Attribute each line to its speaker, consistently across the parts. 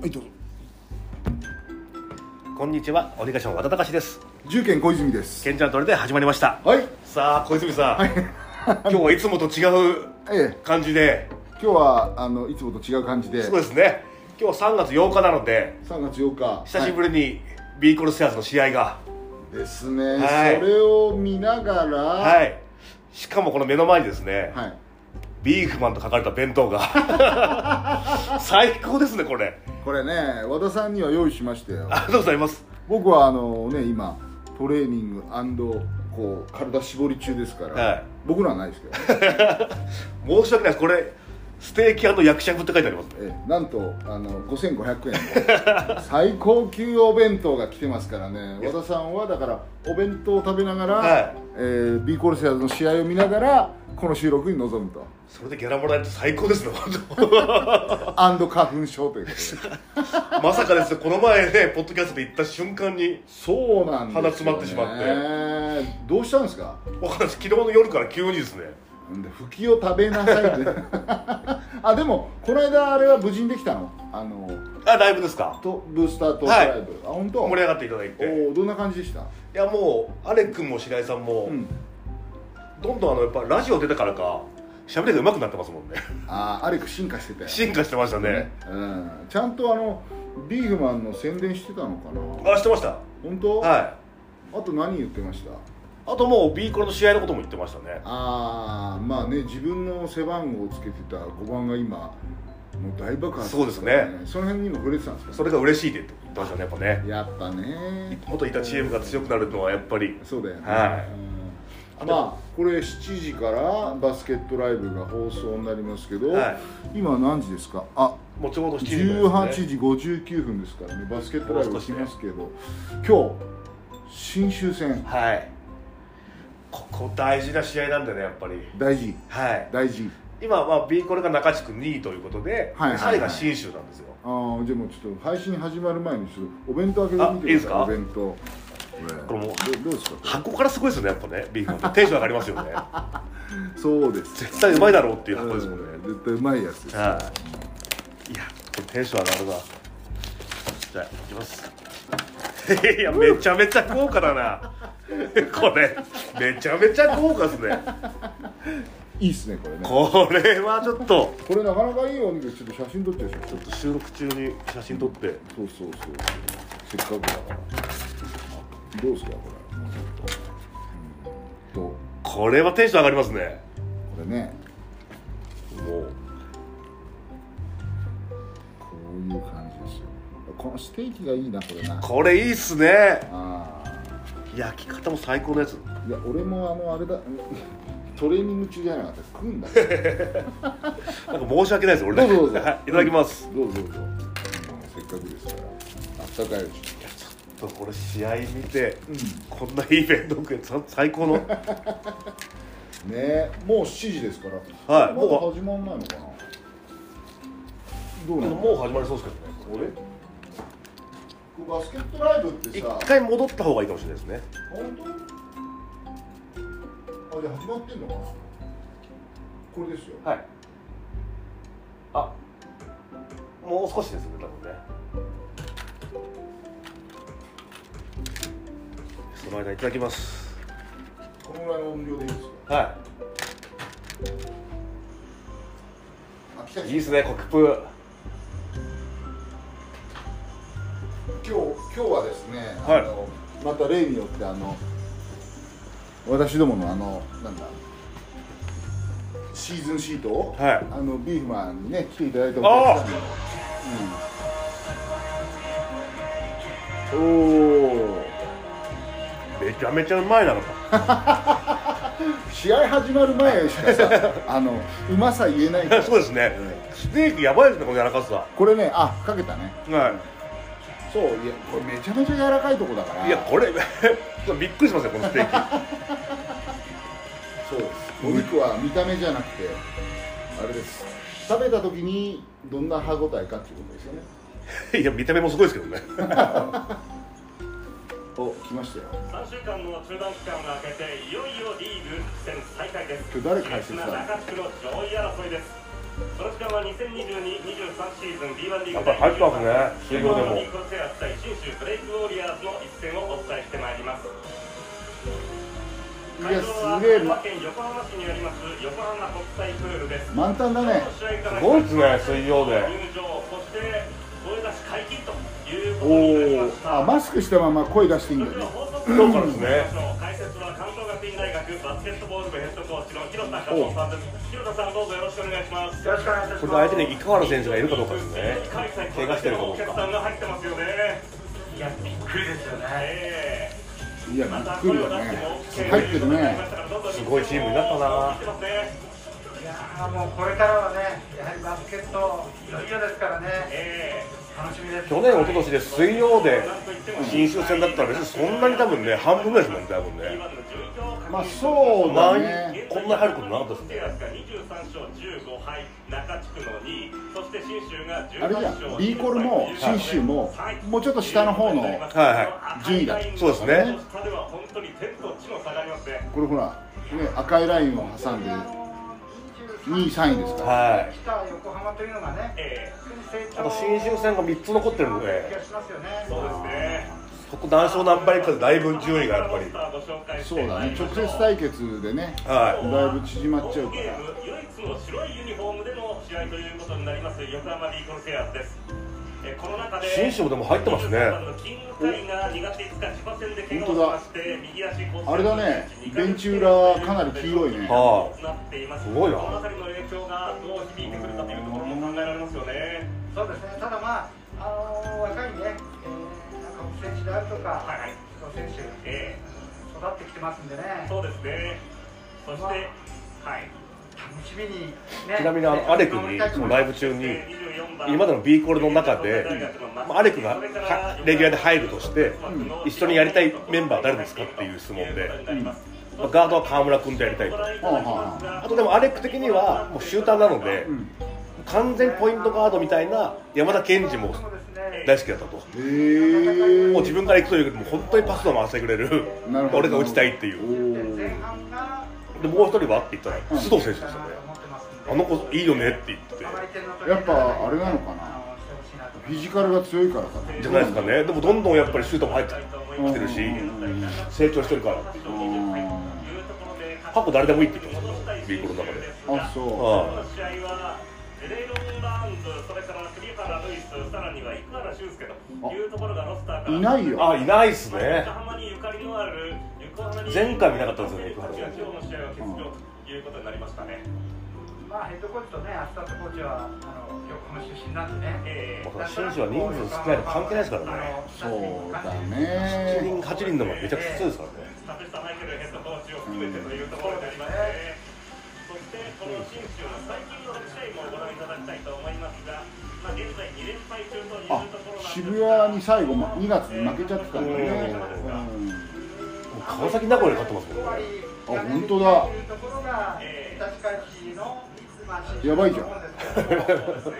Speaker 1: はいどうぞ
Speaker 2: こんにちはお願いします和田隆です
Speaker 1: 重県小泉です
Speaker 2: ケンちゃんとれで始まりました
Speaker 1: はい
Speaker 2: さあ小泉さん、今日はいつもと違う
Speaker 1: ええ
Speaker 2: 感じで
Speaker 1: 今日はあのいつもと違う感じで
Speaker 2: そうですね今日は3月8日なので
Speaker 1: 3月8日
Speaker 2: 久し
Speaker 1: は
Speaker 2: ぶりにビーコルセアーズの試合が
Speaker 1: いですね、
Speaker 2: はい
Speaker 1: それを見ながら、
Speaker 2: はいいしかもこの目の前にですね、
Speaker 1: はい、
Speaker 2: ビーフマンと書かれた弁当が最高ですねこれ
Speaker 1: これね和田さんには用意しましたよ
Speaker 2: ありがとうございます
Speaker 1: 僕はあのね今トレーニングこう体絞り中ですから、
Speaker 2: はい
Speaker 1: 僕らはないですけど、ね
Speaker 2: 申し訳ないですこれステーキ役者風って書いてありますね
Speaker 1: ええ、なんとあの5500円の最高級お弁当が来てますからね和田さんはだからお弁当を食べながら、
Speaker 2: はい
Speaker 1: えー、B コルセアーズの試合を見ながらこの収録に臨むと
Speaker 2: それでギャラもらえると最高ですね本当
Speaker 1: アンド花粉症ということで
Speaker 2: まさかですねこの前ねポッドキャストで行った瞬間に
Speaker 1: そうなんです
Speaker 2: 鼻詰
Speaker 1: よ、ね、
Speaker 2: まってしま
Speaker 1: ってどうしたんですか
Speaker 2: わかんないです昨日の夜から急にですね
Speaker 1: でふきを食べなさいって あでもこの間あれは無事にできたのあの
Speaker 2: あライブですか
Speaker 1: とブースターとライブ、あ本当
Speaker 2: 盛り上がっていただいて
Speaker 1: おおどんな感じでした
Speaker 2: いやもうアレ君も白井さんも、
Speaker 1: うん
Speaker 2: どんどんあのやっぱラジオ出たからか喋りが上手くなってますもんね
Speaker 1: ああアレク進化してたよ、
Speaker 2: 進化してましたね、
Speaker 1: うん、ちゃんとあのビーフマンの宣伝してたのかな
Speaker 2: あしてました
Speaker 1: 本当、
Speaker 2: はい
Speaker 1: あと何言ってました
Speaker 2: あともう B コロの試合のことも言ってましたね
Speaker 1: ああまあね自分の背番号をつけてた5番が今もう大爆発
Speaker 2: そうですね
Speaker 1: その辺にも触れてたんですか
Speaker 2: それが嬉しいって言ってましたねやっぱね
Speaker 1: やっぱね
Speaker 2: 元いたチームが強くなるのはやっぱり
Speaker 1: そうだよね、
Speaker 2: はい
Speaker 1: うんまあこれ7時からバスケットライブが放送になりますけど、
Speaker 2: はい
Speaker 1: 今何時ですかあ
Speaker 2: もうちょうど7時ぐらい
Speaker 1: 18
Speaker 2: ですね
Speaker 1: 時59分ですからねバスケットライブしますけど、今日新州戦
Speaker 2: はいここ大事な試合なんでねやっぱり
Speaker 1: 大事
Speaker 2: はい
Speaker 1: 大事
Speaker 2: 今は B コロが中地区2位ということで、
Speaker 1: はいはいはい
Speaker 2: 3位が信州なんですよ
Speaker 1: ああじゃあもうちょっと配信始まる前にちょっとお弁当開けて
Speaker 2: あいい
Speaker 1: み
Speaker 2: で
Speaker 1: て
Speaker 2: す
Speaker 1: くだ
Speaker 2: か
Speaker 1: さいお弁当
Speaker 2: これもう
Speaker 1: どどうですか
Speaker 2: 箱からすごいですよねやっぱねビーフンテンション上がります よね
Speaker 1: そうです
Speaker 2: 絶対うまいだろうっていう箱ですもんね、
Speaker 1: うん絶対うまいやつです
Speaker 2: はいいやこれテンション上がるなじゃあいきますいやめちゃめちゃ豪華だなこれめちゃめちゃ豪華ですね
Speaker 1: いいっすねこれね
Speaker 2: これはちょっと
Speaker 1: これなかなかいいお肉ちょっと写真撮っちゃいましょう
Speaker 2: 収録中に写真撮って
Speaker 1: そうそうそうせっかくだからどうですかこれうんとこ
Speaker 2: これはテンション上がりますね
Speaker 1: れね
Speaker 2: もう
Speaker 1: こういう感じですよこのステーキがいいなこれな
Speaker 2: これいいっすね
Speaker 1: あ
Speaker 2: 焼き方も最高のやつ
Speaker 1: あいや俺もあのあれだ トレーニング中じゃなかった食うんだ ど
Speaker 2: なんか申し訳ないです俺ね
Speaker 1: どうぞどう ぞ
Speaker 2: はいいただきます、
Speaker 1: うぞどうぞせっかくですからあったかいうちに
Speaker 2: いやちょっとこれ試合見て、
Speaker 1: う
Speaker 2: こんないい弁当食えさ最高の
Speaker 1: んねえもう7時ですから
Speaker 2: はい
Speaker 1: まだ始まんないのかなどうなの
Speaker 2: もう始まりそうですけどね
Speaker 1: バスケットライブって
Speaker 2: 一
Speaker 1: さ
Speaker 2: 回戻った方がいいかもしれないですね
Speaker 1: 本当あじゃあ始まってんのかなこれですよ
Speaker 2: はいあもう少しですね多分ねその間いただきます
Speaker 1: このぐらいの音量でいいですか
Speaker 2: は
Speaker 1: あ来た来
Speaker 2: い
Speaker 1: た
Speaker 2: いいですねコクプー
Speaker 1: 今日今日はですね、
Speaker 2: はい
Speaker 1: あのまた例によってあの私どものあのなんだシーズンシートを、
Speaker 2: はい
Speaker 1: あのビーフマンにね来ていただいたお客さんにうん、おお
Speaker 2: めちゃめちゃうまいなのか
Speaker 1: 試合始まる前しか さあのうまさ言えないから
Speaker 2: そうですね、ステーキやばいですねこの柔らかさ
Speaker 1: これねあかけたね
Speaker 2: は
Speaker 1: そういやこれめちゃめちゃ柔らかいとこだから
Speaker 2: いやこれ びっくりしますよこのステー
Speaker 1: そうですお肉は見た目じゃなくてあれです食べた時にどんな歯ごたえかっていうことですよね
Speaker 2: キ いや見た目もすごいですけどね
Speaker 1: お来ましたよ
Speaker 3: 3週間の中断期間が明けていよいよリーグ戦再開です
Speaker 1: 今日誰解説だ
Speaker 3: 中地区の上位争いですこの時間は2022-23シーズン B1 リー
Speaker 2: やっぱ
Speaker 3: グ
Speaker 2: り入ってますね水曜でも
Speaker 3: 日本セアス対信州ブレイクウォリアーズの一戦をお伝えしてまいります
Speaker 1: い
Speaker 3: 会
Speaker 1: や
Speaker 3: 場は
Speaker 1: すげえ
Speaker 3: 神奈
Speaker 1: ま
Speaker 3: 川県横浜市にあります横浜国際プールです
Speaker 1: 満タンだね
Speaker 2: すごいですね水曜で
Speaker 3: 入場そして声出し解禁ということになりました
Speaker 1: あマスクしたまま声出していいん
Speaker 3: そ
Speaker 1: だ
Speaker 3: れでは
Speaker 1: ね
Speaker 3: 放送
Speaker 2: そうからですね
Speaker 3: 解説は関東学院大学バスケットボール部ヘッドコーチの広田和夫さんです広田さんどうぞよろしくお願いしますよろしくお願いします
Speaker 2: これ相手に井川原選手がいるかどうかですね怪我してるかどうか
Speaker 3: お客さんが入ってますよねいやびっくりですよね、ええ
Speaker 1: いやびっくりだね入ってるね
Speaker 2: すごいチームになったな
Speaker 4: ういやーもうこれからはねやはりバスケットいよいよですからね
Speaker 3: え
Speaker 4: 楽しみです
Speaker 2: 去年一昨年で水曜で
Speaker 3: えなんといっても
Speaker 2: 新州戦だったら別にそんなに多分ね半分ぐらいですもんね多分ね
Speaker 1: まあそうだ
Speaker 2: な
Speaker 1: ね
Speaker 2: いこんなに入ることなかったですね
Speaker 3: 23勝15敗中地区の2位そして信州が18
Speaker 1: あれじゃ
Speaker 3: 勝
Speaker 1: んリーコルも信州も
Speaker 3: はい
Speaker 1: もうちょっと下の方の
Speaker 2: はい
Speaker 1: 順位だ
Speaker 2: そうですね
Speaker 3: 下では本当に天と地の差がありますね
Speaker 1: これほら、ね、赤いラインを挟んで
Speaker 4: 23
Speaker 1: 二位三位ですから
Speaker 2: はい
Speaker 4: 来た横浜というのがね、
Speaker 3: え
Speaker 4: 本当に成長
Speaker 2: あと新州戦が3つ残ってるの
Speaker 4: 気が
Speaker 2: で
Speaker 4: しますよね。
Speaker 3: えそうですね
Speaker 2: そこ何勝何敗かでだいぶ順位がやっぱり
Speaker 1: そうだね直接対決でね
Speaker 2: は
Speaker 1: だいぶ縮まっちゃうから
Speaker 3: ゲーム唯一の白いユニフォームでの試合ということになります横浜リーコルセアーズですえこの中で
Speaker 2: 新州もでも入ってますね
Speaker 3: キングカイが苦手5日千葉戦で怪我をしまして右足骨折
Speaker 1: あれだねベンチ裏かなり黄色いね
Speaker 2: は
Speaker 3: なっています
Speaker 2: すごいな
Speaker 3: この辺りの影響がどう響いてくるかというところも考えられますよね
Speaker 4: そうですね。ただまあ、あのー若いね、えー、中尾選手であるとか、
Speaker 3: はいはい
Speaker 4: 須藤選手、
Speaker 3: え
Speaker 4: 育ってきてますんでね。
Speaker 3: えそうですねそしてはい
Speaker 4: 楽しみに、ね。
Speaker 2: ちなみにあのアレクにいつもライブ中に今までの B コールの中でまあアレクがはレギュラーで入るとして一緒にやりたいメンバーは誰ですかっていう質問でまあガードは川村君とやりたいと
Speaker 1: あ
Speaker 2: あとでもアレック的にはもうシューターなので、
Speaker 1: ん
Speaker 2: 完全ポイントガードみたいな山田賢治も
Speaker 4: そうですね。
Speaker 2: 大好きだったと、も
Speaker 1: へえ
Speaker 2: う自分から行くというよりも本当にパスを回してくれる
Speaker 1: なるほど
Speaker 2: 俺が打ちたいっていう
Speaker 4: 前
Speaker 1: 分
Speaker 4: 半が
Speaker 2: でもう一人はって言ったら
Speaker 1: うん
Speaker 2: 須藤選手ですよね、あの子いいよねって言ってて
Speaker 1: やっぱあれなのかなフィジカルが強いからかな
Speaker 2: じゃないですかねでもどんどんやっぱりシュートも入ってきてるし、
Speaker 1: うん
Speaker 2: 成長してるから
Speaker 1: うん
Speaker 2: 過去誰でもいいって言ってましたよビーコルの中で
Speaker 1: あそ
Speaker 3: この
Speaker 2: あ
Speaker 3: 試合はジェレイロン・バーンズそれから栗原ルイスさらには生原俊介というところがロスターか
Speaker 1: う
Speaker 3: ら
Speaker 1: いないよ
Speaker 2: あいないっすね
Speaker 3: 横浜にゆかりのある横浜に
Speaker 2: 前回見なかったですよね横浜
Speaker 3: 今日の試合は欠場ということになりましたね、
Speaker 4: まあヘッドコーチとねアスタントコーチはあの横浜出身なんでね。
Speaker 3: え
Speaker 2: まあその選手は人数少ないの関係ないですからね
Speaker 1: そうだ
Speaker 2: 7
Speaker 1: ね
Speaker 2: 人8人でもめちゃくちゃ強いですからね
Speaker 3: ー、タペスタ・マイケルヘッドコーチを含めてというところになりますね、そしてこの信州の最近の6試合もご覧いただきたいと思いますが、まあ、現在2連敗中というとこ
Speaker 1: あ
Speaker 3: ろなんですが
Speaker 1: 渋谷に最後ま2月に負けちゃってたんだねうん
Speaker 2: もう川崎名古屋で勝ってますもんね
Speaker 1: あ本当だやばいじゃん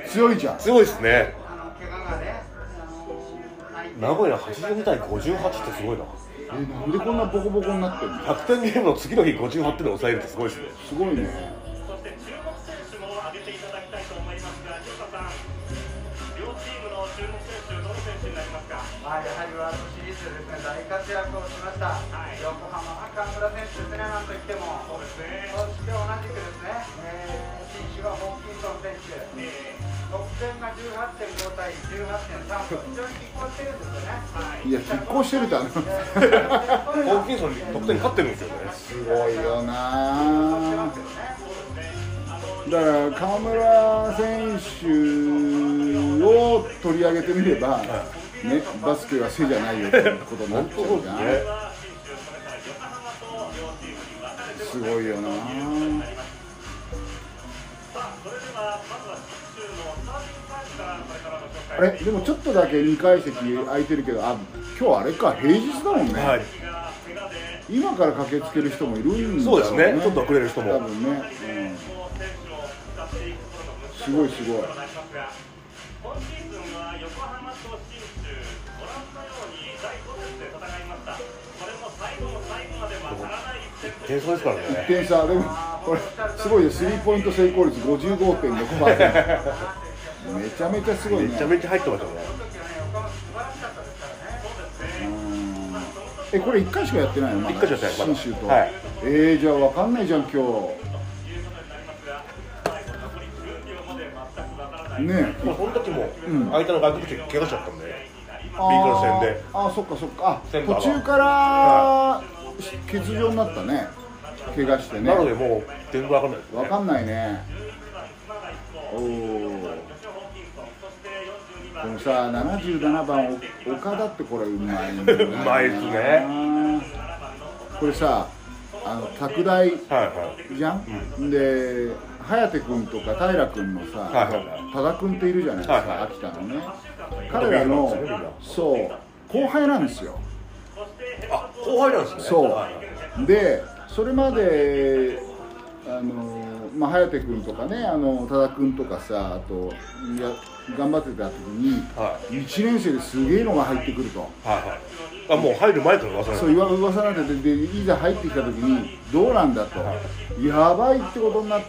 Speaker 1: 強いじゃん
Speaker 2: 強いですね名
Speaker 4: 名
Speaker 2: 古屋82対58ってすごいな
Speaker 1: えなんでこんなボコボコになってるの
Speaker 2: 100点ゲームの次の日58点で抑えるってすごいですね
Speaker 1: すごいね
Speaker 3: そして注目選手も挙げていただきたいと思いますが、清田さん、両チームの注目選手、どの選手になりますか。
Speaker 4: まあ、やはりワールドシリーズでですね、大活躍をしました、
Speaker 3: い
Speaker 4: 横浜、赤村選手ですね、なんといっても、
Speaker 3: そうですね
Speaker 4: そして同じくですね、えー、新種はホーキンソン選手、
Speaker 3: えー
Speaker 4: 得点が18.5対18.3と、非常に拮抗してるんですよね。
Speaker 3: はい
Speaker 1: いや拮抗してるってあの
Speaker 2: ホーキンソンに得点勝ってるんですよね
Speaker 1: すごいよな
Speaker 4: そうですね
Speaker 1: だから河村選手を取り上げてみれば、ね、バスケは背じゃないよってことになっちゃうじゃん
Speaker 2: ね
Speaker 1: すごいよな
Speaker 3: さあ、それでは、まずは信州のスターティングサイズから、これからご紹
Speaker 1: あ
Speaker 3: 介
Speaker 1: れでもちょっとだけ2階席空いてるけどあ今日あれか平日だもんね、
Speaker 2: はい
Speaker 3: が怪我で、
Speaker 1: 今から駆けつける人もいるんだろうね
Speaker 2: そうですねちょっと遅れる人も
Speaker 1: 多分ね、
Speaker 3: もう選手を使っていくことの難しい
Speaker 1: すごいすごい
Speaker 3: ところになりますが、今シーズンは横浜と信州、ご覧のように第5戦で戦いました。これも最後の最後までは足らない一戦という
Speaker 2: 点差ですから
Speaker 1: うん、1
Speaker 2: ね
Speaker 1: 点差でもこれすごいよスリーポイント成功率55.6% めちゃめちゃすごい
Speaker 2: め
Speaker 1: ね
Speaker 2: ちゃめちゃ入ってましたね
Speaker 1: えこれ1回しかやってないのまだ
Speaker 2: 一回しかやってないまだ
Speaker 1: 信州と、
Speaker 2: はい
Speaker 1: えー、じゃあ分かんないじゃん今日ねえ
Speaker 2: まあその時も相手の外国人怪我しちゃったんで、
Speaker 1: あー
Speaker 2: ビーコン戦で
Speaker 1: あーそっかそっかあ
Speaker 2: センター
Speaker 1: 途
Speaker 2: は
Speaker 1: 中から欠場になったね怪我してね
Speaker 2: なのでもう全然わかんないですね
Speaker 1: わかんないねおおこのさ77番お岡田ってこれうまいんだよ
Speaker 2: うまいっすね
Speaker 1: これさあの拓大
Speaker 2: はいはい
Speaker 1: じゃん、で颯君とか平君のさ、
Speaker 2: はいはいはい
Speaker 1: 多田君っているじゃないですか、
Speaker 2: はいはい
Speaker 1: 秋田のね彼らの
Speaker 2: ビールなんで
Speaker 1: そう後輩なんですよ
Speaker 2: あ後輩なんですね
Speaker 1: そうでそれまであのまあ颯君とかねあの多田君とかさあといや頑張ってた時に
Speaker 2: は
Speaker 1: 1年生ですげえのが入ってくると
Speaker 2: はいはいあもう入る前から噂なん
Speaker 1: そ
Speaker 2: で
Speaker 1: う噂噂なんてででいざ入ってきた時にどうなんだと、やばいってことになって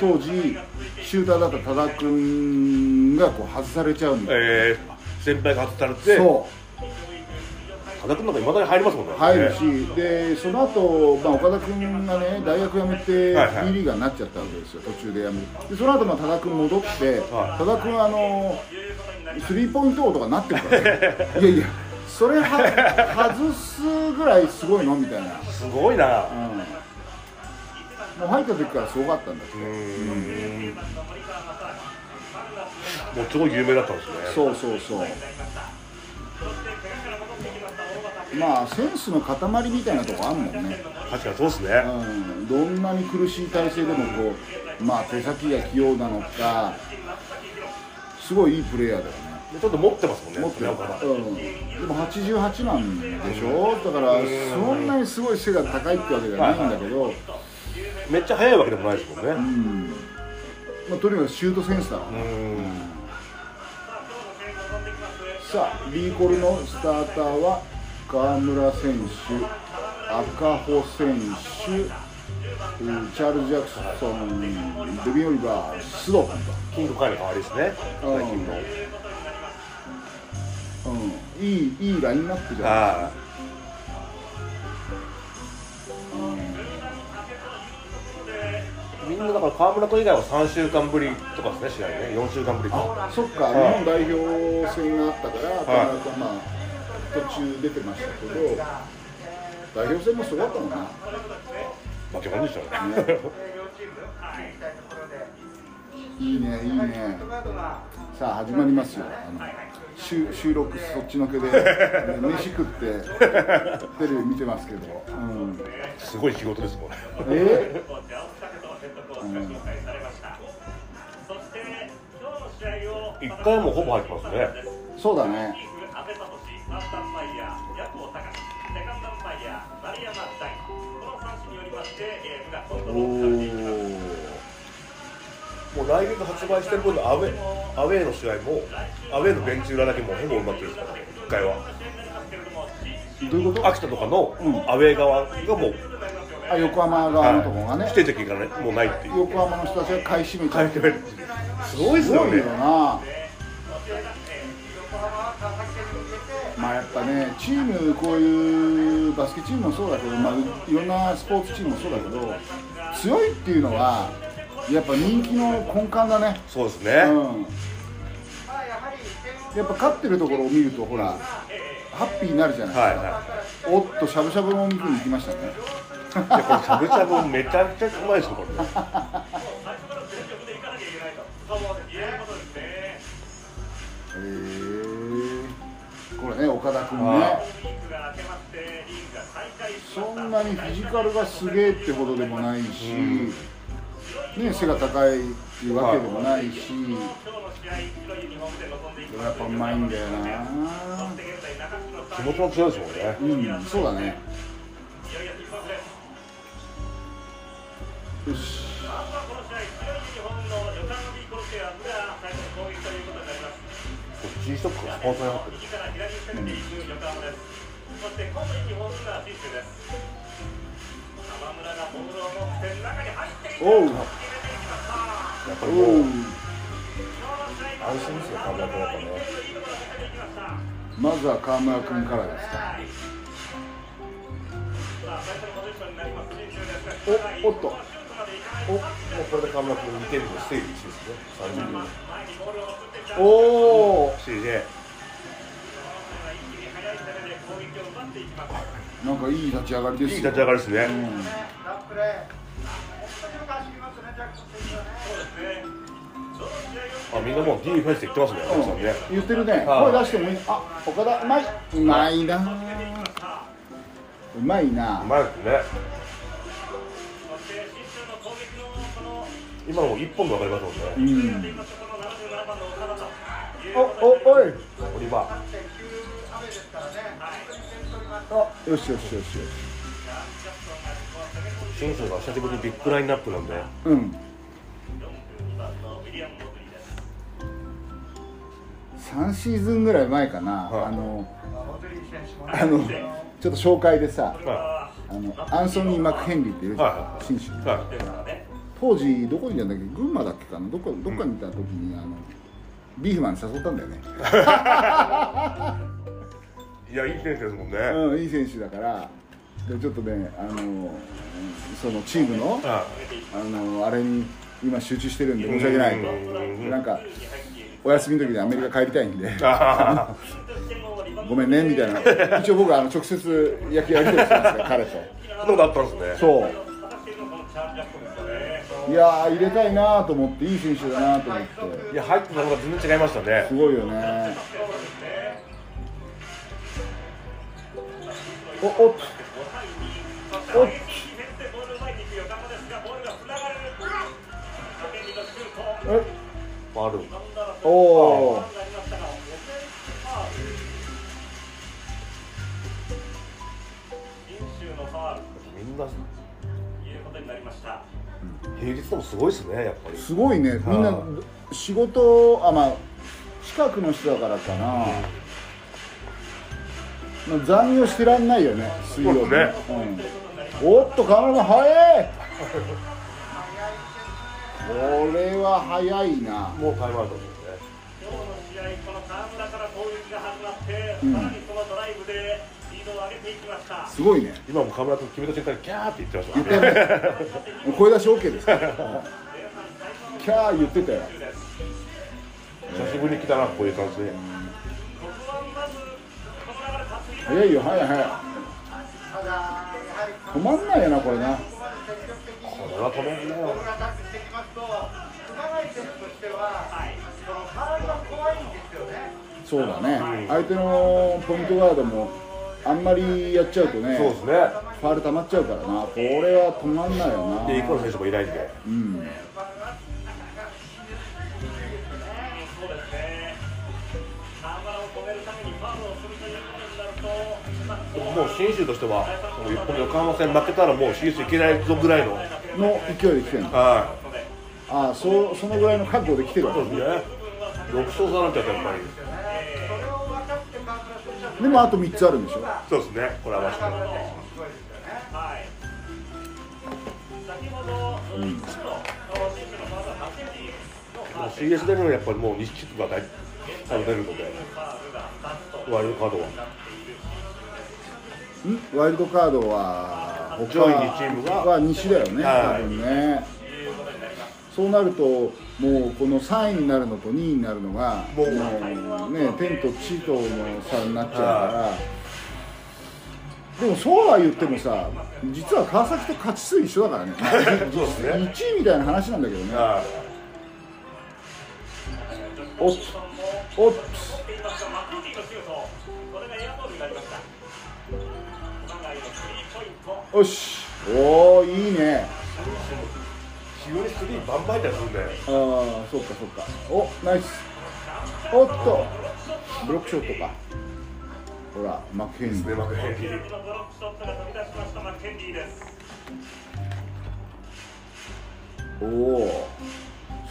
Speaker 1: 当時シューターだった多田君がこう外されちゃうんだよ、
Speaker 2: えー、先輩が外されて
Speaker 1: そう
Speaker 2: 羽田君なんかいまだに入りますもんね
Speaker 1: 入るし、でその後、まあ岡田君がね大学辞めて
Speaker 2: はいはい
Speaker 1: B リーガーになっちゃったわけですよ途中で辞めてでその後まあ多田君戻って、
Speaker 2: は
Speaker 1: 多田君はあのスリーポイント王とかなってるから、 ね、いやいやそれは外すぐらいすごいのみたいな、うん、
Speaker 2: すごいな
Speaker 1: もう入った時からすごかったんだけど、
Speaker 2: うんもうすごい有名だったんですね
Speaker 1: そうそうそうまあセンスの塊みたいなとこあんもんね
Speaker 2: 確かにそうですね、は
Speaker 1: うんどんなに苦しい体勢でもこう、まあ、手先が器用なのか、すごいいいプレーヤーだよね、
Speaker 2: いちょっと持ってますもんね
Speaker 1: 持ってる
Speaker 2: なんか
Speaker 1: うん、でも88なんでしょ、だからそんなにすごい背が高いってわけじゃないんだけど、
Speaker 2: めっちゃ速いわけでもないですもんね、
Speaker 1: まあ、とにかくシュートセンスだわ、さあ、リーコルのスターターは川村選手、赤穂選手、うんチャールズ・ジャクソン、デビン・オリバー、須藤
Speaker 2: 金
Speaker 1: 君と。
Speaker 2: の会の代わりですね最近の
Speaker 1: うん、いいいいラインナップじゃん
Speaker 2: ああみんなだから川村君以外は3週間ぶりとかですね試合ね4週間ぶりか
Speaker 1: そっか、
Speaker 2: い
Speaker 1: 日本代表戦があったから、
Speaker 2: はい
Speaker 1: 田中まあ、途中出てましたけど、代表戦もすごかったもんな、
Speaker 2: 負けもんでしょうね
Speaker 1: いいね、いいね、さあ、始まりますよ、あの収収録、そっちのけ で、ね飯食って、テレビ見てますけど、うん、
Speaker 2: すごい仕事ですもんね
Speaker 1: え
Speaker 2: 1回もほぼ入ってますね
Speaker 1: そうだね、おー、
Speaker 2: もう来月発売してる分のアウェーアウェーの試合もアウェーのベンチ裏だけもうほぼ埋まってるんですからね1回は
Speaker 1: どういうこと
Speaker 2: 秋田とかのアウェー側がもう、
Speaker 1: あ横浜側のとこがね
Speaker 2: 指、定席がねもうないっていう
Speaker 1: 横浜の人たちが買い占めちゃ
Speaker 2: 買い
Speaker 1: って
Speaker 2: 占めるすごいですす
Speaker 1: ご
Speaker 2: よ
Speaker 1: い
Speaker 2: ね
Speaker 1: よな。
Speaker 4: 横浜は川崎県に向けて
Speaker 1: まあやっぱね、チーム、こういうバスケチームもそうだけど、まあ、いろんなスポーツチームもそうだけど、強いっていうのは、やっぱ人気の根幹だね、
Speaker 2: そうですね、
Speaker 1: うん、
Speaker 4: まあやはり点
Speaker 1: や
Speaker 4: を
Speaker 1: っぱ勝ってるところを見ると、ほら、ハッピーになるじゃない
Speaker 2: はい
Speaker 1: ですか、
Speaker 2: はい
Speaker 1: おっと、しゃぶしゃぶも肉に行きましたね、
Speaker 2: いやこれしゃぶしゃぶめちゃくちゃうまいですよこれ
Speaker 1: へーこれね、岡田君ね
Speaker 2: は、
Speaker 1: そんなにフィジカルがすげえってほどでもないし、ね、背が高いっていうわけでもないし。やっぱうまいんだよな。
Speaker 2: 気持ちも強いですもんね
Speaker 1: うん、そうだね。よし。
Speaker 2: G ストックがスポンサーになってる
Speaker 3: そして今度日本がフィッシュです。川村が
Speaker 1: おう
Speaker 2: やっぱりもう
Speaker 1: おう
Speaker 2: 安心ですよ川村君やっぱね
Speaker 1: まずは川村君からですかおおっと
Speaker 2: おもうこれで川村君2点のステージ1ですね30秒
Speaker 1: おお
Speaker 2: CJ
Speaker 1: なんかいい立ち上がり
Speaker 2: い
Speaker 1: で
Speaker 2: い
Speaker 1: すよ
Speaker 2: 立ち上がりですね、
Speaker 4: ランプレー。本当によく走りますね、ジャックソン選手はね。
Speaker 2: あみんなもう D フェスで行ってますね
Speaker 1: う
Speaker 2: 奥さんね
Speaker 1: ん言ってるね
Speaker 2: はい
Speaker 1: 声出してもいいあ岡田うまいうまいなうまいな
Speaker 2: うまいですね今のも1本で分かりますもん
Speaker 1: う
Speaker 2: ね
Speaker 1: んおおおい
Speaker 2: オリバー
Speaker 4: 3.9雨ですからね。本当に点取ります。
Speaker 1: あよしよしよしよし
Speaker 2: 新庄が久しぶりにビッグラインナップなんで
Speaker 1: うん3シーズンぐらい前かな、
Speaker 2: はい
Speaker 1: あの
Speaker 4: モドリッチ選手もね。
Speaker 1: あのちょっと紹介でさ
Speaker 2: は
Speaker 1: あのアンソニー・マクヘンリーっていうじゃん、
Speaker 2: は
Speaker 1: 新種
Speaker 2: いはい
Speaker 1: 当時どこにいたんだっけ群馬だっけかなどこどっかにいた時に、あのビーフマンに誘ったんだよね、
Speaker 2: いやいい選手ですもんね、
Speaker 1: うん、いい選手だからでちょっとねあのうんそのチームの
Speaker 2: は
Speaker 1: あのあれに今集中してるんで
Speaker 2: い
Speaker 1: 申し訳ない
Speaker 2: うん
Speaker 1: なんかお休みの時にアメリカ帰りたいんで
Speaker 2: あ
Speaker 1: ごめんねみたいな一応僕はあの直接野球やり取りしてますから彼と
Speaker 2: あのがあったんですね
Speaker 1: そういやー入れたいなと思っていい選手だなと思って
Speaker 2: いや入ってたのが全然違いましたね
Speaker 1: すごいよねおおっおっえ
Speaker 2: ある
Speaker 1: おお
Speaker 2: みんな
Speaker 3: いうことになりました。
Speaker 2: 平日でもすごいですねやっぱり
Speaker 1: すごいねみんな
Speaker 2: は
Speaker 1: 仕事あまあ近くの人だからかな、まあ、残業してらんないよね水曜日
Speaker 2: そうね
Speaker 1: うん、おっとカメラマン早いこれは早いな
Speaker 2: もうタイムアウトです
Speaker 3: 今日の試合、この川村から攻撃が始まって、
Speaker 1: ん
Speaker 3: さらにそのドライブでリードを上げていきました。
Speaker 1: すごいね
Speaker 2: ね今も河村君決めた瞬間にキャーって言ってましたからね
Speaker 1: 声出し OK ですからキャー言ってたよ
Speaker 2: 久しぶりに来たなこういう感じで
Speaker 1: 早いよ早い早い
Speaker 4: ただ、やはりこ
Speaker 1: 止まんないよなこれな
Speaker 4: こまで積極的に
Speaker 2: これは止めんな
Speaker 4: ボ
Speaker 2: よ
Speaker 4: ールがタックしてきますと、熊谷選手としては、そのファウルが怖いんですよね。
Speaker 1: そうだね相手のポイントガードもあんまりやっちゃうとね
Speaker 2: そうですね
Speaker 1: ファール溜まっちゃうからなこれは止まんないよな
Speaker 2: でイコール選手もいないんで
Speaker 1: うん
Speaker 3: そうですね。川村を止めるためにファウルをするということになると、まあ、
Speaker 2: もう信州としてはもうこの横浜戦負けたらもう進出いけないぞぐらいの
Speaker 1: の勢いで来てるの
Speaker 2: は
Speaker 1: ああそうそのぐらいの覚悟で来てる
Speaker 2: いそうですね6勝差なんちゃったやっぱり
Speaker 4: それを分かって川村選手は、
Speaker 1: でもあと3つあるんでしょ
Speaker 2: そうですねこれは
Speaker 4: 川村
Speaker 2: ま
Speaker 4: 選手、すごいですよね。
Speaker 3: はい。先ほど、うん、の選手のファウルは8人のファウル
Speaker 2: し CS 出るのはやっぱりもう西地区が大多分出るのでワイルドカードは
Speaker 1: んワイルドカードは他
Speaker 2: 上位2チームが
Speaker 1: は西だよね、
Speaker 2: はい
Speaker 1: 多分ねそうなるともうこの3位になるのと2位になるのが
Speaker 2: もう
Speaker 1: ね天と地との差になっちゃうからでもそうは言ってもさ実は川崎と勝ち数一緒だからね
Speaker 2: そうですね
Speaker 1: 1位みたいな話なんだけどね
Speaker 2: は
Speaker 1: おっおっ
Speaker 3: マクロティのシュート、これがエアボールになりました。熊谷のスリーポイント。
Speaker 1: よしおおいいね
Speaker 2: い急にスリーバンバンいたりするんで
Speaker 1: ああそっかそっかおナイスおっとブロックショットかほらマクヘンリ
Speaker 2: ね
Speaker 1: ー
Speaker 2: まく平気
Speaker 3: ブロックショットが飛び出しましたマッケンリーです。
Speaker 1: おお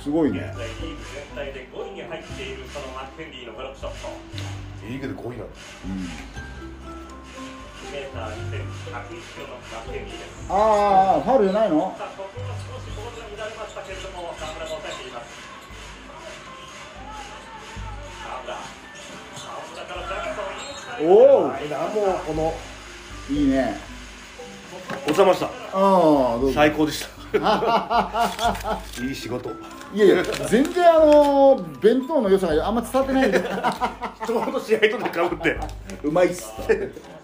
Speaker 1: すごいね
Speaker 3: 現在リーグ全体で5位に入っているそのマッケンリーのブロックショット。
Speaker 2: リーグで5位なんだ
Speaker 1: うん
Speaker 3: メーター2101キロのマッケンジーです。
Speaker 1: ああ、ファウルじゃないの
Speaker 3: さあ、ここは少しボールが乱れましたけれども、河村が抑えています。河村、河村からジャクソンインサイド
Speaker 1: お
Speaker 2: だ
Speaker 1: お、
Speaker 2: もうこの
Speaker 1: いいね。
Speaker 2: 収まりました
Speaker 1: ああ、どうぞ。
Speaker 2: 最高でした いい仕事
Speaker 1: いやいや、全然あのー弁当の良さがあんま伝わってないんで。
Speaker 2: ちょうど試合とでかぶって
Speaker 1: うまいっす。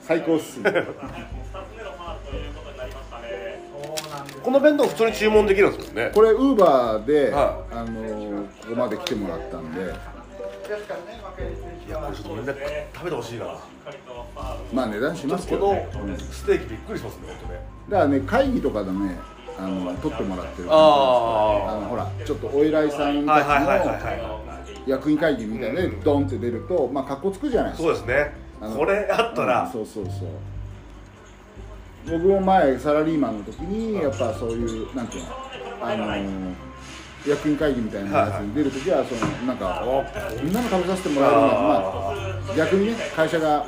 Speaker 1: 最高っす。
Speaker 3: 二つ目のファウルということになりましたね。
Speaker 4: そうなんです
Speaker 2: この弁当普通に注文できるんですもんね
Speaker 1: これウーバーで、
Speaker 2: は
Speaker 1: あのーここまで来てもらったんで、
Speaker 4: ですからね、負ける選
Speaker 2: い
Speaker 4: 手
Speaker 2: や
Speaker 4: は
Speaker 2: これちょっとみんな食べてほしいな
Speaker 3: しっかりとファウル。
Speaker 1: まあ値段し
Speaker 2: ちょ
Speaker 1: ま
Speaker 2: っ
Speaker 1: す
Speaker 2: と
Speaker 1: け
Speaker 2: こ
Speaker 1: どね。うん
Speaker 2: のステーキびっくりしますね本当ね
Speaker 1: だからね会議とかでねあの取ってもらってるあ
Speaker 2: あ
Speaker 1: のほらちょっとお偉いさん
Speaker 2: あ
Speaker 1: た
Speaker 2: はい
Speaker 1: ち
Speaker 2: はいはいはい
Speaker 1: の
Speaker 2: はい
Speaker 1: 役員会議みたいなので
Speaker 2: うん
Speaker 1: ドンって出るとまあ格好つくじゃないですか
Speaker 2: そうですね
Speaker 1: あの
Speaker 2: これあった
Speaker 1: うん
Speaker 2: ら
Speaker 1: そうそうそう僕も前サラリーマンの時にやっぱそういうなんていうのあのー役員会議みたいなやつに出る時はそのなんか
Speaker 2: お
Speaker 1: みんなの食べさせてもらえるの
Speaker 2: あ
Speaker 1: はまあ逆にね会社が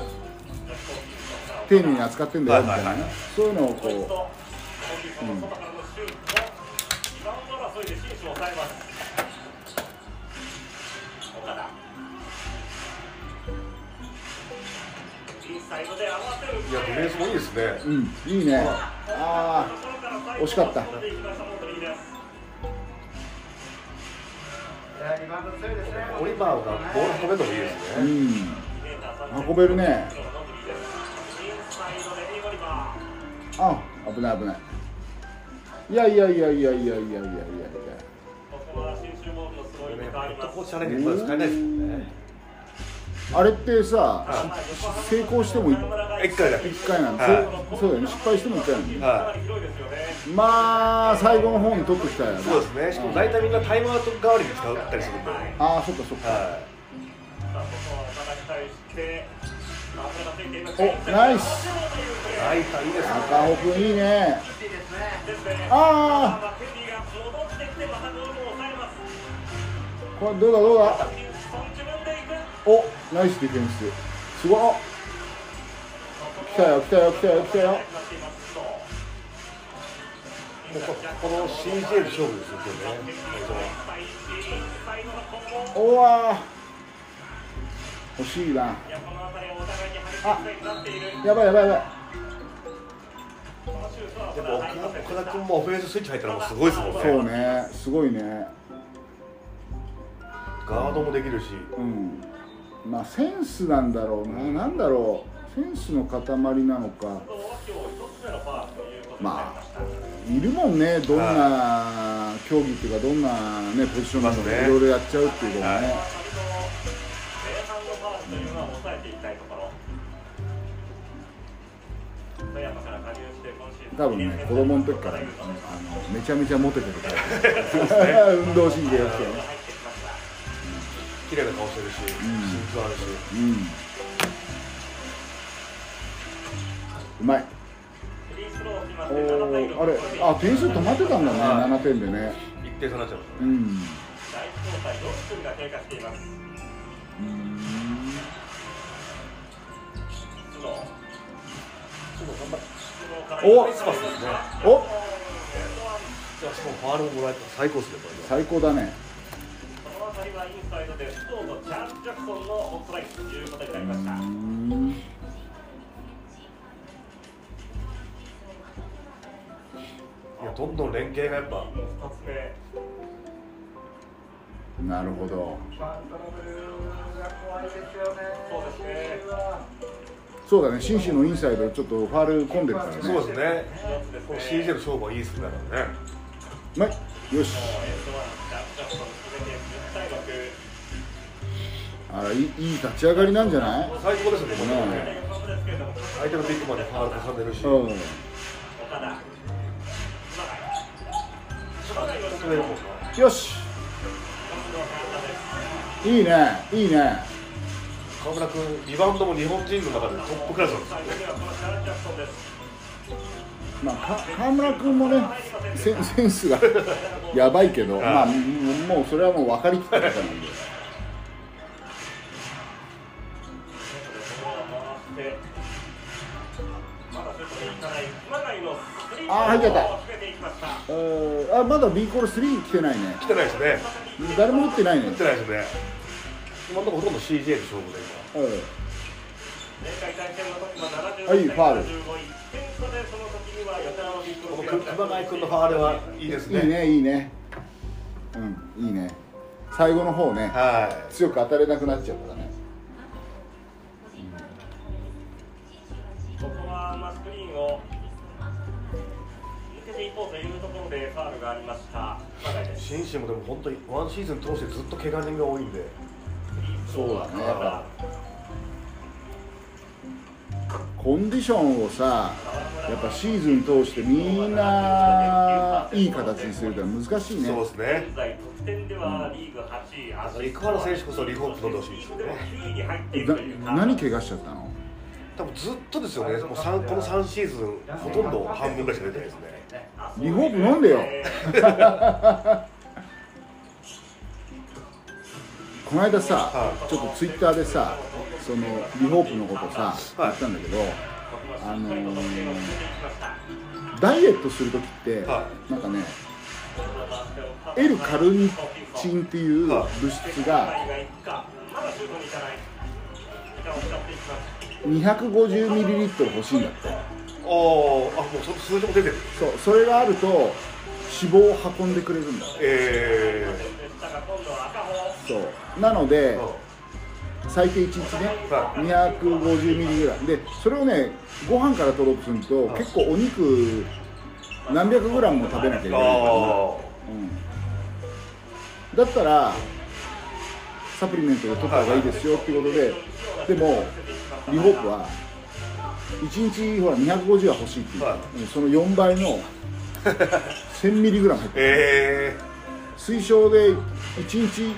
Speaker 1: 丁寧に扱ってんだよみたいな
Speaker 2: はい
Speaker 1: ね
Speaker 2: はいはい
Speaker 1: そういうのをこ
Speaker 3: 外からのシュート。リバウンド争いでシンシを抑えます。岡田。インサイドで合わせる。
Speaker 2: いやディフェンスもいいですね
Speaker 1: ううんいいねああ惜しかった
Speaker 4: いやリバウンド強いですね。
Speaker 2: オリバーがボール止めてもいいです
Speaker 1: う
Speaker 2: ね
Speaker 1: ん運べるねあ危ない危ないいやいやいやいやいやいやいやいやいや
Speaker 2: これねヘッドコーチチャレンジまだ使えないですもんね
Speaker 1: あれってさし成功しても1
Speaker 2: 一回だけ
Speaker 1: 回なんで
Speaker 2: は
Speaker 1: そうそうだよね失敗しても1回なんで
Speaker 2: はい
Speaker 1: まあ最後の方に取ってきたよね
Speaker 2: そうですねしかも大体みんなタイムアウト代わりに使ったりするんで
Speaker 1: ああそっかそっか
Speaker 2: は
Speaker 1: おナイス
Speaker 2: いライターいいですね
Speaker 1: 赤尾君いいね
Speaker 4: いいですね。
Speaker 1: ああこれどうだどうだおナイスディフェンスすごい来たよ来たよ来たよ来たよ
Speaker 2: ここの CJ で勝負ですよね
Speaker 1: おわ欲しいなやばいやばいやばい
Speaker 2: でも岡岡田君もオフェンススイッチ入ったらもうすごいですもんね
Speaker 1: そうねすごいね
Speaker 2: ガードもできるし
Speaker 1: うんまあセンスなんだろうななんだろうセンスの塊なのかまあいるもんねどんな競技っていうかどんなねポジションなのか
Speaker 2: いますね
Speaker 1: いろいろやっちゃうっていうのもね多分ね子供の時からねあのめちゃめちゃモテてる から運動神経がしてね
Speaker 2: 綺麗な顔してるし身長あるし
Speaker 1: うんうまいおーあれあ点数止まってたんだね
Speaker 2: はい
Speaker 1: 7点でね
Speaker 2: 一定差になっちゃいます
Speaker 1: う
Speaker 2: ね
Speaker 1: ん
Speaker 3: 第1交代6分が経過しています。須藤
Speaker 1: お
Speaker 2: ナイスパスですね
Speaker 1: お
Speaker 2: いやしかもファールももらえたら最高ですねこれ
Speaker 1: 最高だね
Speaker 3: この辺りはインサイドで須藤とチャールズ・ジャクソンのホットラインということになりました。
Speaker 1: うん
Speaker 2: いやどんどん連携がやっぱ
Speaker 3: 2つ目、
Speaker 1: なるほど
Speaker 4: まあトラブルが怖いですよね。
Speaker 3: そうですね
Speaker 1: そうだね紳士のインサイドちょっとファール込んでるからね
Speaker 2: そうですね
Speaker 3: 4つです
Speaker 2: この
Speaker 3: ね。
Speaker 2: CJ の勝負はいいですねだからね
Speaker 1: うまいよし
Speaker 3: エンドワン、チャールズ・ジャクソン決めて10対
Speaker 1: あ
Speaker 3: 6。
Speaker 1: らいいいい立ち上がりなんじゃない
Speaker 2: 最高ですよねこれ
Speaker 1: ね
Speaker 2: ね相手のビッグマンでファール重ねるし
Speaker 1: うん
Speaker 3: 岡田、
Speaker 2: 重ねるもんな
Speaker 1: よしいいねいいね
Speaker 2: 河村君リバウンドも日本人の中でトップクラスなんですよ
Speaker 1: まあか川村君もねセンセンスが やばいけどまあもうもうそれはもう分かりきったことなんで
Speaker 3: こ
Speaker 1: あー入っちゃったえーあまだ B コール3来てないね
Speaker 2: 来てないですね
Speaker 1: 誰も打ってないね
Speaker 2: 来てないですね今のところほとんど CJ で勝負で
Speaker 1: うん
Speaker 3: はい、ファール。
Speaker 2: 今この熊谷君のファールはいいですね
Speaker 1: いいねいいねうんいいね最後の方ね
Speaker 2: は
Speaker 1: 強く当たれなくなっちゃったね
Speaker 3: ここはまあスクリーンを抜けていこうというところでファールがありました。熊谷で
Speaker 2: い
Speaker 3: す
Speaker 2: 信州もでも本当にワンシーズン通してずっと怪我人が多いんで
Speaker 1: そうだねやっぱコンディションをさやっぱシーズン通してみんないい形にするってのは難しいね
Speaker 2: そうですね
Speaker 3: 現在得点ではリーグ8位、アシス
Speaker 2: 生原選手こそリフォープ取ってほしいですよね
Speaker 3: 9位に入っている
Speaker 1: だ
Speaker 3: という
Speaker 1: 何怪我しちゃったの
Speaker 2: 多分ずっとですよねもう三この3シーズンほとんど半分ぐらいしか出てないですね
Speaker 1: リフォープ飲んでよこの間さ
Speaker 2: は
Speaker 1: ちょっとツイッターでさそのリホープのことさ言ったんだけど、あのーダイエットする時って、
Speaker 2: は
Speaker 1: なんかね L カルニチンっていう物質が250ミリリットル欲しいんだって
Speaker 2: ああもうその数字も出てる
Speaker 1: そうそれがあると脂肪を運んでくれるんだって
Speaker 2: え
Speaker 1: そうなので
Speaker 2: え
Speaker 1: 最低1日ね
Speaker 2: は
Speaker 1: 250ミリぐらいでそれをねご飯から取ろうとすると結構お肉何百グラムも食べなきゃいけないから、
Speaker 2: あ
Speaker 1: うん、だったらサプリメントで取った方がいいですよっていうことででもリホープは1日ほら250は欲しいっていう、
Speaker 2: は
Speaker 1: うんその4倍の1000ミリグラム入っ
Speaker 2: え
Speaker 1: てる
Speaker 2: え
Speaker 1: 推奨で1日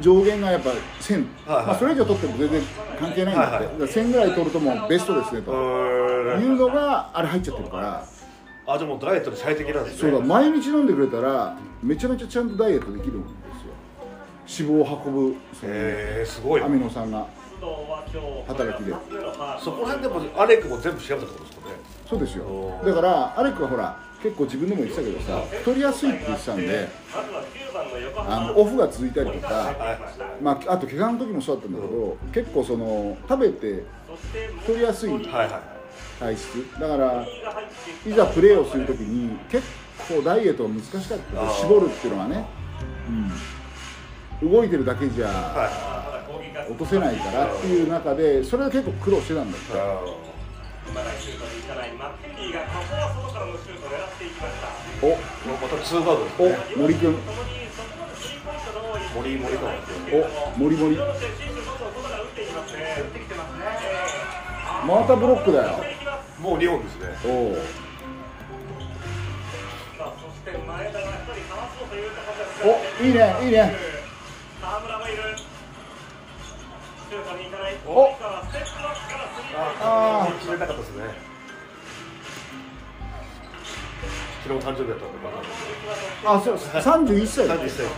Speaker 1: 上限がやっぱ1000、
Speaker 2: はいはい
Speaker 1: まあ、それ以上取っても全然関係ないんだって、
Speaker 2: はいはい
Speaker 1: だから1000ぐらい取るともうベストですね
Speaker 2: え
Speaker 1: と、
Speaker 2: ー、
Speaker 1: いうのがあれ入っちゃってるから
Speaker 2: あじゃあもうダイエットに最適なんです
Speaker 1: そ
Speaker 2: ね
Speaker 1: うだ毎日飲んでくれたらめちゃめちゃちゃんとダイエットできるんですよ脂肪を運ぶその、
Speaker 2: えー、すごいな
Speaker 1: アミノ酸が働
Speaker 3: 働
Speaker 1: き
Speaker 3: き
Speaker 1: で
Speaker 3: で
Speaker 2: そこら辺でもアレックも全部調べたってことですよね
Speaker 1: そうですよ
Speaker 2: おー
Speaker 1: だからアレクはほら結構自分でも言ってたけどさ太りやすいって言ってたんであのオフが続いたりとか、まあ、あと怪我の時もそうだったんだけど結構その食べて太りやすい
Speaker 2: はいはい
Speaker 1: 体質だからいざプレーをするときに結構ダイエットが難しかった
Speaker 2: あー
Speaker 1: 絞るっていうのはね、うん、動いてるだけじゃ
Speaker 2: は
Speaker 1: 落とせないからっていう中でそれは結構苦労してたんだ
Speaker 2: いあ
Speaker 1: お
Speaker 2: ーまたツーバウンドですね
Speaker 1: お森君
Speaker 2: 森森君
Speaker 1: お森森
Speaker 4: てきてますね。
Speaker 1: またブロックだよ
Speaker 2: もう2本ですね
Speaker 1: おおおいいねいいね
Speaker 3: 河村もいる。シュートに行かない。
Speaker 1: お
Speaker 3: 大川ステップバックからスリー
Speaker 2: ああ決めたかったですね昨日誕生日だったんでまだ
Speaker 1: あそう31歳だ
Speaker 2: 31歳ですね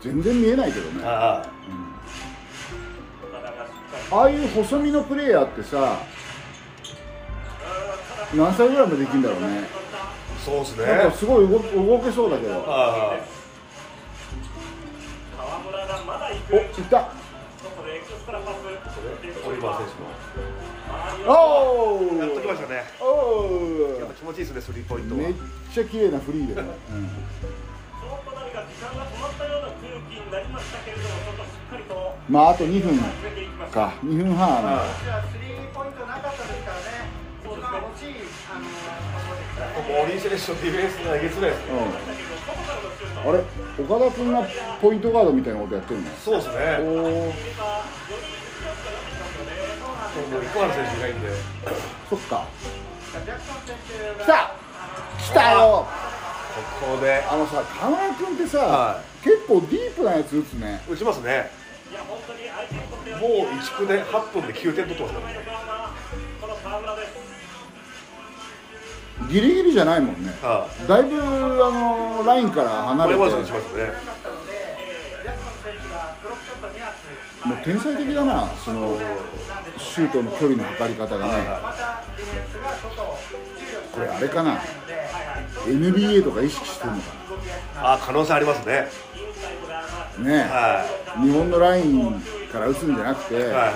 Speaker 1: 全然見えないけどね
Speaker 2: ああ
Speaker 3: 岡田がしっかり
Speaker 1: ああいう細身のプレイヤーってさ何歳ぐらいまでできるんだろうね
Speaker 2: そうですね
Speaker 1: なんかすごい動動けそうだけど
Speaker 2: あ
Speaker 3: 河村がまだ行
Speaker 1: お
Speaker 3: く。
Speaker 1: いった
Speaker 3: そこでエクストラパス。
Speaker 2: あこれオリバー選手
Speaker 1: お
Speaker 2: もやっときました
Speaker 1: ー
Speaker 2: ね
Speaker 1: お
Speaker 2: やっぱ気持ちいいですねスリーポイン
Speaker 1: ー
Speaker 2: トは
Speaker 1: めっちゃ綺麗なフリーで、ね
Speaker 3: ちょっと何か時間が止まったような空気になりましたけれども、ちょっとしっかりと
Speaker 1: まああと2分
Speaker 3: 決めていきました。
Speaker 1: か2分半ある
Speaker 2: は
Speaker 4: じゃあスリーポイントなかったですからね。一番欲しいあのところですからね。
Speaker 2: い森選手のディフェンスがえげつないですね
Speaker 1: うん、あれ岡田君がポイントガードみたいなことやってるの
Speaker 2: そうです
Speaker 1: お
Speaker 2: ね
Speaker 1: おー
Speaker 2: もう生原選手いないんで
Speaker 1: そっか
Speaker 4: ジャクソン選手が
Speaker 1: 来た来たよ
Speaker 2: ここで
Speaker 1: あのさ河村君ってさ、
Speaker 2: は
Speaker 1: 結構ディープなやつ打つね
Speaker 2: 打ちますねもう1区で8分で9点取ってますからね
Speaker 1: ギリギリじゃないもんね
Speaker 2: は
Speaker 1: だいぶあのラインから
Speaker 2: い
Speaker 1: 離
Speaker 2: 森
Speaker 1: れて
Speaker 2: 山選手打ちますね
Speaker 4: だったので、ジャクソン選手がブロックショット2発。
Speaker 1: もう天才的だなそのシュートの距離の測り方がね
Speaker 4: またディフェンスが外を重力
Speaker 1: これあれかな NBA とか意識してるのか
Speaker 2: あ可能性ありますね
Speaker 1: なね
Speaker 2: は
Speaker 1: 日本のラインから打つんじゃなくて、
Speaker 2: いはいは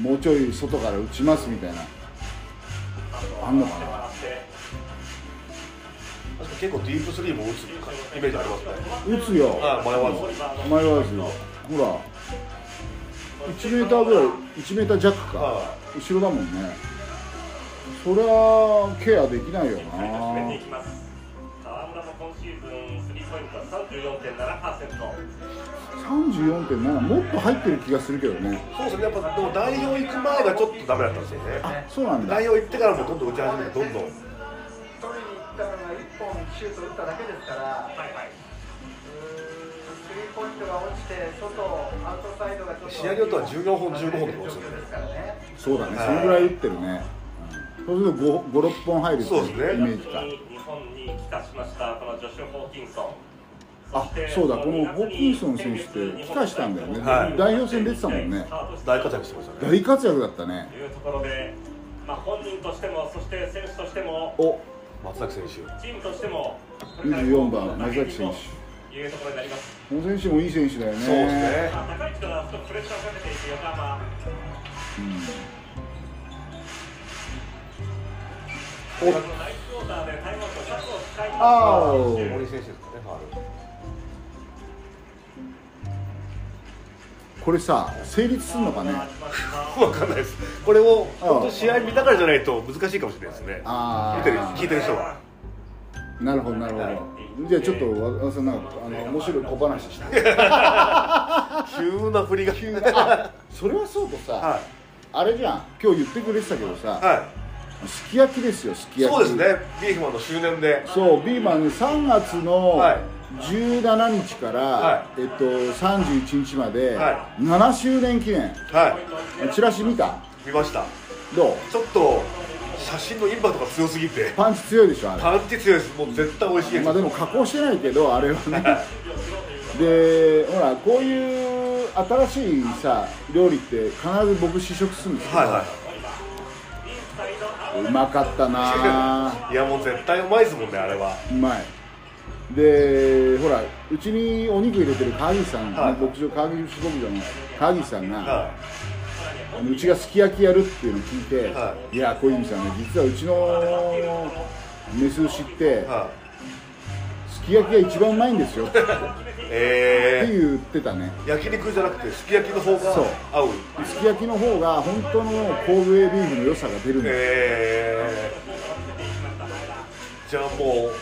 Speaker 1: もうちょい外から打ちますみたいなあんのかない
Speaker 2: 確か結構ディープスリーも打つイメージありますね
Speaker 1: 打つよ
Speaker 2: あ前は
Speaker 1: 前はですよほら1メーターぐらい1メーター弱か
Speaker 2: は
Speaker 1: 後ろだもんねそりゃケアできないよな
Speaker 3: 決めていきます河村も今シーズンスリーポイントは34.7%
Speaker 1: 34.7もっと入ってる気がするけどね
Speaker 2: いそうですねやっぱでも代表行く前がちょっとダメだったんですよね
Speaker 1: そうなんだ
Speaker 2: 代表行ってからもどんどん打ち始めてどんどん
Speaker 4: 取りに行ったのが1本シュート打っただけですから、うーんス
Speaker 3: はいはい
Speaker 4: リーポイントが落ちて、外、アウトサイドがちょっと
Speaker 2: 試合によっては14本15本とか落ちてる
Speaker 4: ですからね、
Speaker 1: そうだね
Speaker 2: はい
Speaker 1: そのぐらい打ってるねそうすると56本入るってい
Speaker 2: そうですね
Speaker 1: イメージか
Speaker 3: 日本に帰化しましたこのジョシュ・ホーキンソン
Speaker 1: あそうだこのホーキンソン選手って帰化したんだよね、
Speaker 2: はい
Speaker 1: 代表戦出てたもんね
Speaker 2: 大活躍してましたね
Speaker 1: 大活躍だったね
Speaker 3: というところで、まあ、本人としても、そして選手としても、
Speaker 1: お
Speaker 2: 松崎選手
Speaker 3: チームとしても、
Speaker 1: 24番松崎選
Speaker 3: 手。いうところになります。
Speaker 1: この選手もいい選手だよね
Speaker 2: そうですね
Speaker 3: まあ、高い位置からちょっとプレッシャーをかけていく横浜。
Speaker 1: うんお
Speaker 3: ナイスクォーターでタイムアウト2つを使います。
Speaker 1: あ
Speaker 2: 大
Speaker 1: ー
Speaker 2: 森選手ですかねファウル
Speaker 1: これさ成立するのかね
Speaker 2: わかんないです。これを
Speaker 1: ああ
Speaker 2: 本当試合見たからじゃないと難しいかもしれないですね。
Speaker 1: ああ
Speaker 2: 見てる聞いてる人は。
Speaker 1: なるほどなるほどじゃあちょっと和田さんなんかあの面白い小話して
Speaker 2: 急な振り が。急な。
Speaker 1: それはそうとさ、
Speaker 2: は
Speaker 1: あれじゃん今日言ってくれてたけどさ、
Speaker 2: い。は
Speaker 1: すき焼きですよすき
Speaker 2: い。
Speaker 1: 焼き
Speaker 2: そうですね。ビーフマンの周年で。
Speaker 1: そうビーマンね3月の
Speaker 2: はい
Speaker 1: 17日から、
Speaker 2: は
Speaker 1: えっと、31日まで、
Speaker 2: は
Speaker 1: 7周年記念
Speaker 2: は
Speaker 1: チラシ見た
Speaker 2: い。見ました。
Speaker 1: どう
Speaker 2: ちょっと写真のインパクトが強すぎて。
Speaker 1: パンチ強いでしょあれ
Speaker 2: パンチ強いです。もう絶対美味しいやつ。
Speaker 1: まあでも加工してないけどあれは ねでほらこういう新しいさ料理って必ず僕試食するんですけど、
Speaker 2: はいは
Speaker 1: うまかったな あ
Speaker 2: い。いやもう絶対うまいですもんねあれは。
Speaker 1: うまいでほらうちにお肉入れてる川岸さん、
Speaker 2: はい
Speaker 1: 牧場川岸牧場の川岸さんが、
Speaker 2: は
Speaker 1: あのうちがすき焼きやるっていうのを聞いて、、
Speaker 2: はい
Speaker 1: や小泉さんね実はうちのメス牛って
Speaker 2: い。は
Speaker 1: すき焼きが一番うまいんですよって
Speaker 2: い。え
Speaker 1: 言ってたね
Speaker 2: ー。焼肉じゃなくてすき焼きの方が
Speaker 1: そう
Speaker 2: 合う。
Speaker 1: すき焼きの方が本当の神戸ビーフの良さが出るんだよ
Speaker 2: えー。じゃあもう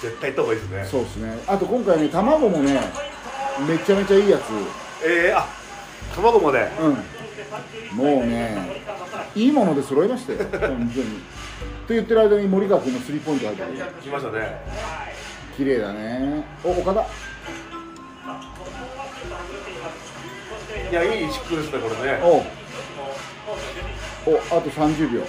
Speaker 2: 絶対行った方がいいですね。
Speaker 1: そうですねあと今回ね卵もねめちゃめちゃいいやつ
Speaker 2: えー、あ卵まで
Speaker 1: うん、もうね、いいもので揃いましたよ、本当に。って言ってる間に森川君のスリーポイント入ってる、
Speaker 2: 来ましたね
Speaker 1: 綺麗だね、お岡田、
Speaker 2: いやいいシックですねこれね
Speaker 1: おうおあと30秒。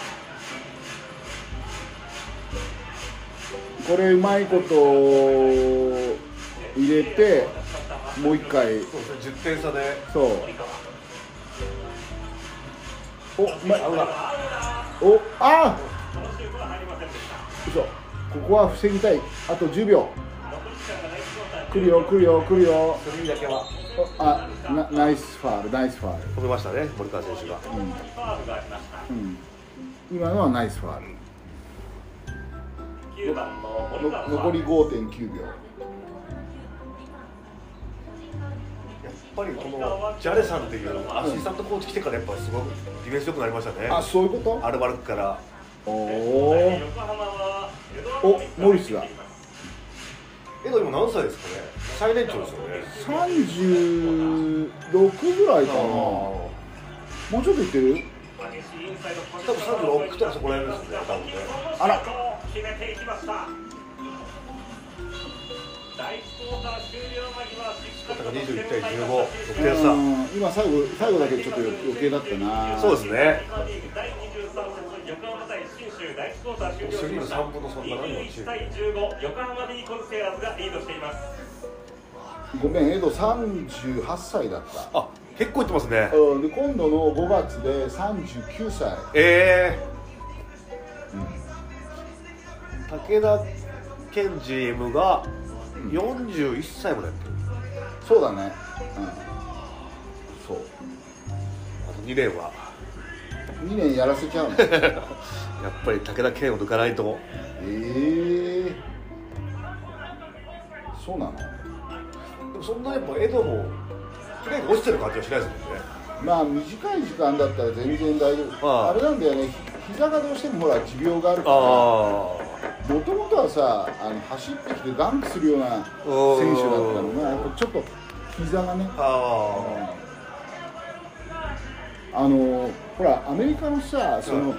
Speaker 1: これ、うまいこと入れて、もう一回、
Speaker 2: そうですね10点差で
Speaker 1: そう。お、うまい、お、あ嘘ここは防ぎたいあと10秒来るよ来るよ来るよ
Speaker 2: スリーだけは
Speaker 1: あなナイスファールナイスファール
Speaker 2: 止めましたね森川選手が
Speaker 1: うん今のはナイスファール
Speaker 3: 9番の森
Speaker 1: の
Speaker 3: 川
Speaker 1: 残り5.9秒
Speaker 2: やっぱりこのジャレさんっていうアシスタントコーチ来てからやっぱすごくディフェンス良くなりましたね
Speaker 1: あそういうこ
Speaker 2: アルバルクから
Speaker 1: とおー
Speaker 3: 横浜はエドワード
Speaker 1: おモリスだ
Speaker 2: えの今何歳ですかね最年長ですよね
Speaker 1: 36ぐらいかなもうちょっといってる
Speaker 3: 激しいインサイドポジシ
Speaker 2: 多
Speaker 3: ョ
Speaker 2: 分
Speaker 3: ン
Speaker 2: 36とかそこら辺ですね多分ね
Speaker 1: あら
Speaker 3: 決めていきました第1クォーター終了間際しっかりと
Speaker 2: 21対15得
Speaker 1: う
Speaker 2: 点差
Speaker 1: ん今最後最後だけちょっと余計だったな
Speaker 2: そうですね
Speaker 3: 第23節横浜対信州第1クォーター終了しました
Speaker 2: 3分の3だな今
Speaker 3: 21対15横浜ビーコルセアーズがリードしています
Speaker 1: ごめんエド38歳だった
Speaker 2: あ結構いってますね
Speaker 1: うんで今度の5月で39歳
Speaker 2: え武田健 GM が41歳までやってる
Speaker 1: そうだね、うん、そう
Speaker 2: あと2年は
Speaker 1: 2年やらせちゃ うの
Speaker 2: やっぱり武田健を抜かないと
Speaker 1: ええそうなの
Speaker 2: でもそんなやっぱ江戸もプレーが落ちてる感じはしないですもんね
Speaker 1: まあ短い時間だったら全然大丈夫
Speaker 2: ああ
Speaker 1: あれなんだよねひ膝がどうしてもほら持病があるから
Speaker 2: あ
Speaker 1: もともとはさあの走ってきてダンクするような選手だったのがやっぱちょっと膝がね
Speaker 2: ああ
Speaker 1: あのほらアメリカのさその、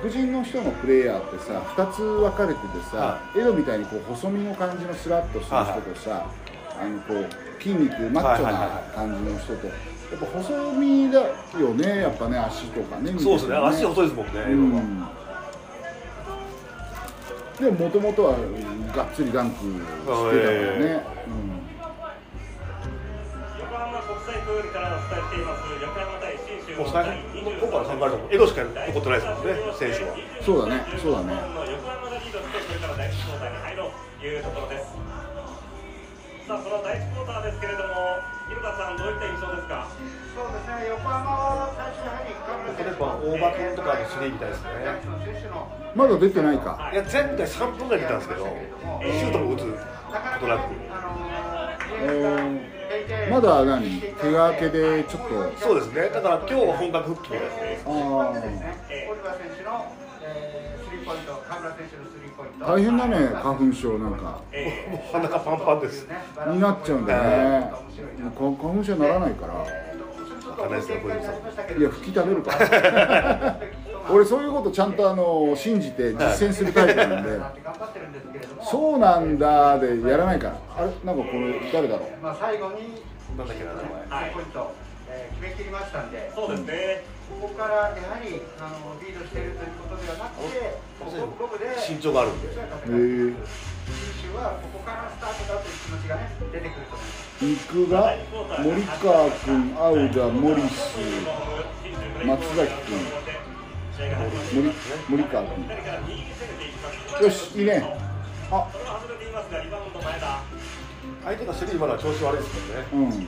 Speaker 1: 黒人の人のプレイヤーってさ2つ分かれててさ、
Speaker 2: は
Speaker 1: エドみたいにこう細身の感じのスラッとした人とさ、あのこう筋肉マッチョ
Speaker 2: はいはい
Speaker 1: な
Speaker 2: は
Speaker 1: 感じの人と、やっぱ細身だよねやっぱね足とかね
Speaker 2: そうですね足細いですもんね
Speaker 1: う
Speaker 2: 江戸は
Speaker 1: んでももともとはうんがっつりダンクしてたからね、
Speaker 2: え
Speaker 1: うん
Speaker 3: 横浜国際プールからお伝えしています横浜対信州
Speaker 2: もう
Speaker 3: の
Speaker 2: 最
Speaker 3: 第
Speaker 2: 後
Speaker 3: 23
Speaker 2: 今回考えると江戸しか残ってないですもんね選手は
Speaker 1: そうだねそうだね
Speaker 3: 横浜がリードしてこれから第1クォーターに入ろうというところですさあこの第1クォーターですけれども犬川さんどういった印象ですか
Speaker 4: そうですね、横浜は最初にやはり河村選手の
Speaker 2: 例えば大場君とかのスリーみたいですね
Speaker 4: ジャクソン選手の
Speaker 1: まだ出てないか
Speaker 2: いや前回3分ぐらい見たんですけどシュートも打つことなく
Speaker 1: ーまだ何手が明けでちょっと
Speaker 2: そうですねだから今日は本格復帰みたいですね
Speaker 1: あ
Speaker 4: オリバー
Speaker 1: ー
Speaker 4: 選手の、えースリーポイント、河村選手のスリーポイント。
Speaker 1: 大変だね花粉症なんか
Speaker 3: え
Speaker 2: もう鼻がパンパンです
Speaker 1: になっちゃうんだよねもう花粉症にならないからいや吹き食べるから 俺そういうことちゃんとあの信じて実践するタイプなんで
Speaker 4: 頑張ってるんですけれども、
Speaker 1: そうなんだでやらないからあれなんかこれ誰だろう
Speaker 4: まあ最後に
Speaker 2: なんだっけな名前
Speaker 4: スリーポイント、えー決めきりましたんで
Speaker 3: ー、そうですね
Speaker 4: ここからやはりあのリードしているということではなくて、ここ五分で
Speaker 2: 身長があるんで
Speaker 4: 選
Speaker 1: え
Speaker 4: 手
Speaker 1: ー、
Speaker 4: はここからスタートだという気持ちがね出てくると思います。
Speaker 1: 肉が森川君青田モリス松崎君森森川君よしいいねあ
Speaker 3: 外れていますがリバウンド前田
Speaker 2: 相手がスリーまだ調子悪いですもんね
Speaker 1: うん
Speaker 3: 流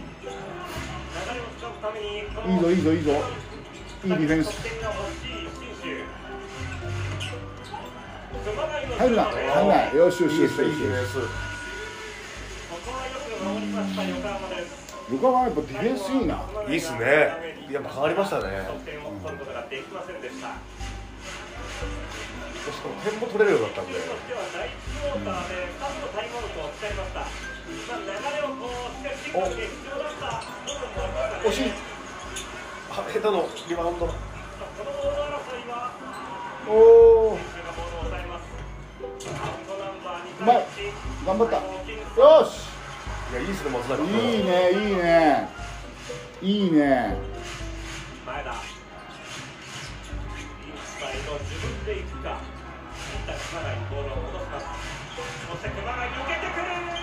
Speaker 3: れをつかむためにこ
Speaker 1: いい
Speaker 3: の
Speaker 1: ぞいいぞいいぞいいディフェンス
Speaker 3: 得点が欲しい信州熊谷のシュート
Speaker 1: 入るな入るなよしよしよしよし
Speaker 3: ここはよく守りました横浜です
Speaker 1: 横浜はやっぱディフェンスいいな
Speaker 2: ですいいっすねやっぱ変わりましたね
Speaker 3: 得点を取ることができませんでした
Speaker 2: しかも点も取れるようになったんで
Speaker 3: としては第1クォーターで2つのタイムアウトを使いました、まあ、流れをこうしっかりしていくのに必要だった部分もありま
Speaker 2: 惜しいあ下手のリバウンド
Speaker 3: すがこのボール争いは
Speaker 1: おお
Speaker 3: 選手がボールを抑えますアウトナンバー2
Speaker 1: うまい
Speaker 3: 対1
Speaker 1: 頑張ったよし
Speaker 2: いやいいっすね松
Speaker 1: い
Speaker 2: 坂
Speaker 1: いねいいねいいね
Speaker 3: 前田インサイド自分で行くかインター熊谷にボールを戻しますそして熊谷抜けてくる決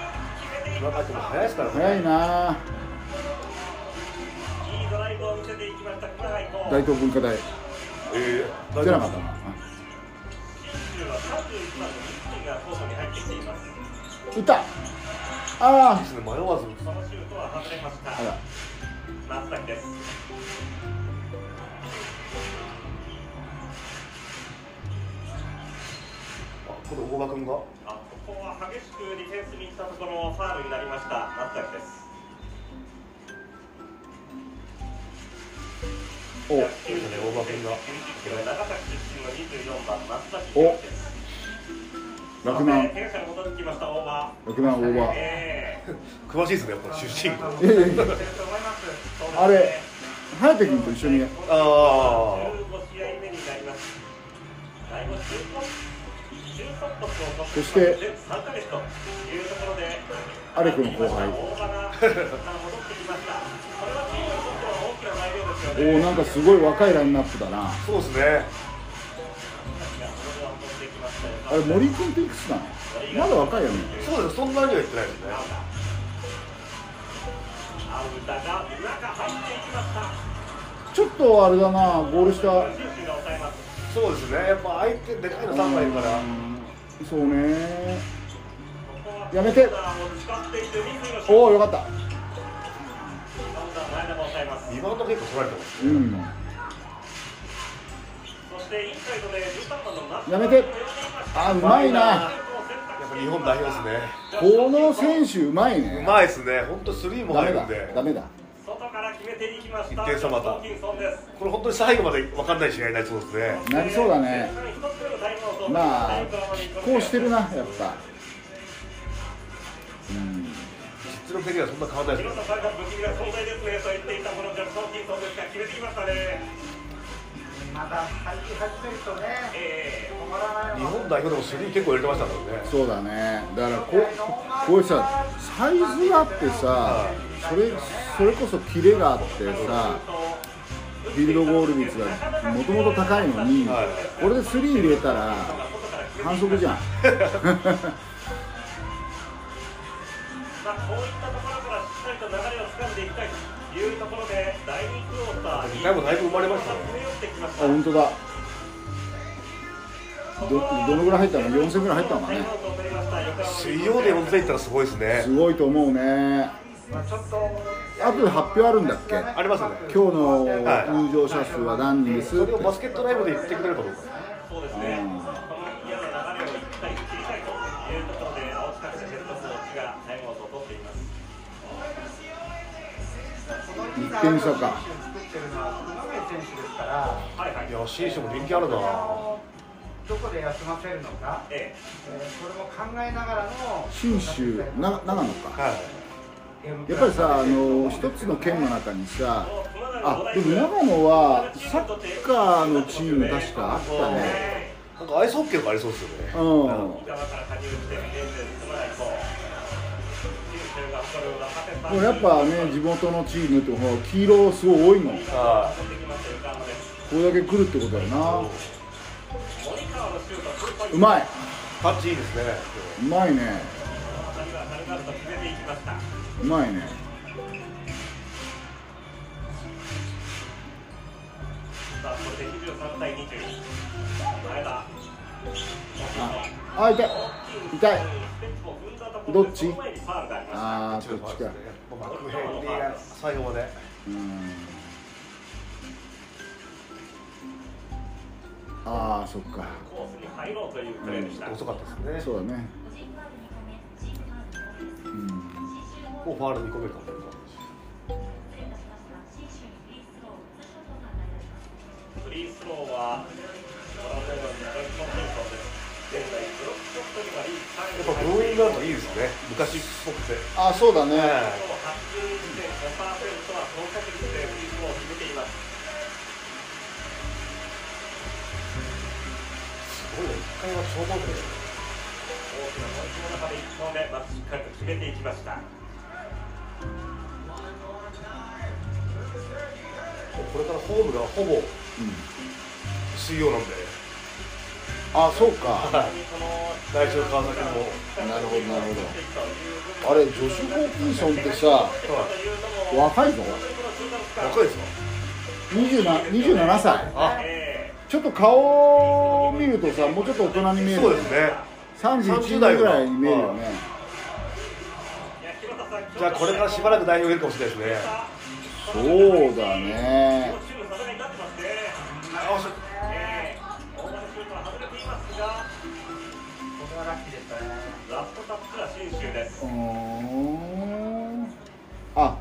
Speaker 3: めていき
Speaker 2: 村
Speaker 3: ま
Speaker 2: 田君
Speaker 3: し
Speaker 2: も
Speaker 3: た
Speaker 2: 早いですからね
Speaker 1: 早いなあ
Speaker 3: いいドライブを見せていきました熊谷こう
Speaker 1: 大東文化
Speaker 2: え
Speaker 1: 大
Speaker 2: ー大
Speaker 1: 出
Speaker 2: 丈
Speaker 1: な
Speaker 2: 夫
Speaker 1: かっ
Speaker 2: です
Speaker 1: たな
Speaker 3: 信州は31番の三井がコートに入ってきています
Speaker 1: 打ったあ
Speaker 2: いいっすね迷わず打つ
Speaker 3: そのシュートは外れました
Speaker 1: ああら
Speaker 3: 松崎です
Speaker 2: あこの大場君が
Speaker 3: あここは激しくディフェンスに行ったところファウルになりました松崎です
Speaker 1: お
Speaker 2: いいですね大場君が
Speaker 3: 長崎出身の24番松崎弘樹です
Speaker 1: 洛南
Speaker 3: 弊社に戻ってきました大場
Speaker 1: 洛南大場
Speaker 3: ええ
Speaker 2: 詳しいですねやっぱ出身校
Speaker 1: いやいやいや
Speaker 3: そうですね
Speaker 1: あれ颯君と一緒に
Speaker 2: あー
Speaker 3: 15試合目になりますだいぶ16 16得を
Speaker 1: そして
Speaker 3: 3ヶ月というところで
Speaker 1: アレクの後輩
Speaker 3: 大場が戻ってきましたこれはチームにとっては大きな材料ですよ
Speaker 1: おお
Speaker 3: ね
Speaker 1: なんかすごい若いラインナップだな
Speaker 2: そうですね
Speaker 1: あれ森君っていくつなのまだ若いよね
Speaker 2: そうですそんなには言ってないですね
Speaker 3: アウタが中入っていきました
Speaker 1: ちょっとあれだなゴール下
Speaker 3: 信州が抑えます
Speaker 2: そうですねやっぱ相手でかいの3枚いるから
Speaker 1: うんそうねやめておおよかった
Speaker 2: リバウンド結構取られてます
Speaker 1: うんやめてあうまいな
Speaker 2: やっぱ日本代表ですね
Speaker 1: この選手うまいうね
Speaker 2: まいですね本当スリーも
Speaker 1: ダメ
Speaker 2: 入る
Speaker 1: だ
Speaker 2: んで
Speaker 1: ダメだ
Speaker 3: 外から決めていきました。
Speaker 2: 一点差また
Speaker 3: ホーキンソンです
Speaker 2: これ本当に最後まで分かんない試合になりそうですね
Speaker 1: なりそうだねまあこうしてるなやっぱうん
Speaker 2: 実力的にはそんな変わらない
Speaker 3: い
Speaker 2: で
Speaker 3: ろ
Speaker 2: すね
Speaker 3: んな感覚不気味な存在ですねと言っていたこのジャクソン・キンソンですが決めてきましたね。
Speaker 4: また入り始めるとね、
Speaker 3: え
Speaker 4: 止まらない
Speaker 2: 日
Speaker 4: わ
Speaker 2: 本代表でもスリー結構入れてましたからね
Speaker 1: そうだねだからここういうさサイズがあってさそれそれこそキレがあってさフィールドゴール率がもともと高いのに、
Speaker 2: はい
Speaker 1: これでスリー入れたら反則じゃん
Speaker 3: ーまあこういったところからしっかりと流れを掴んでいきたいというところで第二クォーターに
Speaker 2: 2回もだいぶ生まれましたね
Speaker 3: 詰め寄ってきま
Speaker 1: あ
Speaker 3: した。
Speaker 1: 本当だどどのぐらい入ったの4戦ぐらい入ったのかね
Speaker 2: 水曜で4戦いったらすごいですね
Speaker 1: すごいと思うね
Speaker 4: まあちょっと
Speaker 1: あとで発表あるんだっけ
Speaker 2: ありますね
Speaker 1: 今日の入場者数は何人です
Speaker 2: それをバスケットライブで言ってくれるかどうか
Speaker 3: そうですね。この嫌な流れを一回切りたいというところで青木拓也ヘッドコーチがタイムアウトを取っています。
Speaker 1: 1点差か
Speaker 4: 作ってるのは熊谷選手ですから、
Speaker 3: はいはい
Speaker 2: い。や新種も人気あるな
Speaker 4: どこで休ませるのか、
Speaker 3: ええ。
Speaker 4: えーそれも考えながらの
Speaker 1: 信州な長野か
Speaker 2: はい
Speaker 1: やっぱりさあの一つの県の中にさあでも長野はサッカーのチーム確かあったね
Speaker 2: なんかアイスホッケーとかありそうですよね
Speaker 1: うん
Speaker 3: 側から加入して現在進まないと。九州がこれを若手
Speaker 1: でもやっぱね地元のチームってほら黄色すごい多いもんこ
Speaker 2: あ
Speaker 3: 取ってきました横浜です。
Speaker 1: れだけ来るってことだよな
Speaker 3: 森川のシュートツーポイント。
Speaker 1: うまい
Speaker 2: タッチいいですね
Speaker 1: うまいね
Speaker 3: 当たりは当たりだと決めていきました。
Speaker 1: うまいね
Speaker 3: さあこれで23対20。前田。
Speaker 1: あ痛い痛い
Speaker 3: ステップを踏んだところで
Speaker 1: どっち
Speaker 3: その前にファウルがありました。
Speaker 1: あー
Speaker 2: こ
Speaker 1: こっ
Speaker 2: っ
Speaker 1: ち
Speaker 2: ち
Speaker 1: か
Speaker 2: かもうバックヘンディが最後まで
Speaker 1: うんああそっか
Speaker 3: コースに入ろうというプレーでした。
Speaker 2: 遅かったですね
Speaker 1: そうだね
Speaker 2: もうファール2個目だったり
Speaker 3: フリースローはご覧のようにジャクソン・キンソンです。現在ブロックショットにはリー
Speaker 2: やっ
Speaker 3: グ
Speaker 2: ぱ
Speaker 3: 3位
Speaker 2: ブーイングアウトいいですね昔っぽくて
Speaker 1: ああそうだね
Speaker 2: はい
Speaker 3: 81.5%は高確率でフリースローを決めています。
Speaker 2: すごいね1回は消防で
Speaker 3: 大きなポイントの中で1本目、まずしっかりと決めていきました。
Speaker 2: もうこれからホームがほぼ水曜なんで
Speaker 1: ああそうか
Speaker 2: 来週川崎も
Speaker 1: なるほどなるほどあれジョシュ・ホーキンソンってさ若いぞ
Speaker 2: 若いですよ
Speaker 1: 27 27歳
Speaker 2: あ
Speaker 1: ちょっと顔を見るとさもうちょっと大人に見える
Speaker 2: そうですね
Speaker 1: 31代ぐらいに見えるよね
Speaker 2: じゃあこれからしばらく代表いるかもしれないですね
Speaker 1: そうだね
Speaker 4: これはラッキーでしたね。
Speaker 3: ラストタップは信州です。
Speaker 1: うーんあ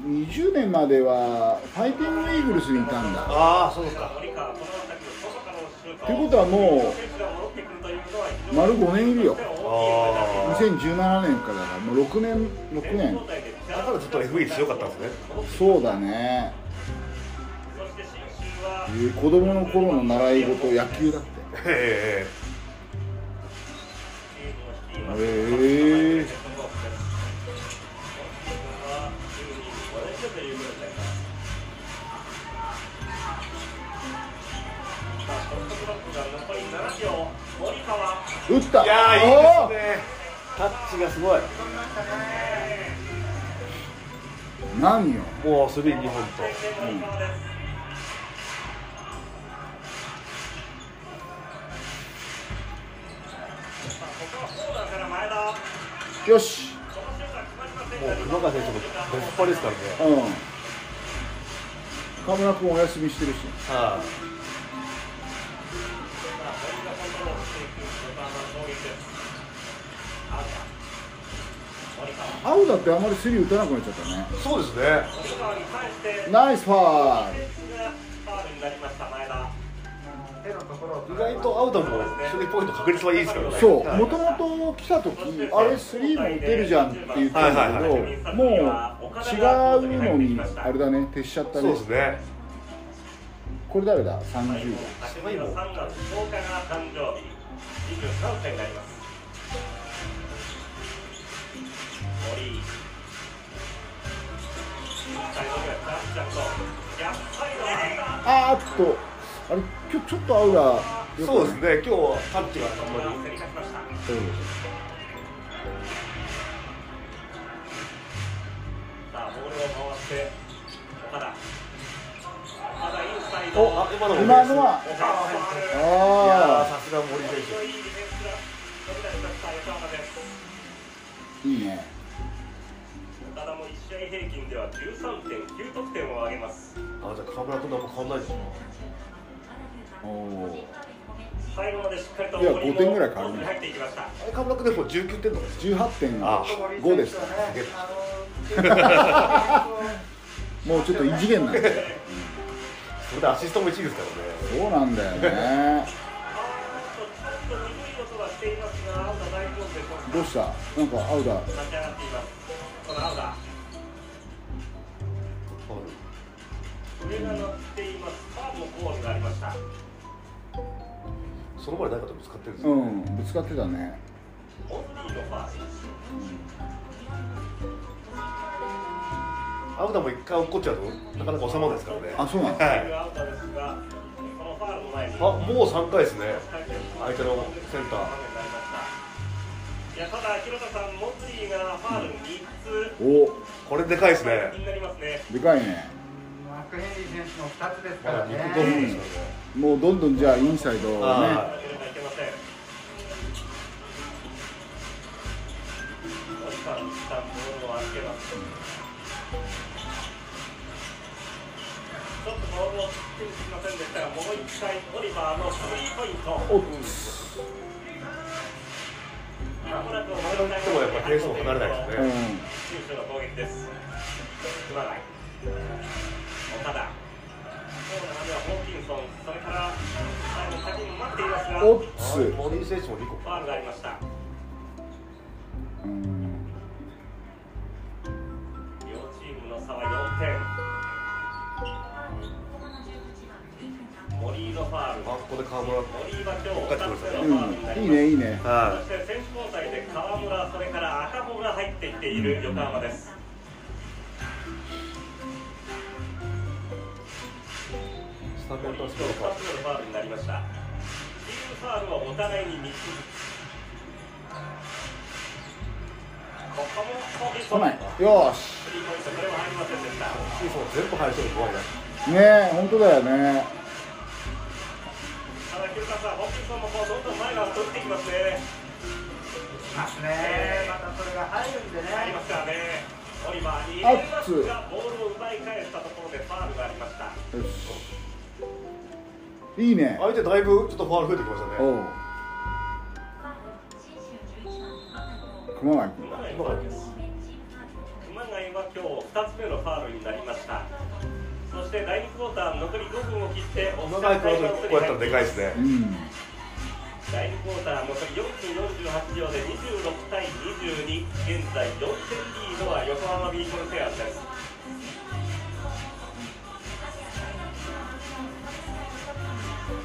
Speaker 1: 20年まではファイティングイーグルスにいたんだ
Speaker 2: ああそうですか
Speaker 3: 森川この辺りの外からのシュート。
Speaker 1: ということはも
Speaker 3: 選手が戻ってくるということは
Speaker 1: う丸5年いるよ
Speaker 2: ああ
Speaker 1: 2017年からだからもう6年6年
Speaker 2: だからずっと FE 強かったんですね
Speaker 1: そうだね、えー子供の頃の習い事野球だって
Speaker 2: え
Speaker 1: へえ打った
Speaker 2: えいやーいい
Speaker 1: おー
Speaker 2: ですねタッチがすごい
Speaker 1: 何よ
Speaker 2: もうスリー2本と
Speaker 3: こ
Speaker 1: よし、
Speaker 2: もう熊川選手もドッパですからね。
Speaker 1: うん、河村君お休みしてるし、
Speaker 2: は
Speaker 1: 青だってあまりスリー打たなくなっちゃったね
Speaker 2: い。そうですね。
Speaker 1: ナイスファール
Speaker 4: 手のところを
Speaker 2: 意外とアウトもスリーポイント確率はいいですからね。
Speaker 1: そう、
Speaker 2: はい
Speaker 1: もともと来た時あれ、スリーも打てるじゃんって言ってたんだけど、
Speaker 2: はい
Speaker 1: もう違うのに、あれだね、徹しちゃった
Speaker 2: そう
Speaker 1: ね
Speaker 2: で、すね。
Speaker 1: これ誰だ、30号、
Speaker 3: 狭いもん3月10日が誕生日23歳になります森最後にはタッちゃんとやっぱりの
Speaker 1: あーっと、あれ、今日ちょっと青が、
Speaker 2: そうですね。今日はタッチがあんまり。
Speaker 3: が競り勝ちましたさあボールを回して岡田岡田インサイド
Speaker 2: お、あ、今のも
Speaker 1: 今のは、
Speaker 3: 岡田ファウル
Speaker 2: いやー
Speaker 1: あ
Speaker 2: さすが森選
Speaker 3: いいディフェンスが飛び出しました横浜です
Speaker 1: ー、いいね、
Speaker 3: 岡田も1試合平均では13.9得点を挙げます
Speaker 2: 手。あ、じゃあ河村君とあんま変わんないですね。
Speaker 1: おー
Speaker 3: 最後までしっかりと
Speaker 1: いや5点ぐらい変わるね
Speaker 3: 入っていきました
Speaker 2: あれ河村君でも19点とかです。あ
Speaker 1: 18.5です
Speaker 4: ね
Speaker 1: か、
Speaker 4: あの
Speaker 1: もうちょっと異次元なんだよ、
Speaker 2: それでアシストも1位ですからね。
Speaker 1: そうなんだよね、
Speaker 3: ちょっと鈍い音はしていますが、青田大丈夫でしょう
Speaker 1: どうした、なんか青だ、
Speaker 3: か立ち上がっています。この青田、上が乗っています。ファーもゴールがありました。
Speaker 2: その前に何かとぶつかってるんです
Speaker 1: う
Speaker 2: よ。
Speaker 1: ん、ぶつかってたね、
Speaker 3: オンリーのファール。
Speaker 2: アウダも一回落っこっちゃうとなかなか収まらないですからね。
Speaker 1: あ、そうなんだ、
Speaker 2: は
Speaker 3: とい
Speaker 2: い。
Speaker 3: う青田ですが、このファールの前に
Speaker 2: あ、もう3回ですね。相手のセンター。
Speaker 3: いやただ、広田さん、モズリーがファール3つ、
Speaker 1: お
Speaker 2: これでかいですね
Speaker 3: 気。になりますね。
Speaker 1: でかいね。
Speaker 4: マクヘンリー選手の2つですか
Speaker 2: ま
Speaker 4: ら
Speaker 2: だ
Speaker 4: ね、
Speaker 2: 肉5分ですよね。
Speaker 1: もうどんどんじゃあインサイドをね
Speaker 2: あ
Speaker 3: 忘れてはいけません。森さん、一旦ボールを預けます。ちょっとボールをキープしませんでしたが、もう一回オリバーのスリーポイント。
Speaker 1: おっ
Speaker 3: まもなく
Speaker 2: あれもやっぱ点数も離れないです
Speaker 1: うん
Speaker 2: ね。
Speaker 3: 九州の攻撃です。熊谷、岡田、今日の波はホーキンソン、それから最後先にも待っていますが、フ
Speaker 1: おっ
Speaker 2: あ
Speaker 1: つ
Speaker 2: 森選手も2個。
Speaker 3: ァールがありました。
Speaker 1: うん
Speaker 3: 両チームの差は4点。森井のファー
Speaker 2: あ、
Speaker 3: ル、
Speaker 2: ここで河村。
Speaker 3: 森井は今日2つ
Speaker 1: う
Speaker 3: 目のファールになり
Speaker 1: んいい
Speaker 3: ます。
Speaker 1: ねいいね
Speaker 2: は
Speaker 3: そして選手交代で川村、それから赤穂が入ってきている横浜です。
Speaker 2: い。スタメンとスペルか。
Speaker 3: 今日2つ目のファールになりました。チームファールはお互いに3つずつ。ここもホーキンソ
Speaker 1: 来
Speaker 3: ン
Speaker 1: ないよーし
Speaker 3: スリーポイントこれは入りませんでした。
Speaker 2: シーソン全部入る人も怖いな。
Speaker 1: ねえ本当だよね
Speaker 3: ただ、広田さん、ホーキンソンもこうどんどん前が打ってきますね。
Speaker 4: いますね、またそれが入るんでね、
Speaker 3: ありますからね。オリバーに入れますが、ボールを奪い返したところでファールがありました。
Speaker 1: よしいいね
Speaker 2: 相手だいぶちょっとファウル増えてきましたね。
Speaker 1: おう熊谷君
Speaker 3: 熊
Speaker 1: だ
Speaker 3: 谷は熊谷は今日2つ目のファールになりました。そして第2クォーター残り5分を切って、オ
Speaker 2: 長
Speaker 3: フ
Speaker 2: い
Speaker 3: サイ
Speaker 2: ク
Speaker 3: ド
Speaker 2: ローズこうやったらでかいですね。
Speaker 1: うん
Speaker 3: 第2クォーター残り4分48秒で26対22現在4点リードは横浜ビーコルセアーズです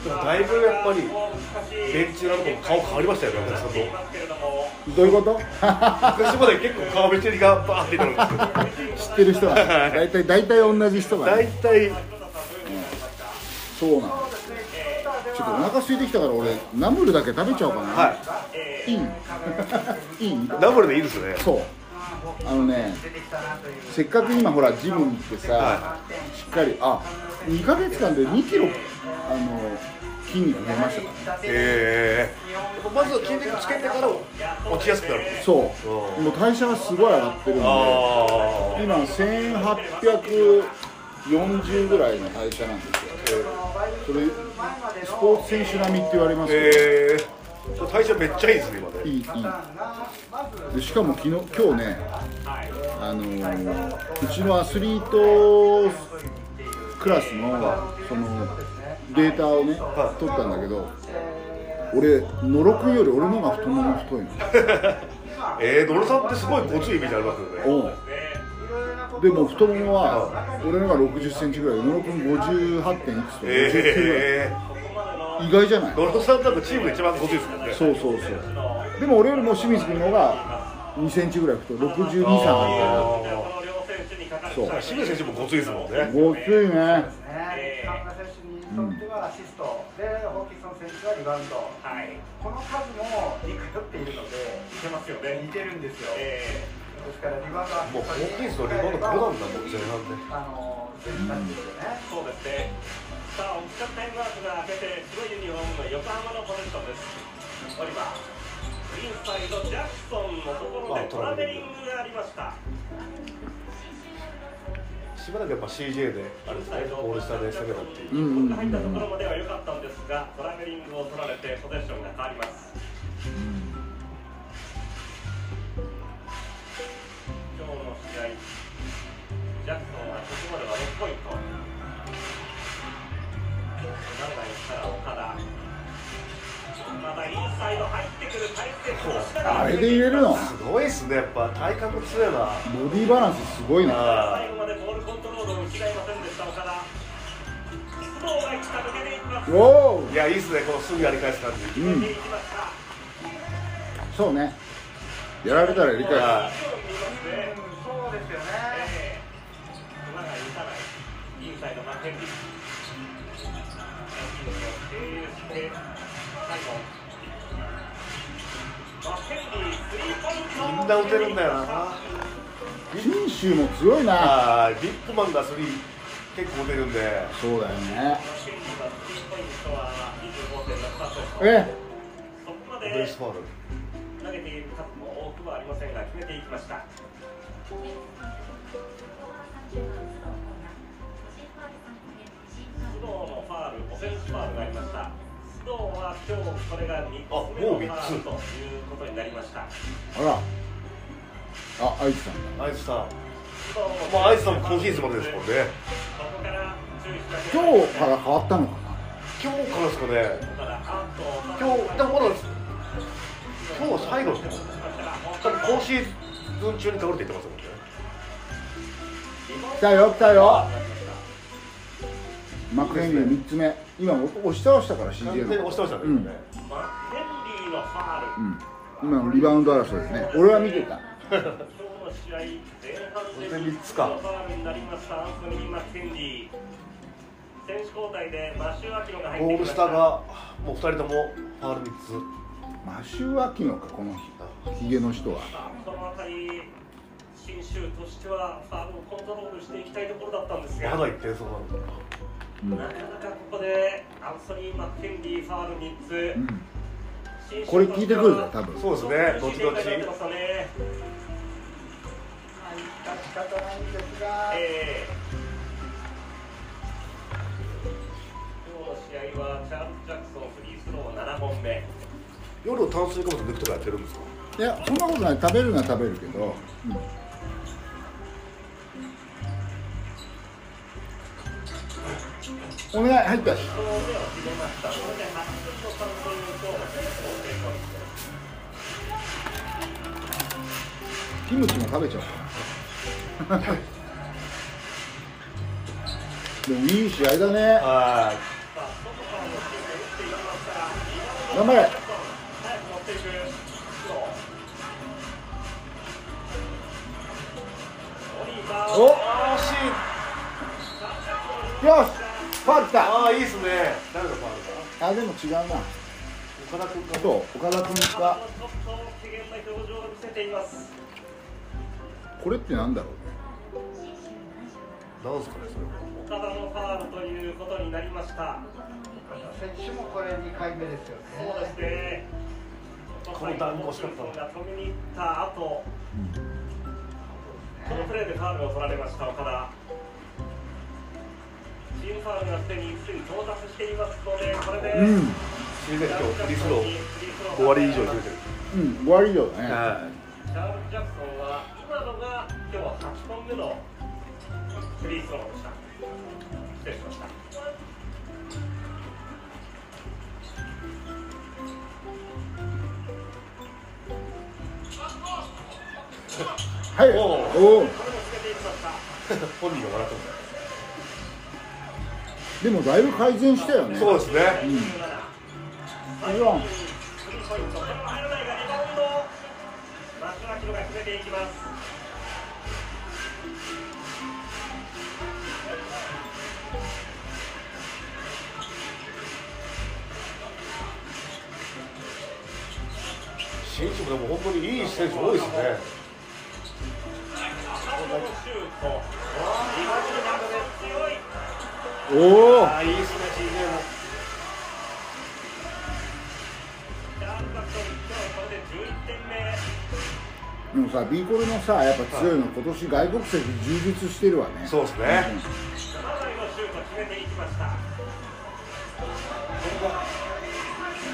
Speaker 2: でもだいぶやっぱりベンチ裏の子も顔変わりましたよね
Speaker 3: なっていますけれども
Speaker 1: どういうこと
Speaker 2: 昔まで結構顔見知りがバーっていたんですけど、
Speaker 1: 知ってる人はね大体大体同じ人が
Speaker 2: 大
Speaker 1: ね
Speaker 2: 体
Speaker 1: そうなのちょっとお腹空いてきたから俺ナムルだけ食べちゃおうかな
Speaker 2: はい
Speaker 1: い いいい
Speaker 2: い、ダブルでいいですね。
Speaker 1: そうあのね
Speaker 4: 出てきたなという、
Speaker 1: せっかく今ほらジムに行ってさ、
Speaker 2: は
Speaker 1: しっかりあ2ヶ月間で2キロあの日に増えましたか
Speaker 2: ええまず筋肉つけてから落ちやすくなるんで
Speaker 1: ら
Speaker 2: す
Speaker 1: そう
Speaker 2: うん
Speaker 1: もう代謝がすごい上がってるんで
Speaker 2: ああ
Speaker 1: 今1840ぐらいの代謝なんですよそれスポーツ選手並みって言われますけど、
Speaker 2: ええ代謝めっちゃいいですね今ね
Speaker 1: いいいいでしかも昨日今日ねあのーうちのアスリートクラスのそのデータをね
Speaker 2: はい
Speaker 1: 取ったんだけど俺野呂君より俺の方が太もも太いの
Speaker 2: ええ野呂さんってすごいごついイメージありますよね
Speaker 1: うんでも太ももは俺のが6 0ンチぐらいで野呂君58点いくつとか59
Speaker 2: ええ
Speaker 1: ぐらい意外じゃない
Speaker 2: 野呂さんなんかチームで一番ごついですもんね
Speaker 1: そうそうそうでも俺よりも清水君の方が2センチぐらい太い62三あ
Speaker 2: あ
Speaker 1: るから
Speaker 2: あ
Speaker 1: そ
Speaker 2: 清水選手もごついですもんね
Speaker 1: うごついね
Speaker 4: ね河村選手にとってはアシスト、でホーキンソン選手はリバウンド、この数も似通っているので、似てるんですよ、ですからリバウンドは
Speaker 2: もうホーキンスとリバウンドこれなんだもん前半で
Speaker 4: あの選手たちですよね。
Speaker 3: インサイドジャクソンのところでトラベリングがありました。
Speaker 2: しばらくやっぱ CJ であれですねオールスターで攻めたっていううん
Speaker 1: うんうん
Speaker 3: 入ったところまでは良かったんですが、トラベリングを取られてポゼッションが変わります。今日の試合、ジャクソンはここまでは6ポイント。長いから岡田。またインサイド入ってくる体勢
Speaker 1: あれで言えるの
Speaker 2: すごいっすねやっぱ体格強いな
Speaker 1: ボディバランスすごいな
Speaker 2: あ
Speaker 3: 最後までボールコントロールを違いませんでした岡田。須藤が一打抜けていきます。
Speaker 1: おお
Speaker 2: ーいやいいっすねこのすぐやり返す感じ
Speaker 1: う
Speaker 3: 抜け
Speaker 1: ん
Speaker 3: ていきました。
Speaker 1: そうねやられたらやり返
Speaker 2: あ
Speaker 4: そうですよね。
Speaker 3: 熊谷打たないインサイドマッケンジ最後マッケンジスリーポイント
Speaker 2: みんな打てるんだよな
Speaker 1: す信州も強いな
Speaker 2: あービッグマンがそれ結構打てるんで
Speaker 1: そうだよね
Speaker 3: マッケンジはスリーポイントは25.6%
Speaker 1: え
Speaker 3: そこま
Speaker 2: オフェン
Speaker 3: で
Speaker 2: スファウル
Speaker 3: 投げている数も多くはありませんが決めていきました須藤のファール、オフェンスファールがありました。須藤は今日これが3つ目のファールということになりました。
Speaker 1: あらあ愛知さんだ
Speaker 2: アイスさん
Speaker 3: 須藤
Speaker 2: まあアイスさんも今シーズンまでですもんね
Speaker 3: ここから注意しなければ
Speaker 1: 今日から変わったのかな
Speaker 2: 今日からですかね
Speaker 3: 岡田
Speaker 2: 今
Speaker 3: アウト
Speaker 2: 日でもまだ今日最後ですね多分今シーズン中に倒れていってますもんね
Speaker 1: 来たよ来たよ幕変で3つ目今押し倒したから
Speaker 2: 完
Speaker 1: CJ
Speaker 2: 全に
Speaker 1: の
Speaker 2: 押してましたね、
Speaker 1: うん
Speaker 3: マッケンリーのファール。
Speaker 1: うん今のリバウンド争いですね俺は見てた
Speaker 3: 今日の試合前半で
Speaker 2: これで
Speaker 3: 3
Speaker 2: 三
Speaker 3: つ
Speaker 2: つ
Speaker 3: の
Speaker 2: か
Speaker 3: ファールになりましたアンソニー・マッケンリー。選手交代でマシュー・アキノが入っ
Speaker 2: ゴ
Speaker 3: て
Speaker 2: ー
Speaker 3: きま
Speaker 2: ル
Speaker 3: し
Speaker 2: 下
Speaker 3: た。
Speaker 2: がもう2人ともファール3つ
Speaker 1: マシュー・アキノかこのひげの人は
Speaker 3: この辺り信州としてはファウルをコントロールしていきたいところだったんですが、
Speaker 2: まだ1点差なんだ
Speaker 1: うん、う
Speaker 3: なかなかここでアンソニー・マッケンリーファウル3つ、
Speaker 1: ん、
Speaker 3: 信州
Speaker 1: これ聞いてくるぞ
Speaker 3: と
Speaker 1: 多
Speaker 3: しては
Speaker 1: 分
Speaker 2: そうですね後
Speaker 3: ちょっ
Speaker 2: 々
Speaker 3: と苦しい展開になってましたね
Speaker 4: 入った仕方ないんですが、
Speaker 3: えー今日の試合はチャールズ・ジャクソンフリースロー7本目
Speaker 2: 夜を炭水化物抜くとかやってるんですか
Speaker 1: いやそんなことない食べるのは食べるけど、うんお願い入ったし
Speaker 3: この目を決めましたこれで8分の3という今日の成功成
Speaker 1: キムチ
Speaker 3: 功率です
Speaker 1: も食べちゃおうかな でもいい試合だね
Speaker 2: はい
Speaker 3: さあ外からのシュート打っていきますから
Speaker 1: 頑張れ
Speaker 3: 早く持っていくオリバー
Speaker 1: およ
Speaker 2: あ惜しい
Speaker 1: しファール来た
Speaker 2: ああいいっすね誰のファールか
Speaker 1: あでも違うな
Speaker 2: 岡田君か
Speaker 1: そう岡田君
Speaker 3: あ
Speaker 1: か
Speaker 3: ちょっと機嫌な表情を見せています
Speaker 1: これってなんだろ
Speaker 2: なんすかねそれは
Speaker 3: 岡田のファールということになりました
Speaker 4: 選手もこれ2回目ですよね。
Speaker 3: そうですね。
Speaker 2: このダンク欲しかったな
Speaker 3: が止めに行った後、このプレーでファウルを取られました岡田。チームファウルがすでに5つに到達していますので、これで、
Speaker 1: うん、うん、
Speaker 2: シーズン今日フリースロー5割以上決めてる。
Speaker 1: 終わりよね。
Speaker 2: はい。
Speaker 3: チャールズ・ジャクソンは今のが今日は8本目のフリースローでした失礼しました
Speaker 1: はい、
Speaker 2: お
Speaker 1: おお、
Speaker 3: これも決めていきました
Speaker 2: 本人が笑って
Speaker 1: でもだいぶ改善したよね。
Speaker 2: る。そうですね。
Speaker 1: もちろん
Speaker 3: スリーポイントこれも入らないがリバウンド松脇野が決めていきます
Speaker 2: 選手もでも本当にいい選手多いですね。
Speaker 3: 最後のシュートリバウンドが強い
Speaker 1: おお、
Speaker 2: あ、いいですね、チームも。
Speaker 3: チャールズ・ジャクソン今日これで11点目
Speaker 1: でもさ、ビーコルのさ、やっぱ強いの、今年外国籍充実してるわね。
Speaker 2: そうですね。
Speaker 3: マサイのシュート決めていきました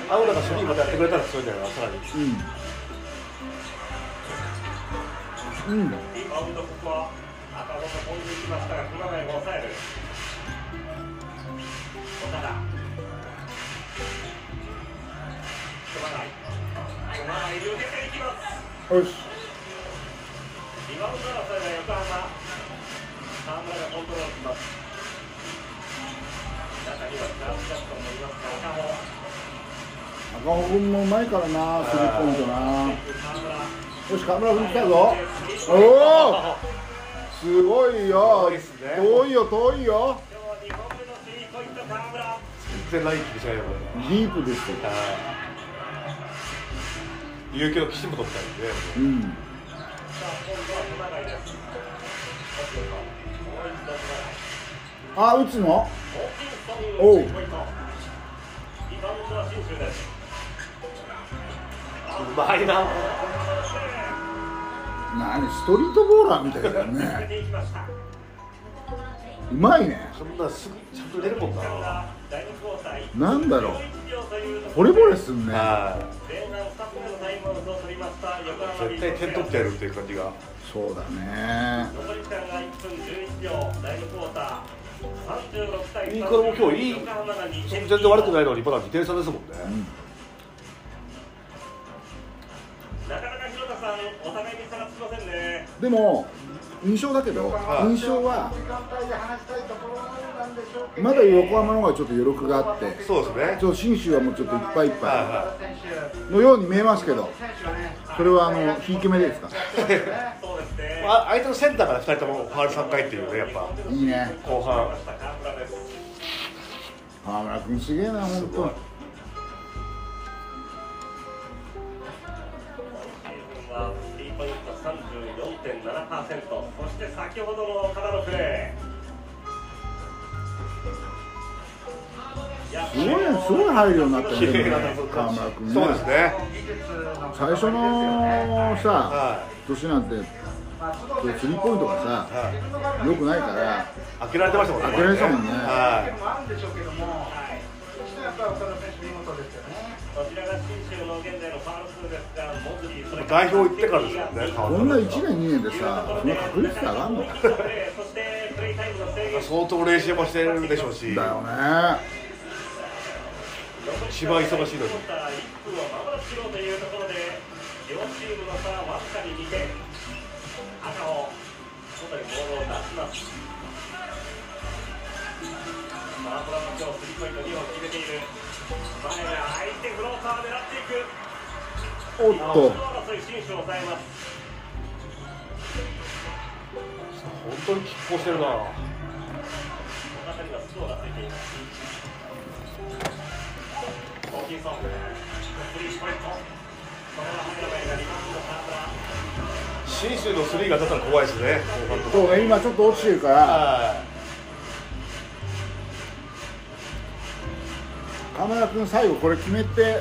Speaker 2: 青田がスリーまたやってくれたら強いんだよな、さらに。
Speaker 1: うん。うん。
Speaker 3: リバウンドここは赤穂が飛んでいきましたが熊谷が抑える岡田熊谷熊谷抜けていきます
Speaker 1: よし。
Speaker 3: リバウンド争いは横浜河村がコントロールします中にはダンスジャクソンもいますが赤穂
Speaker 1: 赤穂君もうまいからな、スリーポイントな。よ
Speaker 3: 河村
Speaker 1: し、河村君来たぞ。おお。すごいよ
Speaker 2: ごいっすね。
Speaker 1: 遠いよ、遠いよ。
Speaker 3: 今日は2本目のスリーポイント河村
Speaker 2: 全然ライン気にしないよ、こ
Speaker 1: ディープですよ
Speaker 2: れ。有給の岸本みたいにね。
Speaker 1: うん。
Speaker 3: さあ今度は熊谷ですもう一度熊谷
Speaker 1: あ、打つの。
Speaker 3: おう。リバウンドは信州です。ここは
Speaker 1: おう
Speaker 2: うまいな。
Speaker 1: なに、ストリートボーラーみたいだよね。
Speaker 3: 出ていきました。
Speaker 1: うまいね。
Speaker 2: そんなすぐちゃんと出るもんな。は
Speaker 3: 第二クォーター。
Speaker 1: なんだろう
Speaker 3: 11秒というとこ
Speaker 1: 惚
Speaker 3: ろ
Speaker 1: れ
Speaker 3: で
Speaker 1: 惚れすんね。
Speaker 3: 前半二つ目のタイムアウトを取りました。横浜
Speaker 2: い。絶対点取ってやるっていう感じが。
Speaker 1: そうだね。
Speaker 3: 残り時間が1分11秒。第二クォーター。36対
Speaker 2: いい子も今日いい
Speaker 3: 横浜が2
Speaker 2: 全
Speaker 3: 点
Speaker 2: 然悪くないのに、まだ2点差ですもんね。
Speaker 3: なかなか広田さん、お互いに差がつきませんね。
Speaker 1: でも印象だけど
Speaker 2: はい
Speaker 1: 印象は
Speaker 4: 時間帯で話したいところなんでしょうけど
Speaker 1: まだ横浜の方がちょっと余力があって
Speaker 2: そうですね
Speaker 1: ち。ょっと信州はもうちょっといっぱいいっぱ
Speaker 2: は
Speaker 4: 選
Speaker 1: い
Speaker 4: 手
Speaker 1: のように見えますけど
Speaker 4: 選手がね
Speaker 1: それはあのひいき目ですか
Speaker 3: そうですね。
Speaker 2: あ相手のセンターから2人ともファウル3回っていうね、やっぱ。
Speaker 1: いいね
Speaker 2: 後半。
Speaker 3: 河村です。
Speaker 1: 河村君すげえな
Speaker 2: す
Speaker 1: 本
Speaker 2: ごい
Speaker 1: 当。
Speaker 3: シーズンはスリーポイント34.7%そして先ほどの岡田のプレーいや
Speaker 1: すごいすごい入るようになった
Speaker 2: 綺
Speaker 1: よね
Speaker 2: 麗な
Speaker 1: でもね河村君ね
Speaker 2: そうですね。
Speaker 1: 最初のさ
Speaker 2: は
Speaker 1: 年なんてスリーポイントが
Speaker 2: い。
Speaker 1: さ
Speaker 2: はい。
Speaker 1: 良くないから
Speaker 2: 開けられてましたもんね。
Speaker 1: 開けられてたもんね
Speaker 4: で
Speaker 2: は
Speaker 4: もあるんでしょうけども、そしてやっぱり岡田選手見事ですよね。
Speaker 3: こちらが信州の現在のファウル数ですがモズリーそれ
Speaker 2: い。代表行ってからですもんね、
Speaker 1: こ
Speaker 2: 川
Speaker 1: んな
Speaker 2: 村
Speaker 1: 1年2年でさその確率って上がんのだ
Speaker 3: そしてプレイタイムの制限
Speaker 2: 相当練習もしてるでしょうし、
Speaker 1: よね
Speaker 2: 一番忙しいのに
Speaker 3: 1分をまもなくしようというところで両チームの差はわずかに2点赤を外にボールを出しますマートラも今日スリーポイント2本決めている前が相手フローターを狙っていく
Speaker 1: おっと
Speaker 3: 争い新種を抑えます
Speaker 2: 本当に拮抗してるな。
Speaker 3: この辺りはスコアがついていますホーキンソンスリーポイントこれは入らないがリバウンド河村
Speaker 2: 信州のスリーが当たったら怖いですね、後半とか。
Speaker 1: そうね今ちょっと落ちてるから
Speaker 2: は
Speaker 1: 浜田君最後これ決めて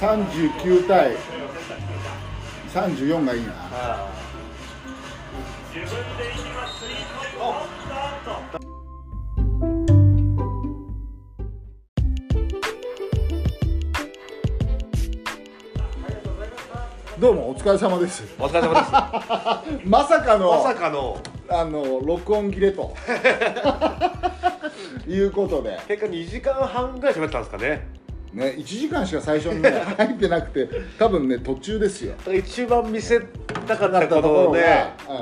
Speaker 1: 39対34がいいなどうもお疲れ様です
Speaker 2: お疲れ様です。 ま
Speaker 1: まさかの
Speaker 2: さかの
Speaker 1: あの録音切れ ということで
Speaker 2: 結果2時間半ぐらい喋ってたんですかね。
Speaker 1: ね、1時間しか最初 に、ね、入ってなくて多分ね途中ですよ
Speaker 2: だから一番見せたかったこ
Speaker 1: とことろ
Speaker 2: を
Speaker 1: が、
Speaker 2: ね。
Speaker 1: う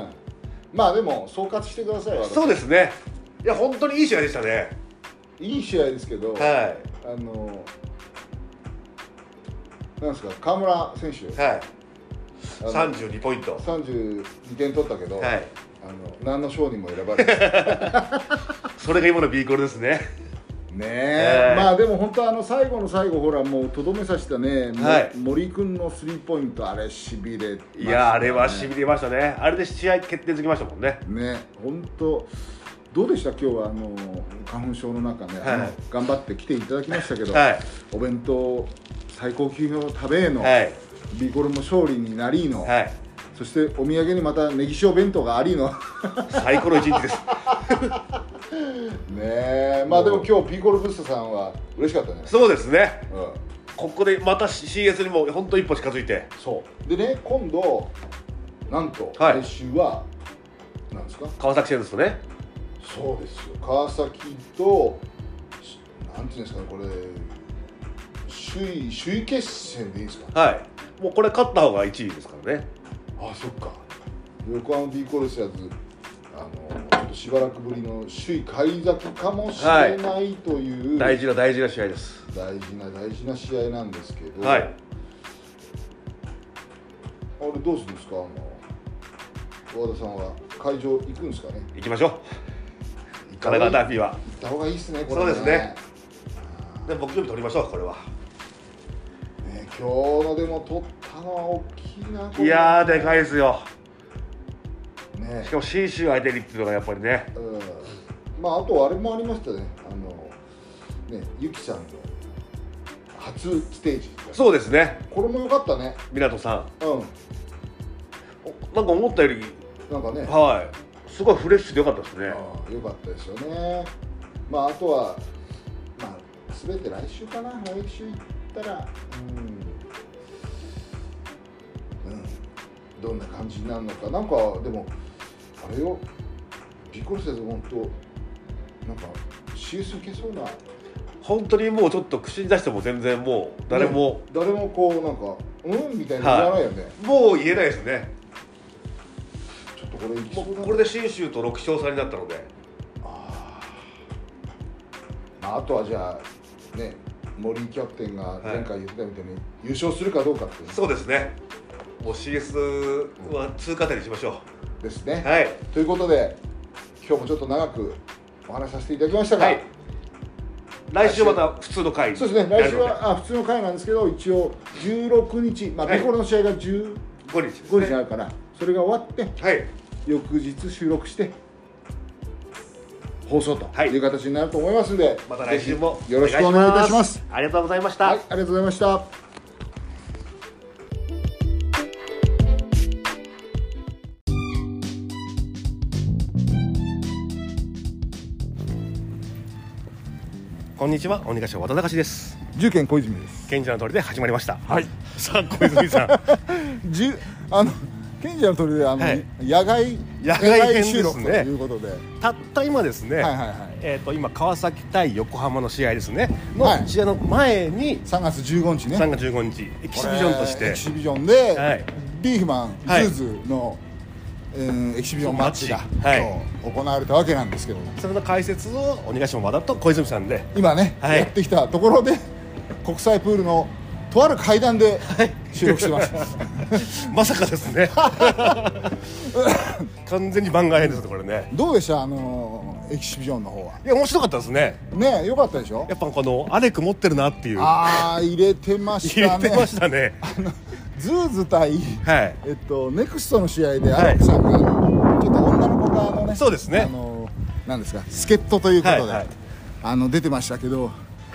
Speaker 1: ん、まあでも総括してください私
Speaker 2: そうですね。いや本当にいい試合でしたね。
Speaker 1: いい試合ですけど、
Speaker 2: は
Speaker 1: あのなんですか河村選
Speaker 2: い
Speaker 1: 手、
Speaker 2: はい。
Speaker 1: あの
Speaker 2: 三十二ポイント。は
Speaker 1: 32点取ったけど、
Speaker 2: い。
Speaker 1: あの何の賞にも選ばれてね
Speaker 2: それが今のビーコルです ね。
Speaker 1: え
Speaker 2: えー
Speaker 1: まあでも本当あの最後の最後ほらもうとどめさしたね、も
Speaker 2: はい
Speaker 1: 森君のスリーポイントあれしびれましたね
Speaker 2: いやーあれはしびれましたね。あれで試合決定づきましたもんね。
Speaker 1: ね本当どうでした今日はあの花粉症の中ね、
Speaker 2: はい
Speaker 1: あの頑張って来ていただきましたけど、
Speaker 2: はい
Speaker 1: お弁当最高級の食べーの、
Speaker 2: はい
Speaker 1: ビーコルも勝利になりーの、
Speaker 2: はい。
Speaker 1: そしてお土産にまたネギ塩弁当がありーの
Speaker 2: 最高の一日 です。
Speaker 1: ねえまあでも今日ピーコルブッサさんは嬉しかったね
Speaker 2: そうですね。
Speaker 1: うん
Speaker 2: ここでまた CS にも本当一歩近づいて。
Speaker 1: そうでね今度なんと
Speaker 2: はい
Speaker 1: 来週は、なんですか
Speaker 2: 川崎シェルズとね。
Speaker 1: そうですよ川崎としなんていうんですかねこれ首位首位決戦でいいですか
Speaker 2: はい。もうこれ勝った方が一位ですからね。
Speaker 1: あそっか横浜 D コルセアーズあのちょっとしばらくぶりの首位快諾かもしれないという、
Speaker 2: 大事な大事な試合です。
Speaker 1: 大事な大事な試合なんですけど、
Speaker 2: はい。
Speaker 1: あれどうするんですかあの和田さんは会場行くんですかね
Speaker 2: 行きましょう。神奈川ダービーは。
Speaker 1: 行った方がいいですねこれ
Speaker 2: そうですねで木曜日取りましょうこれは。
Speaker 1: ね今日のでも取ったのは大きいなこれ
Speaker 2: いやーでかいですよ。
Speaker 1: ね
Speaker 2: しかも信州相手にっていうのがやっぱりね。
Speaker 1: うんまああとあれもありましたねあのねゆきさんの初ステージ
Speaker 2: そうですね。
Speaker 1: これも良かったね
Speaker 2: 湊さん。
Speaker 1: う
Speaker 2: おなんか思ったより
Speaker 1: んなんかね
Speaker 2: はい。すごいフレッシュでよかったですね。
Speaker 1: うん良かったですよねまああとはまあ全て来週かな来週行ったらうん、うん、どんな感じになるのかなんかでもあれよびっくりした本当なんか CS いけそうな
Speaker 2: 本当にもうちょっと口に出しても全然もう誰も、
Speaker 1: ね誰もこうなんかうんみたいなの言わないよね、
Speaker 2: もう言えないですね。
Speaker 1: ちょっとこれいきそ
Speaker 2: も
Speaker 1: うだ
Speaker 2: う
Speaker 1: な
Speaker 2: これで信州と6勝差になったので。
Speaker 1: まあ、あとはじゃあね森キャプテンが前回言ってたみたいに、優勝するかどうかっていう
Speaker 2: そうですね。もう CS は通過点にしましょ
Speaker 1: ですね、
Speaker 2: う。はい。
Speaker 1: ということで今日もちょっと長くお話しさせていただきましたが、
Speaker 2: はい。来週また普通の回
Speaker 1: そうですね来週はあ普通の回なんですけど一応16日まあ
Speaker 2: はい
Speaker 1: ビコロの試合が15
Speaker 2: 5日です、
Speaker 1: 日
Speaker 2: ね、
Speaker 1: にあるから、それが終わって
Speaker 2: はい
Speaker 1: 翌日収録して放送と
Speaker 2: はい
Speaker 1: いう形になると思いますんで、
Speaker 2: また来週も
Speaker 1: ぜひよろしくお願いいたします
Speaker 2: ありがとうございました、
Speaker 1: はいありがとうございました
Speaker 2: こんにちは鬼ヶ島和田隆です
Speaker 1: 重健小泉 です
Speaker 2: 賢者の通りで始まりましたはいさあ小泉 さん
Speaker 1: じゅあの賢者の鳥であの、
Speaker 2: はい
Speaker 1: 野外
Speaker 2: 野外編
Speaker 1: 収録
Speaker 2: です
Speaker 1: と
Speaker 2: ね
Speaker 1: いうことで、はい
Speaker 2: たった今ですね、
Speaker 1: はいはい、
Speaker 2: えっ、と今川崎対横浜の試合ですねの、
Speaker 1: はい
Speaker 2: 試合の前に
Speaker 1: 3月15日ね、
Speaker 2: 3月15日エキシビジョンとし
Speaker 1: これ
Speaker 2: て
Speaker 1: エキシビジョンで、
Speaker 2: はい
Speaker 1: ビーフマン
Speaker 2: はい
Speaker 1: ズーズの、うんエキシビジョンマッチが、
Speaker 2: マッチはい
Speaker 1: 今日行われたわけなんですけども、
Speaker 2: それの解説を鬼ヶ島和田と小泉さんで
Speaker 1: 今ね、
Speaker 2: はい
Speaker 1: やってきたところで国際プールのとある階段で収録して ます。
Speaker 2: まさかです ね完全に番外編ですねこれね
Speaker 1: どうでしたあのエキシビジョンの方はい
Speaker 2: や面白かったですね
Speaker 1: ね良かったでしょ
Speaker 2: やっぱこのアレク持ってるなっていう
Speaker 1: ああ入れてまし
Speaker 2: 入れ
Speaker 1: たね
Speaker 2: てましたね
Speaker 1: ズーズ対
Speaker 2: はい
Speaker 1: えっと、ネクストの試合で
Speaker 2: はい
Speaker 1: アレックさんが、ちょっと女の子側のね
Speaker 2: そうですね
Speaker 1: あのなんですか助っ人ということで、
Speaker 2: はいはい
Speaker 1: あの出てましたけど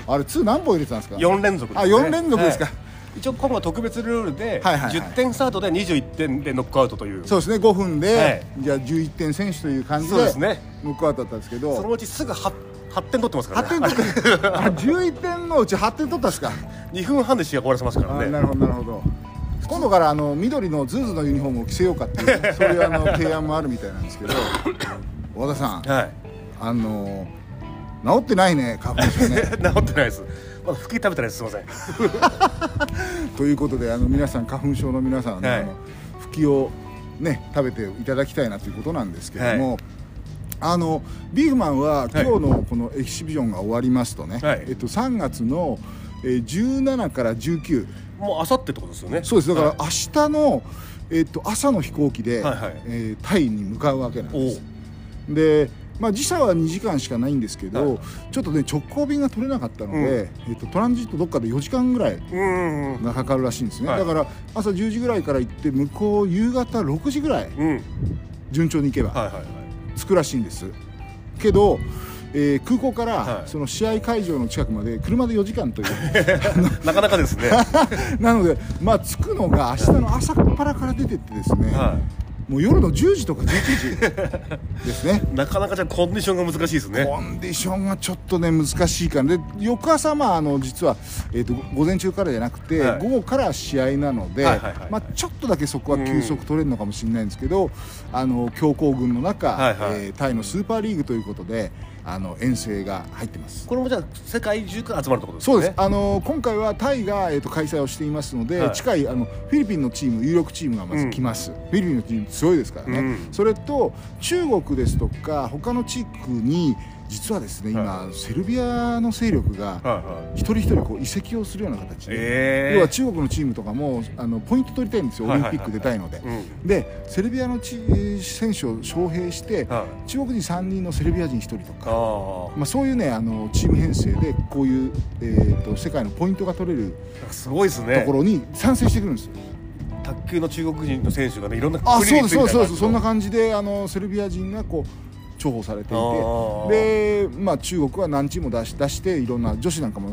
Speaker 1: あれ2何本入れてたんですか
Speaker 2: 4連続
Speaker 1: あ四連続ですか
Speaker 2: はい一応今後は特別ルールで
Speaker 1: はいはいはい
Speaker 2: 10点スタートで21点でノックアウトという
Speaker 1: そうですね5分で、
Speaker 2: はい
Speaker 1: じゃあ11点選手という感じで
Speaker 2: そうですね
Speaker 1: 向こうだったんですけど
Speaker 2: そのうちすぐ 8, 8点取ってますから
Speaker 1: 8
Speaker 2: ね
Speaker 1: 点取ったあ11点のうち8点取っ たんですか
Speaker 2: 2分半で試合終わらせますか
Speaker 1: あ
Speaker 2: ら
Speaker 1: な
Speaker 2: ね
Speaker 1: るほどなるほど今度からあの緑のズーズのユニフォームを着せようかってい うねそういうあの提案もあるみたいなんですけど和田さん
Speaker 2: はい
Speaker 1: あの治ってないね花粉症ね
Speaker 2: 治ってないですまだ吹き食べてないですすいません
Speaker 1: ということであの皆さん花粉症の皆さんはね、
Speaker 2: はい
Speaker 1: あの吹きをね食べていただきたいなということなんですけども、
Speaker 2: は
Speaker 1: あのビーフマンは今日のこのエキシビジョンが終わりますとね、
Speaker 2: はい
Speaker 1: えっと3月のえー17から19
Speaker 2: もうあさってってことですよね
Speaker 1: そうですだから
Speaker 2: は
Speaker 1: 明日のえっと朝の飛行機で、
Speaker 2: はいはい
Speaker 1: えータイに向かうわけなん
Speaker 2: い
Speaker 1: です。で、まあ、時差は2時間しかないんですけど、
Speaker 2: は
Speaker 1: ちょっとね直行便が取れなかったので、
Speaker 2: うん
Speaker 1: えっと、トランジットどっかで4時間ぐらい
Speaker 2: おううんうん
Speaker 1: がかかるらしいんですね、
Speaker 2: はい
Speaker 1: だから朝10時ぐらいから行って向こう夕方6時ぐらい
Speaker 2: うん
Speaker 1: 順調に行け
Speaker 2: はい
Speaker 1: ば
Speaker 2: はいはい
Speaker 1: 着くらしいんですけど、えー空港か
Speaker 2: は
Speaker 1: ら
Speaker 2: い
Speaker 1: その試合会場の近くまで車で4時間という
Speaker 2: なかなかですねは
Speaker 1: なのでまあ着くのが明日の朝っぱらから出てってですね、もう夜の10時とか11時ですね
Speaker 2: いなかなかじゃあコンディションが難しいですね
Speaker 1: コンディションがちょっとね難しいからで翌朝、まあ、あの実は、えー、と午前中からじゃなくて、
Speaker 2: はい
Speaker 1: 午後から試合なので、
Speaker 2: はいはいはいはい
Speaker 1: まあ、ちょっとだけそこは休息取れるのかもしれないんですけど、あの強行軍の中、
Speaker 2: はいはい
Speaker 1: えータイのスーパーリーグということであの遠征が入ってます。
Speaker 2: これもじゃあ世界中から集まるってことですね
Speaker 1: そうです、あの今回はタイが、えー、と開催をしていますので、
Speaker 2: はい
Speaker 1: 近いあのフィリピンのチーム有力チームがまず来ます、フィリピンのチーム強いですからね、
Speaker 2: うん
Speaker 1: それと中国ですとか他の地区に実はですね今、セルビアの勢力が
Speaker 2: はいはい
Speaker 1: 一人一人こう移籍をするような形で、
Speaker 2: ええ
Speaker 1: 要は中国のチームとかもあのポイント取りたいんですよ、
Speaker 2: はい
Speaker 1: オ
Speaker 2: は
Speaker 1: リ
Speaker 2: い
Speaker 1: ンピック出たいので。
Speaker 2: うん
Speaker 1: でセルビアのチ選手を招聘して、
Speaker 2: は
Speaker 1: 中国人3人のセルビア人1人と
Speaker 2: あ
Speaker 1: か
Speaker 2: あ
Speaker 1: まあ、そういうねあのチーム編成でこういう、えー、と世界のポイントが取れる
Speaker 2: すごいです
Speaker 1: と
Speaker 2: ね
Speaker 1: ころに参戦してくるんですよ。
Speaker 2: 卓球の中国人の選手がねいろんな
Speaker 1: あ
Speaker 2: 国
Speaker 1: そう
Speaker 2: に
Speaker 1: で
Speaker 2: つ
Speaker 1: す
Speaker 2: い
Speaker 1: そ
Speaker 2: て
Speaker 1: うですそうですそんな
Speaker 2: 感
Speaker 1: 感じであのセルビア人がこう重宝されて
Speaker 2: あー
Speaker 1: いてで、まあ、中国は何チームも出し出していろんな女子なんかも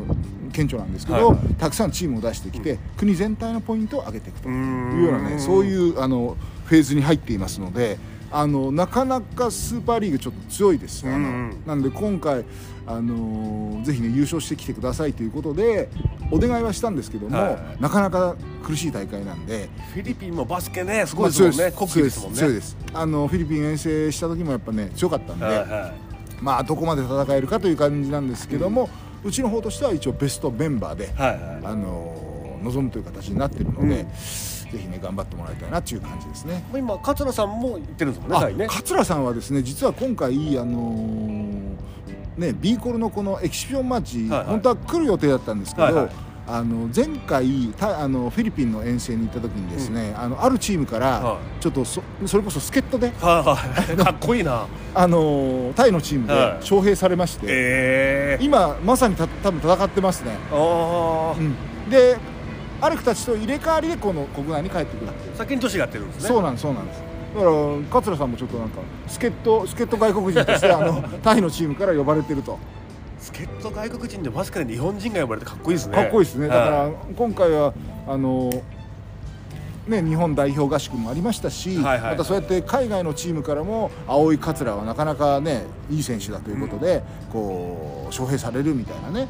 Speaker 1: 顕著なんですけど、
Speaker 2: はいはい
Speaker 1: たくさんチームを出してきて、国全体のポイントを上げていくと
Speaker 2: うーん
Speaker 1: いうようなねそういうあのフェーズに入っていますのであのなかなかスーパーリーグちょっと強いです、あの
Speaker 2: うんうん
Speaker 1: なんで今回、あのーぜひ、ね、優勝してきてくださいということでお願いはしたんですけども、
Speaker 2: は
Speaker 1: なかなか苦しい大会なんで。
Speaker 2: フィリピンもバスケねす
Speaker 1: ま
Speaker 2: ご
Speaker 1: あ
Speaker 2: いですもん
Speaker 1: 強
Speaker 2: ね国技ですもんね
Speaker 1: 強いです強いですあのフィリピン遠征した時もやっぱね強かったんで、
Speaker 2: はいは
Speaker 1: まあどこまで戦えるかという感じなんですけども、うちの方としては一応ベストメンバーで、
Speaker 2: いはいは
Speaker 1: あのー望むという形になってるので、
Speaker 2: うん
Speaker 1: ぜひね頑張ってもらいたいなという感じですね。
Speaker 2: いもう今桂さんも言ってるんですもんね
Speaker 1: あ
Speaker 2: タイね
Speaker 1: 桂さんはですね実は今回あのーね B コルのこのエキシビションマッチ、
Speaker 2: はいはい
Speaker 1: 本当は来る予定だったんですけど、
Speaker 2: はいはい
Speaker 1: あの前回たあのフィリピンの遠征に行った時にですね、あのあるチームから、
Speaker 2: は
Speaker 1: ちょっとそそれこそ助っ人で、
Speaker 2: はいはいかっこいいな
Speaker 1: あのータイのチームで
Speaker 2: はい
Speaker 1: 招聘されまし て、
Speaker 2: ええ
Speaker 1: 今まさにた多分戦ってますね、
Speaker 2: あ
Speaker 1: うんでアレクたちと入れ替わりでこの国内に帰ってくるっていう
Speaker 2: あ先に女子がやってるんですね
Speaker 1: そうなんですそうなんですだから桂さんもちょっとなんか助っ人助っ人外国 人としてあのタイのチームから呼ばれてると
Speaker 2: 助っ人外国人でバスケで日本人が呼ばれてかっこいいですね
Speaker 1: かっこいいですね、だから
Speaker 2: は
Speaker 1: 今回はあのね日本代表合宿もありましたし、
Speaker 2: はいはいはい
Speaker 1: またそうやって海外のチームからも青井桂はなかなかねいい選手だということで、こう招聘されるみたいなね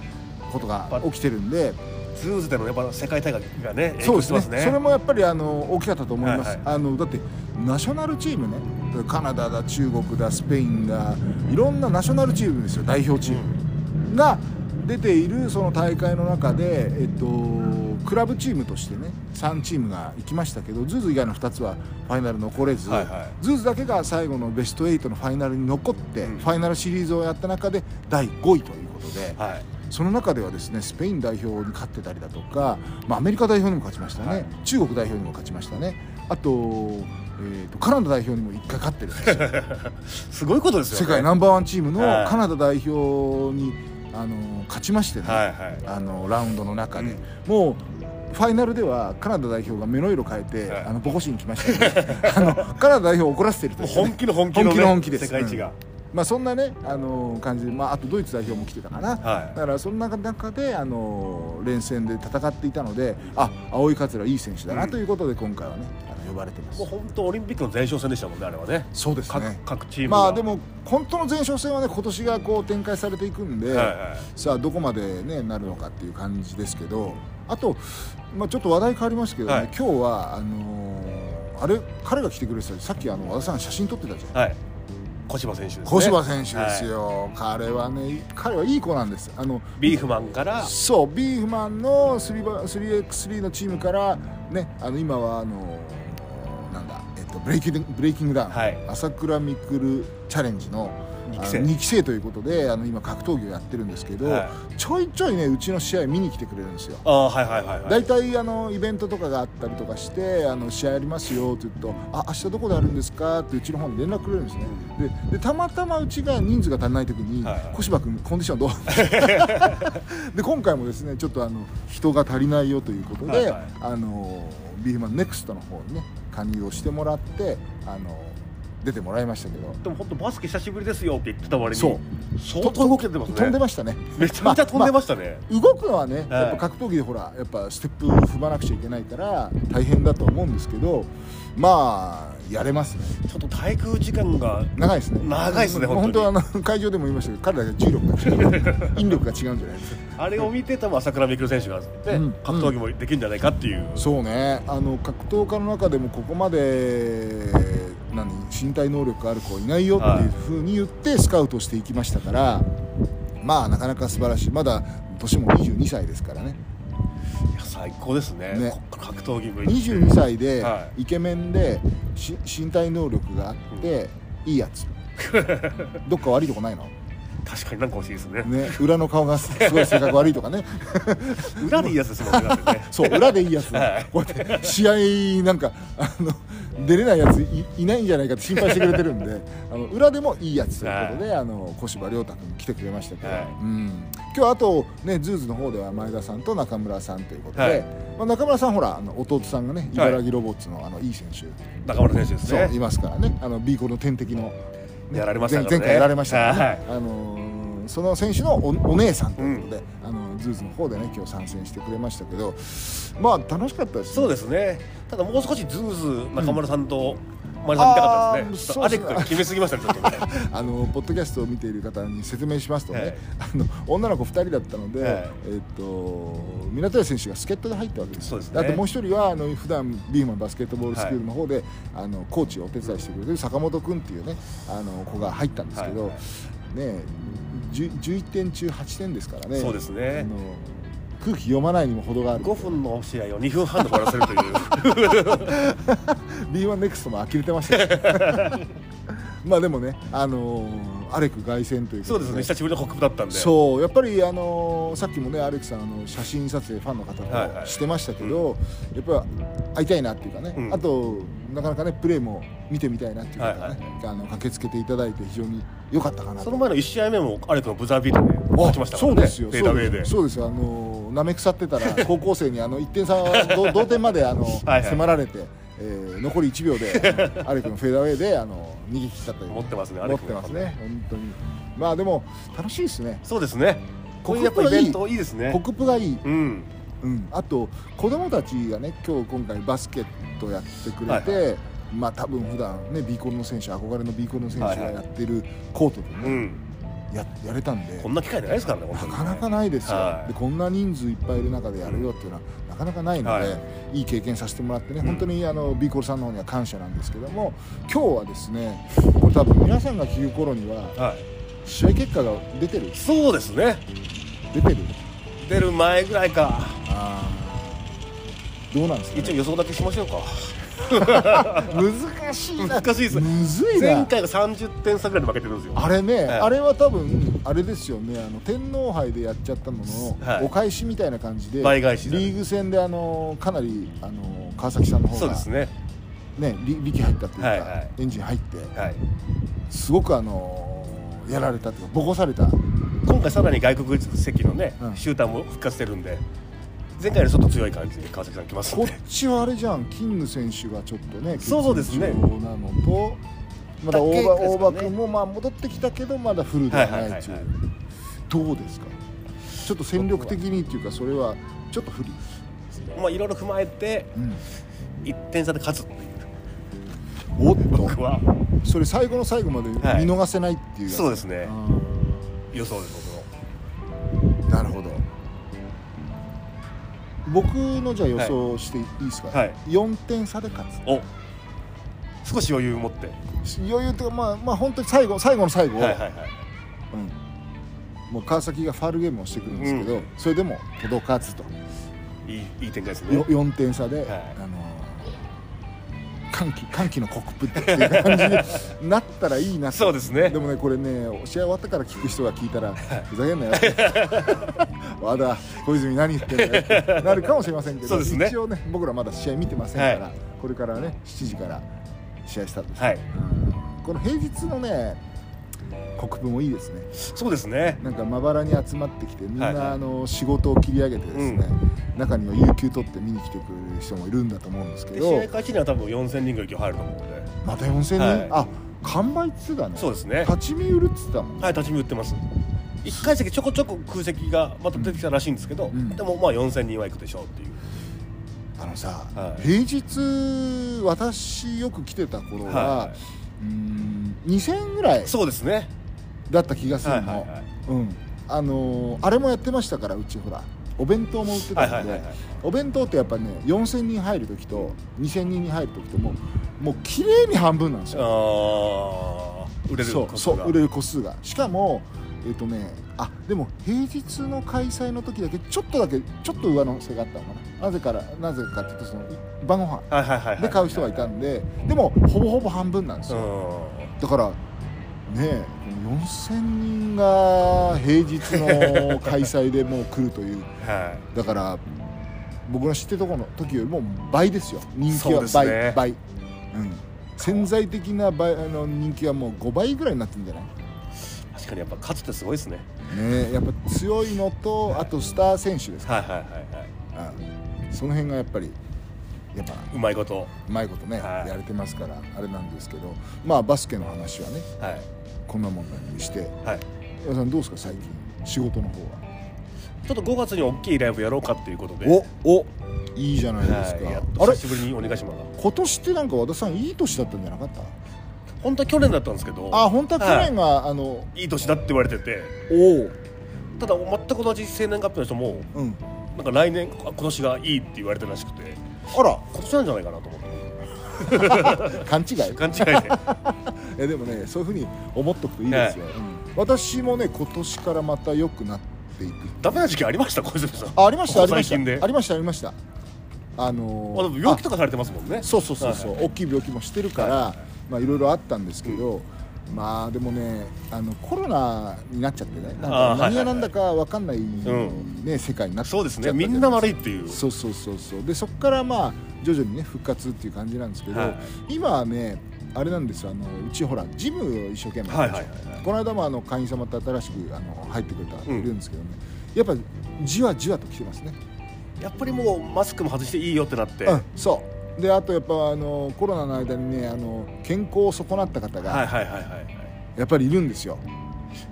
Speaker 1: ことが起きてるんで。
Speaker 2: ズーズでのやっぱ世界大会がね影響
Speaker 1: そうで
Speaker 2: し
Speaker 1: す
Speaker 2: て
Speaker 1: ね
Speaker 2: ますね
Speaker 1: それもやっぱりあの大きかったと思います、
Speaker 2: はいは
Speaker 1: あのだってナショナルチームねカナダだ中国だスペインだいろんなナショナルチームですよ代表チームが出ているその大会の中で、えっと、クラブチームとしてね3チームが行きましたけどズーズ以外の2つはファイナル残れず、
Speaker 2: はいはい
Speaker 1: ズーズだけが最後のベスト8のファイナルに残って、
Speaker 2: うん
Speaker 1: ファイナルシリーズをやった中で第5位ということで。
Speaker 2: はい
Speaker 1: その中ではですねスペイン代表に勝ってたりだとか、まあ、アメリカ代表にも勝ちましたね、
Speaker 2: はい
Speaker 1: 中国代表にも勝ちましたねあと,、えーとカナダ代表にも1回勝ってるんですよ
Speaker 2: すごいことですよね
Speaker 1: 世界ナンバーワンチームの
Speaker 2: はい
Speaker 1: カナダ代表にあの勝ちましてね、
Speaker 2: はいはい
Speaker 1: あのラウンドの中で、
Speaker 2: うん
Speaker 1: もうファイナルではカナダ代表が目の色変えて、
Speaker 2: はい
Speaker 1: あの ボコシに来ましたよねあのカナダ代表を怒らせてるとい
Speaker 2: も
Speaker 1: う
Speaker 2: う
Speaker 1: ね
Speaker 2: 本気の本気の,、ね、
Speaker 1: 本気の本気です
Speaker 2: 世界一が、
Speaker 1: うまあ、そんなね、あの感じで、まあ、あとドイツ代表も来てたか
Speaker 2: は
Speaker 1: な、
Speaker 2: い
Speaker 1: だからそんな中で、あの連戦で戦っていたのであ青井桂いい選手だなということで今回はね、あの呼ばれてます
Speaker 2: もう本当オリンピックの前哨戦でしたもんねあれはね
Speaker 1: そうですね
Speaker 2: 各各チームが
Speaker 1: まあでも本当の前哨戦はね今年がこう展開されていくんで、
Speaker 2: はいはい
Speaker 1: さあどこまでねなるのかっていう感じですけどあと、まあ、ちょっと話題変わりましたけどね、
Speaker 2: はい
Speaker 1: 今日はあのーあれ彼が来てくれてたさっきあの和田さん写真撮ってたじゃん
Speaker 2: はい小柴選手ですね
Speaker 1: 小柴選手ですよ、彼はね彼はいい子なんですあの
Speaker 2: ビーフマンから
Speaker 1: そうビーフマンの 3x3 3x3 のチームからねあの今はあのなんだ、えっと、ブレイキングブレイキングダウン、
Speaker 2: はい
Speaker 1: 朝倉未来チャレンジの
Speaker 2: 二期生
Speaker 1: 2期生ということであの今格闘技をやってるんですけど、
Speaker 2: は
Speaker 1: ちょいちょいねうちの試合見に来てくれるんですよ
Speaker 2: ああはいはいはいはい
Speaker 1: 大体あのイベントとかがあったりとかしてあの試合やりますよって言うと「あ明日どこであるんですか?」ってうちの方に連絡くれるんですねででたまたまうちが人数が足りない時に
Speaker 2: はいはい
Speaker 1: 「小柴君コンディションどう? で」今回もですねちょっとあの人が足りないよということで、
Speaker 2: はいはい
Speaker 1: あのビーフマンネクストの方にね加入をしてもらってあの出てもらいましたけど
Speaker 2: でも本当バスケ久しぶりですよって言ってた割に
Speaker 1: そう
Speaker 2: 相当動けてますね
Speaker 1: 飛んでましたね
Speaker 2: めちゃめちゃ飛んでましたね、
Speaker 1: 動くのはね、やっぱ格闘技でほらやっぱステップを踏まなくちゃいけないから大変だと思うんですけどまあやれますね
Speaker 2: ちょっと滞空時間が
Speaker 1: 長いですね
Speaker 2: 長いですね
Speaker 1: もう
Speaker 2: 本当に
Speaker 1: 本当あの 会場でも言いましたけど彼らが重力が違う引力が違うんじゃないですか
Speaker 2: あれを見て多分朝倉未来選手が、ね
Speaker 1: うん
Speaker 2: 格闘技もできるんじゃないかっていう、
Speaker 1: そうねあの格闘家の中でもここまで何身体能力がある子いないよっていうふうに言ってスカウトしていきましたからまあなかなか素晴らしいまだ年も22歳ですからね
Speaker 2: いや最高ですね
Speaker 1: ね
Speaker 2: こっから格闘技も
Speaker 1: 22歳で
Speaker 2: は
Speaker 1: イケメンでし身体能力があっていいやつ どっか悪いとこないの、
Speaker 2: 確かになんか欲しいですね
Speaker 1: ね、裏の顔がす すごい性格悪いとかね
Speaker 2: 裏でいいやつですもんねだってね
Speaker 1: そう裏でいいやつ
Speaker 2: はい
Speaker 1: こうやって試合なんかあの出れないやついいないんじゃないかって心配してくれてるん であの裏でもいいやつということであの小柴亮太君来てくれましたけど、
Speaker 2: はい
Speaker 1: うん、今日あとねズーズの方では前田さんと中村さんということで、
Speaker 2: はい
Speaker 1: まあ、中村さんほらあの弟さんがね茨城ロボッツのあのいい選手、
Speaker 2: 中村選手です
Speaker 1: そうい
Speaker 2: ね
Speaker 1: ますからね、あのビーコの天敵の、ね
Speaker 2: やられましたからね
Speaker 1: 前前回やられましたからね、
Speaker 2: は
Speaker 1: あのーその選手のおお姉さんということで、あのズーズの方でね今日参戦してくれましたけど、まあ楽しかったです、ね。
Speaker 2: そうですねただもう少しズーズー中村さんと丸さん見たかったですね、
Speaker 1: あー
Speaker 2: ちょっとアレックが決めすぎましたねちょっとね
Speaker 1: あのポッドキャストを見ている方に説明しますとね、
Speaker 2: はい
Speaker 1: あの女の子2人だったので、
Speaker 2: はい
Speaker 1: えっと港谷選手が助っ人で入ったわけです
Speaker 2: そうですね
Speaker 1: あともう一人はあの普段ビーマンバスケットボールスクールの方で、あのコーチをお手伝いしてくれてる坂本君っていうねあの子が入ったんですけど、
Speaker 2: はいは
Speaker 1: ねじゅ11点中8点ですからね
Speaker 2: そうですね
Speaker 1: あの空気読まないにも程がある
Speaker 2: 5分の試合を2分半で終わらせるという
Speaker 1: B1 ネクストも呆れてましたし まあでもね、あのアレク凱旋というこ
Speaker 2: そう
Speaker 1: と
Speaker 2: ですね久しぶりの国府だったんで
Speaker 1: そうやっぱりあのーさっきもねアレクさんあの写真撮影ファンの
Speaker 2: はいは
Speaker 1: 方と
Speaker 2: い
Speaker 1: してましたけど、やっぱ会いたいなっていうかね、
Speaker 2: うん
Speaker 1: あとなかなかねプレーも見てみたいなっていう方がね、
Speaker 2: は
Speaker 1: あの駆けつけていただいて非常に良かったかなと
Speaker 2: その前の1試合目もアレックのブザービートで勝ちましたからね
Speaker 1: そうですよ
Speaker 2: フェーダーウェイで
Speaker 1: そうですよそうですよあのー舐め腐って たら高校生にあの1点差ど同点まであの
Speaker 2: はい
Speaker 1: 迫られて、えー残り1秒で アレクのフェーダーウェイであの逃げ切ったという
Speaker 2: 持ってますねアレ
Speaker 1: 持っ
Speaker 2: ック
Speaker 1: て
Speaker 2: の
Speaker 1: ますね本当にまあでも楽しいですね
Speaker 2: そうですねこういうやっぱイベントいいですね
Speaker 1: コクプがいい
Speaker 2: うん
Speaker 1: うん、あと子供たちがね今日今回バスケットやってくれて、
Speaker 2: は
Speaker 1: まあ多分普段ね B コンの選手憧れの B コンの選手が
Speaker 2: はいは
Speaker 1: や
Speaker 2: い
Speaker 1: ってるコートでね、
Speaker 2: うん
Speaker 1: ややれたんで
Speaker 2: こんな機会ないですからね、本当
Speaker 1: な
Speaker 2: にね
Speaker 1: かなかないですよ、
Speaker 2: はい
Speaker 1: でこんな人数いっぱいいる中でやるよっていうのはなかなかないので、、
Speaker 2: はい
Speaker 1: い経験させてもらってね本当にあの B コルさんの方には感謝なんですけども今日はですねこれ多分皆さんが聞く頃には
Speaker 2: はい、
Speaker 1: 試合結果が出てる
Speaker 2: そうですね、
Speaker 1: 出てる
Speaker 2: 出る前ぐらいか、
Speaker 1: あーどうなんですか、ね
Speaker 2: 一応、予想だけしましょうか、
Speaker 1: 難しいな
Speaker 2: 難しいです
Speaker 1: むずいな
Speaker 2: 前回が30点差ぐらいで負けてるんですよ、
Speaker 1: あれね、
Speaker 2: はい
Speaker 1: あれは多分あれですよねあの天皇杯でやっちゃったもの
Speaker 2: はい
Speaker 1: のお返しみたいな感じで、
Speaker 2: 倍返しだ
Speaker 1: リーグ戦であのかなりあの川崎さんの方
Speaker 2: そう
Speaker 1: が
Speaker 2: ですね、
Speaker 1: ねり力入ったというか、
Speaker 2: はいはい
Speaker 1: エンジン入って
Speaker 2: はい、
Speaker 1: すごくあのやられたというかボコされた
Speaker 2: 今回、さらに外国籍のね、
Speaker 1: うん
Speaker 2: シューターも復活してるんで、前回よりちょっと強い感じで川崎さん来ますん
Speaker 1: こ
Speaker 2: で、
Speaker 1: っちはあれじゃんキング選手がちょっとね
Speaker 2: そうですね
Speaker 1: 欠場なのとまだ大場
Speaker 2: です
Speaker 1: 大
Speaker 2: か
Speaker 1: 場
Speaker 2: ね
Speaker 1: 君もまあ戻ってきたけどまだフルではないと
Speaker 2: は
Speaker 1: いう、
Speaker 2: いはいはいはい
Speaker 1: どうですかちょっと戦力的にっていうかそれはちょっと不利、
Speaker 2: まあいろいろ踏まえて
Speaker 1: うん、
Speaker 2: 1点差で勝つっていう
Speaker 1: おっと
Speaker 2: 僕は
Speaker 1: それ最後の最後まで見
Speaker 2: はい
Speaker 1: 逃せないっていうやつ、
Speaker 2: そうですね
Speaker 1: あ
Speaker 2: 予想です僕の
Speaker 1: ーなるほど僕のじゃあ予想していいですか、
Speaker 2: はい
Speaker 1: 4点差で勝つ
Speaker 2: お少し余裕持って
Speaker 1: 余裕というかまあまあ本当に最後最後の最後、
Speaker 2: はいはいはい
Speaker 1: うんもう川崎がファールゲームをしてくるんですけど、
Speaker 2: うん
Speaker 1: それでも届かずと、
Speaker 2: いいいい展開ですね
Speaker 1: よ4点差で、
Speaker 2: い
Speaker 1: あのー歓喜歓喜のコックプっていう感じになったらいいなと
Speaker 2: そうですね
Speaker 1: でもねこれね試合終わったから聞く人が聞いたらふざけんなよ 和田小泉何言ってんだよってなるかもしれませんけ
Speaker 2: そう
Speaker 1: ど、
Speaker 2: ですね
Speaker 1: 一応ね僕らまだ試合見てませんから、
Speaker 2: はい
Speaker 1: これからね7時から試合スタートです、
Speaker 2: はい
Speaker 1: うんこの平日のね国分もいいですね
Speaker 2: そうですね
Speaker 1: なんかまばらに集まってきてみん
Speaker 2: はいはい
Speaker 1: なあの仕事を切り上げてですね、中には有給取って見に来てくれる人もいるんだと思うんですけ
Speaker 2: で試
Speaker 1: ど
Speaker 2: 合開始には多分4000人ぐらい今日入ると思うので
Speaker 1: また4000人、
Speaker 2: はい
Speaker 1: あ完売っつうだね
Speaker 2: そうですね
Speaker 1: 立ち見売るっつったもんね
Speaker 2: はい立ち見売ってます1階席ちょこちょこ空席がまた出てきたらしいんですけど、
Speaker 1: ん
Speaker 2: でもまあ4000人は行くでしょうっていう
Speaker 1: あのさ、
Speaker 2: はい
Speaker 1: 平日私よく来てた頃は、
Speaker 2: はいう
Speaker 1: ーん2000ぐらい
Speaker 2: そうですね
Speaker 1: だった気がするの、
Speaker 2: はいはいはい
Speaker 1: うんあのーあれもやってましたからうちほらお弁当も売ってたんで、
Speaker 2: はいはいはいはい
Speaker 1: お弁当ってやっぱね4000人入る時と2000人に入る時ともうもう綺麗に半分なんですよ
Speaker 2: あー売れる
Speaker 1: そう
Speaker 2: こと
Speaker 1: そう
Speaker 2: が
Speaker 1: 売れる個数がしかもえっ、とねあでも平日の開催の時だけちょっとだけちょっと上乗せがあったのかななぜからなぜかっていうとその晩ご飯
Speaker 2: はいはいはいはい
Speaker 1: で買う人がいたんででもほぼほぼ半分なんです
Speaker 2: う
Speaker 1: よ、
Speaker 2: ん
Speaker 1: だからねえこの4000人が平日の開催でもう来るという
Speaker 2: は
Speaker 1: だから僕の知ってるとこの時よりも倍ですよ人気は
Speaker 2: そう
Speaker 1: 倍、
Speaker 2: ですね
Speaker 1: 倍、うん、潜在的な倍あの人気はもう5倍ぐらいになってるんじゃない
Speaker 2: い、確かにやっぱ勝つってすごいですね
Speaker 1: ねえやっぱ強いのとあとスター選手ですか、
Speaker 2: はいはいはいはい
Speaker 1: うんその辺がやっぱりやっぱ
Speaker 2: うまいこと
Speaker 1: うまいことね、
Speaker 2: はい
Speaker 1: やれてますからあれなんですけどまあバスケの話はね
Speaker 2: はい
Speaker 1: こんなもんにして
Speaker 2: はい
Speaker 1: 矢田さんどうですか最近仕事の方は
Speaker 2: ちょっと5月に大きいライブやろうかっていうことで
Speaker 1: おおいいじゃないです
Speaker 2: はい、
Speaker 1: か、
Speaker 2: やっと
Speaker 1: あれ
Speaker 2: 久しぶりに鬼ヶ島が
Speaker 1: 今年ってなんか和田さんいい年だったんじゃなかった
Speaker 2: 本当は去年だったんですけど
Speaker 1: あ本当は去年
Speaker 2: は
Speaker 1: が、あの
Speaker 2: い、いい年だって言われてて
Speaker 1: おお
Speaker 2: ただ全く同じ生年月日の人も
Speaker 1: うん
Speaker 2: なんか来年あ今年がいいって言われてるらしくて
Speaker 1: あら
Speaker 2: 今年なんじゃないかなと思って
Speaker 1: 勘違い
Speaker 2: 勘違いで
Speaker 1: えでもねそういうふうに思っとくといいですよ、うん私もね今年からまた良くなっていく
Speaker 2: ダメな時期ありました小泉さん
Speaker 1: あありました
Speaker 2: こ
Speaker 1: あり
Speaker 2: こ
Speaker 1: ま
Speaker 2: 最
Speaker 1: した
Speaker 2: 近で
Speaker 1: ありましたありましたあのー
Speaker 2: あでも病気とかされてますもんね
Speaker 1: そうそうそうそう、
Speaker 2: は
Speaker 1: 大きい病気もしてるから、
Speaker 2: はい
Speaker 1: まあ、いろいろあったんですけど、まあでもねあのコロナになっちゃってねなん
Speaker 2: あー
Speaker 1: か
Speaker 2: は
Speaker 1: 何が
Speaker 2: いはいは
Speaker 1: ないんだかわかんない、
Speaker 2: ん
Speaker 1: ね世界になっちゃ
Speaker 2: そ
Speaker 1: っ
Speaker 2: う
Speaker 1: た
Speaker 2: です
Speaker 1: じ
Speaker 2: ね
Speaker 1: ゃ
Speaker 2: み
Speaker 1: ない
Speaker 2: んな悪いっていう
Speaker 1: そうそうそうそうでそこからまあ徐々にね復活っていう感じなんですけど、
Speaker 2: は
Speaker 1: 今はねあれなんですよあのうちほらジムを一生懸命やってるでしょ
Speaker 2: はいはいはいはい
Speaker 1: この間もあの会員様って新しくあの入ってくれた方
Speaker 2: うん
Speaker 1: いるんですけどね、やっぱじわじわと来てますね
Speaker 2: やっぱりもうマスクも外していいよってなって、
Speaker 1: うん、そうであとやっぱあのコロナの間にねあの健康を損なった方
Speaker 2: はい
Speaker 1: が
Speaker 2: はいはいはい
Speaker 1: やっぱりいるんですよ、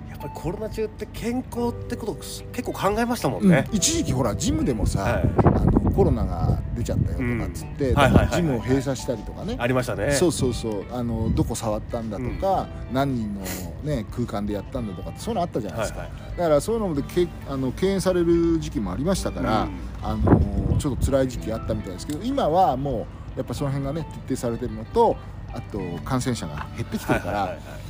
Speaker 2: やっぱりコロナ中って健康ってことを結構考えましたも
Speaker 1: うん
Speaker 2: んね、
Speaker 1: 一時期ほらジムでもさ、
Speaker 2: はい
Speaker 1: あのコロナが出ちゃったよとかっつって、
Speaker 2: うん
Speaker 1: だ
Speaker 2: はいはい
Speaker 1: か
Speaker 2: はいはい
Speaker 1: らジムを閉鎖したりとかね、
Speaker 2: ありましたね
Speaker 1: そうそうそうあのどこ触ったんだとか、何人の、ね、空間でやったんだとかってそういうのあったじゃない
Speaker 2: は
Speaker 1: で
Speaker 2: い
Speaker 1: すか、
Speaker 2: はいはい
Speaker 1: だからそういうのでけあの敬遠される時期もありましたから、
Speaker 2: うん
Speaker 1: あのちょっと辛い時期あったみたいですけど今はもうやっぱその辺がね徹底されてるのとあと感染者が減ってきてるから、
Speaker 2: はいはいはいはい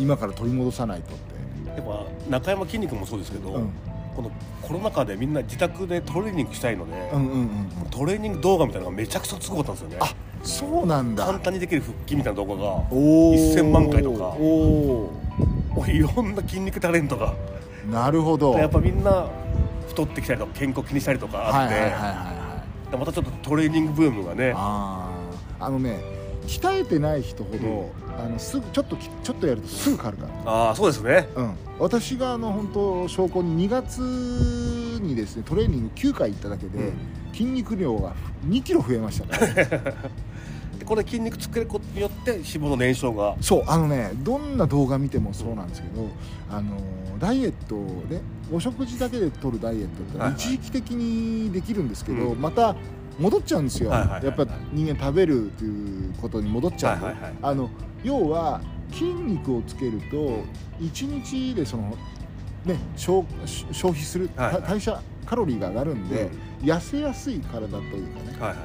Speaker 1: 今から取り戻さないとって
Speaker 2: やっぱ中山筋肉もそうですけど、
Speaker 1: うん
Speaker 2: このコロナ禍でみんな自宅でトレーニングしたいので、
Speaker 1: うんうんうん
Speaker 2: トレーニング動画みたいなのがめちゃくちゃすごかったんですよね
Speaker 1: あそうなんだ
Speaker 2: 簡単にできる腹筋みたいな動画が
Speaker 1: おー
Speaker 2: 1000万回とか
Speaker 1: お
Speaker 2: おいいろんな筋肉タレントが
Speaker 1: ーなるほど
Speaker 2: やっぱみんな太ってきたりとか健康気にしたりとかあ
Speaker 1: は
Speaker 2: っ
Speaker 1: い
Speaker 2: て、
Speaker 1: はいはいはいはい
Speaker 2: でまたちょっとトレーニングブームがね
Speaker 1: あーあのね鍛えてない人ほど、あのすぐちょっときちょっとやるとすぐ変わるか
Speaker 2: ああそうですね
Speaker 1: ら、うん、私があの本当証拠に2月にですねトレーニング9回行っただけで、
Speaker 2: うん
Speaker 1: 筋肉量が2キロ増えましたから
Speaker 2: でこれ筋肉つけることによって脂肪の燃焼が
Speaker 1: そうあのねどんな動画見てもそうなんですけど、あのダイエットでお食事だけで取るダイエットってのは
Speaker 2: はいはい
Speaker 1: 一時期的にできるんですけど、
Speaker 2: う
Speaker 1: また戻っちゃうんですよ、
Speaker 2: はいはいはいはい
Speaker 1: やっぱ人間食べるっていうことに戻っちゃうんで、
Speaker 2: はいはいはい
Speaker 1: あの要は筋肉をつけると1日でその、ね、消消費する、
Speaker 2: はいはい
Speaker 1: 代謝カロリーが上がるんで、痩せやすい体というかね、
Speaker 2: はいはいはい
Speaker 1: うん、だか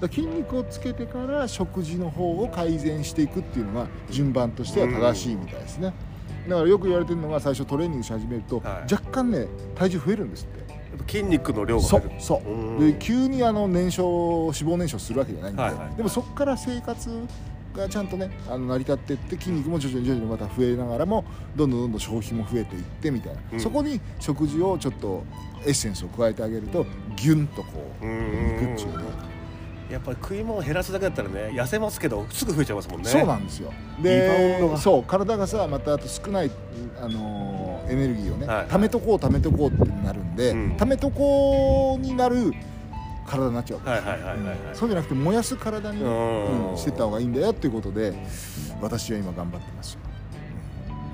Speaker 1: ら筋肉をつけてから食事の方を改善していくっていうのが順番としては正しいみたいですね、だからよく言われてるのが最初トレーニングし始めると、
Speaker 2: はい
Speaker 1: 若干ね体重増えるんですって
Speaker 2: やっぱ筋肉の量が
Speaker 1: そ
Speaker 2: 入
Speaker 1: う
Speaker 2: る
Speaker 1: そううんで急にあの燃焼脂肪燃焼するわけじゃないんで、
Speaker 2: はいはい
Speaker 1: でもそこから生活がちゃんとねあの成り立ってって筋肉も徐々に徐々にまた増えながらもどんどんどんどん消費も増えていってみたいな、
Speaker 2: うん
Speaker 1: そこに食事をちょっとエッセンスを加えてあげるとギュンとこう
Speaker 2: う
Speaker 1: いくっ
Speaker 2: ん
Speaker 1: ちゅうね、
Speaker 2: やっぱり食い物を減らすだけだったらね痩せますけどすぐ増えちゃいますもんね
Speaker 1: そうなんですよ
Speaker 2: リバウンド
Speaker 1: で
Speaker 2: が
Speaker 1: そう体がさまたあと少ない、あのーエネルギーをね、
Speaker 2: はい
Speaker 1: 貯めとこう貯めとこうってなるんで、
Speaker 2: うん
Speaker 1: 貯めとこうになる体になっちゃう、
Speaker 2: はいはいはいはいはい
Speaker 1: うんそうじゃなくて燃やす体に、
Speaker 2: うん
Speaker 1: うんしてった方がいいんだよっていうことで私は今頑張ってますよ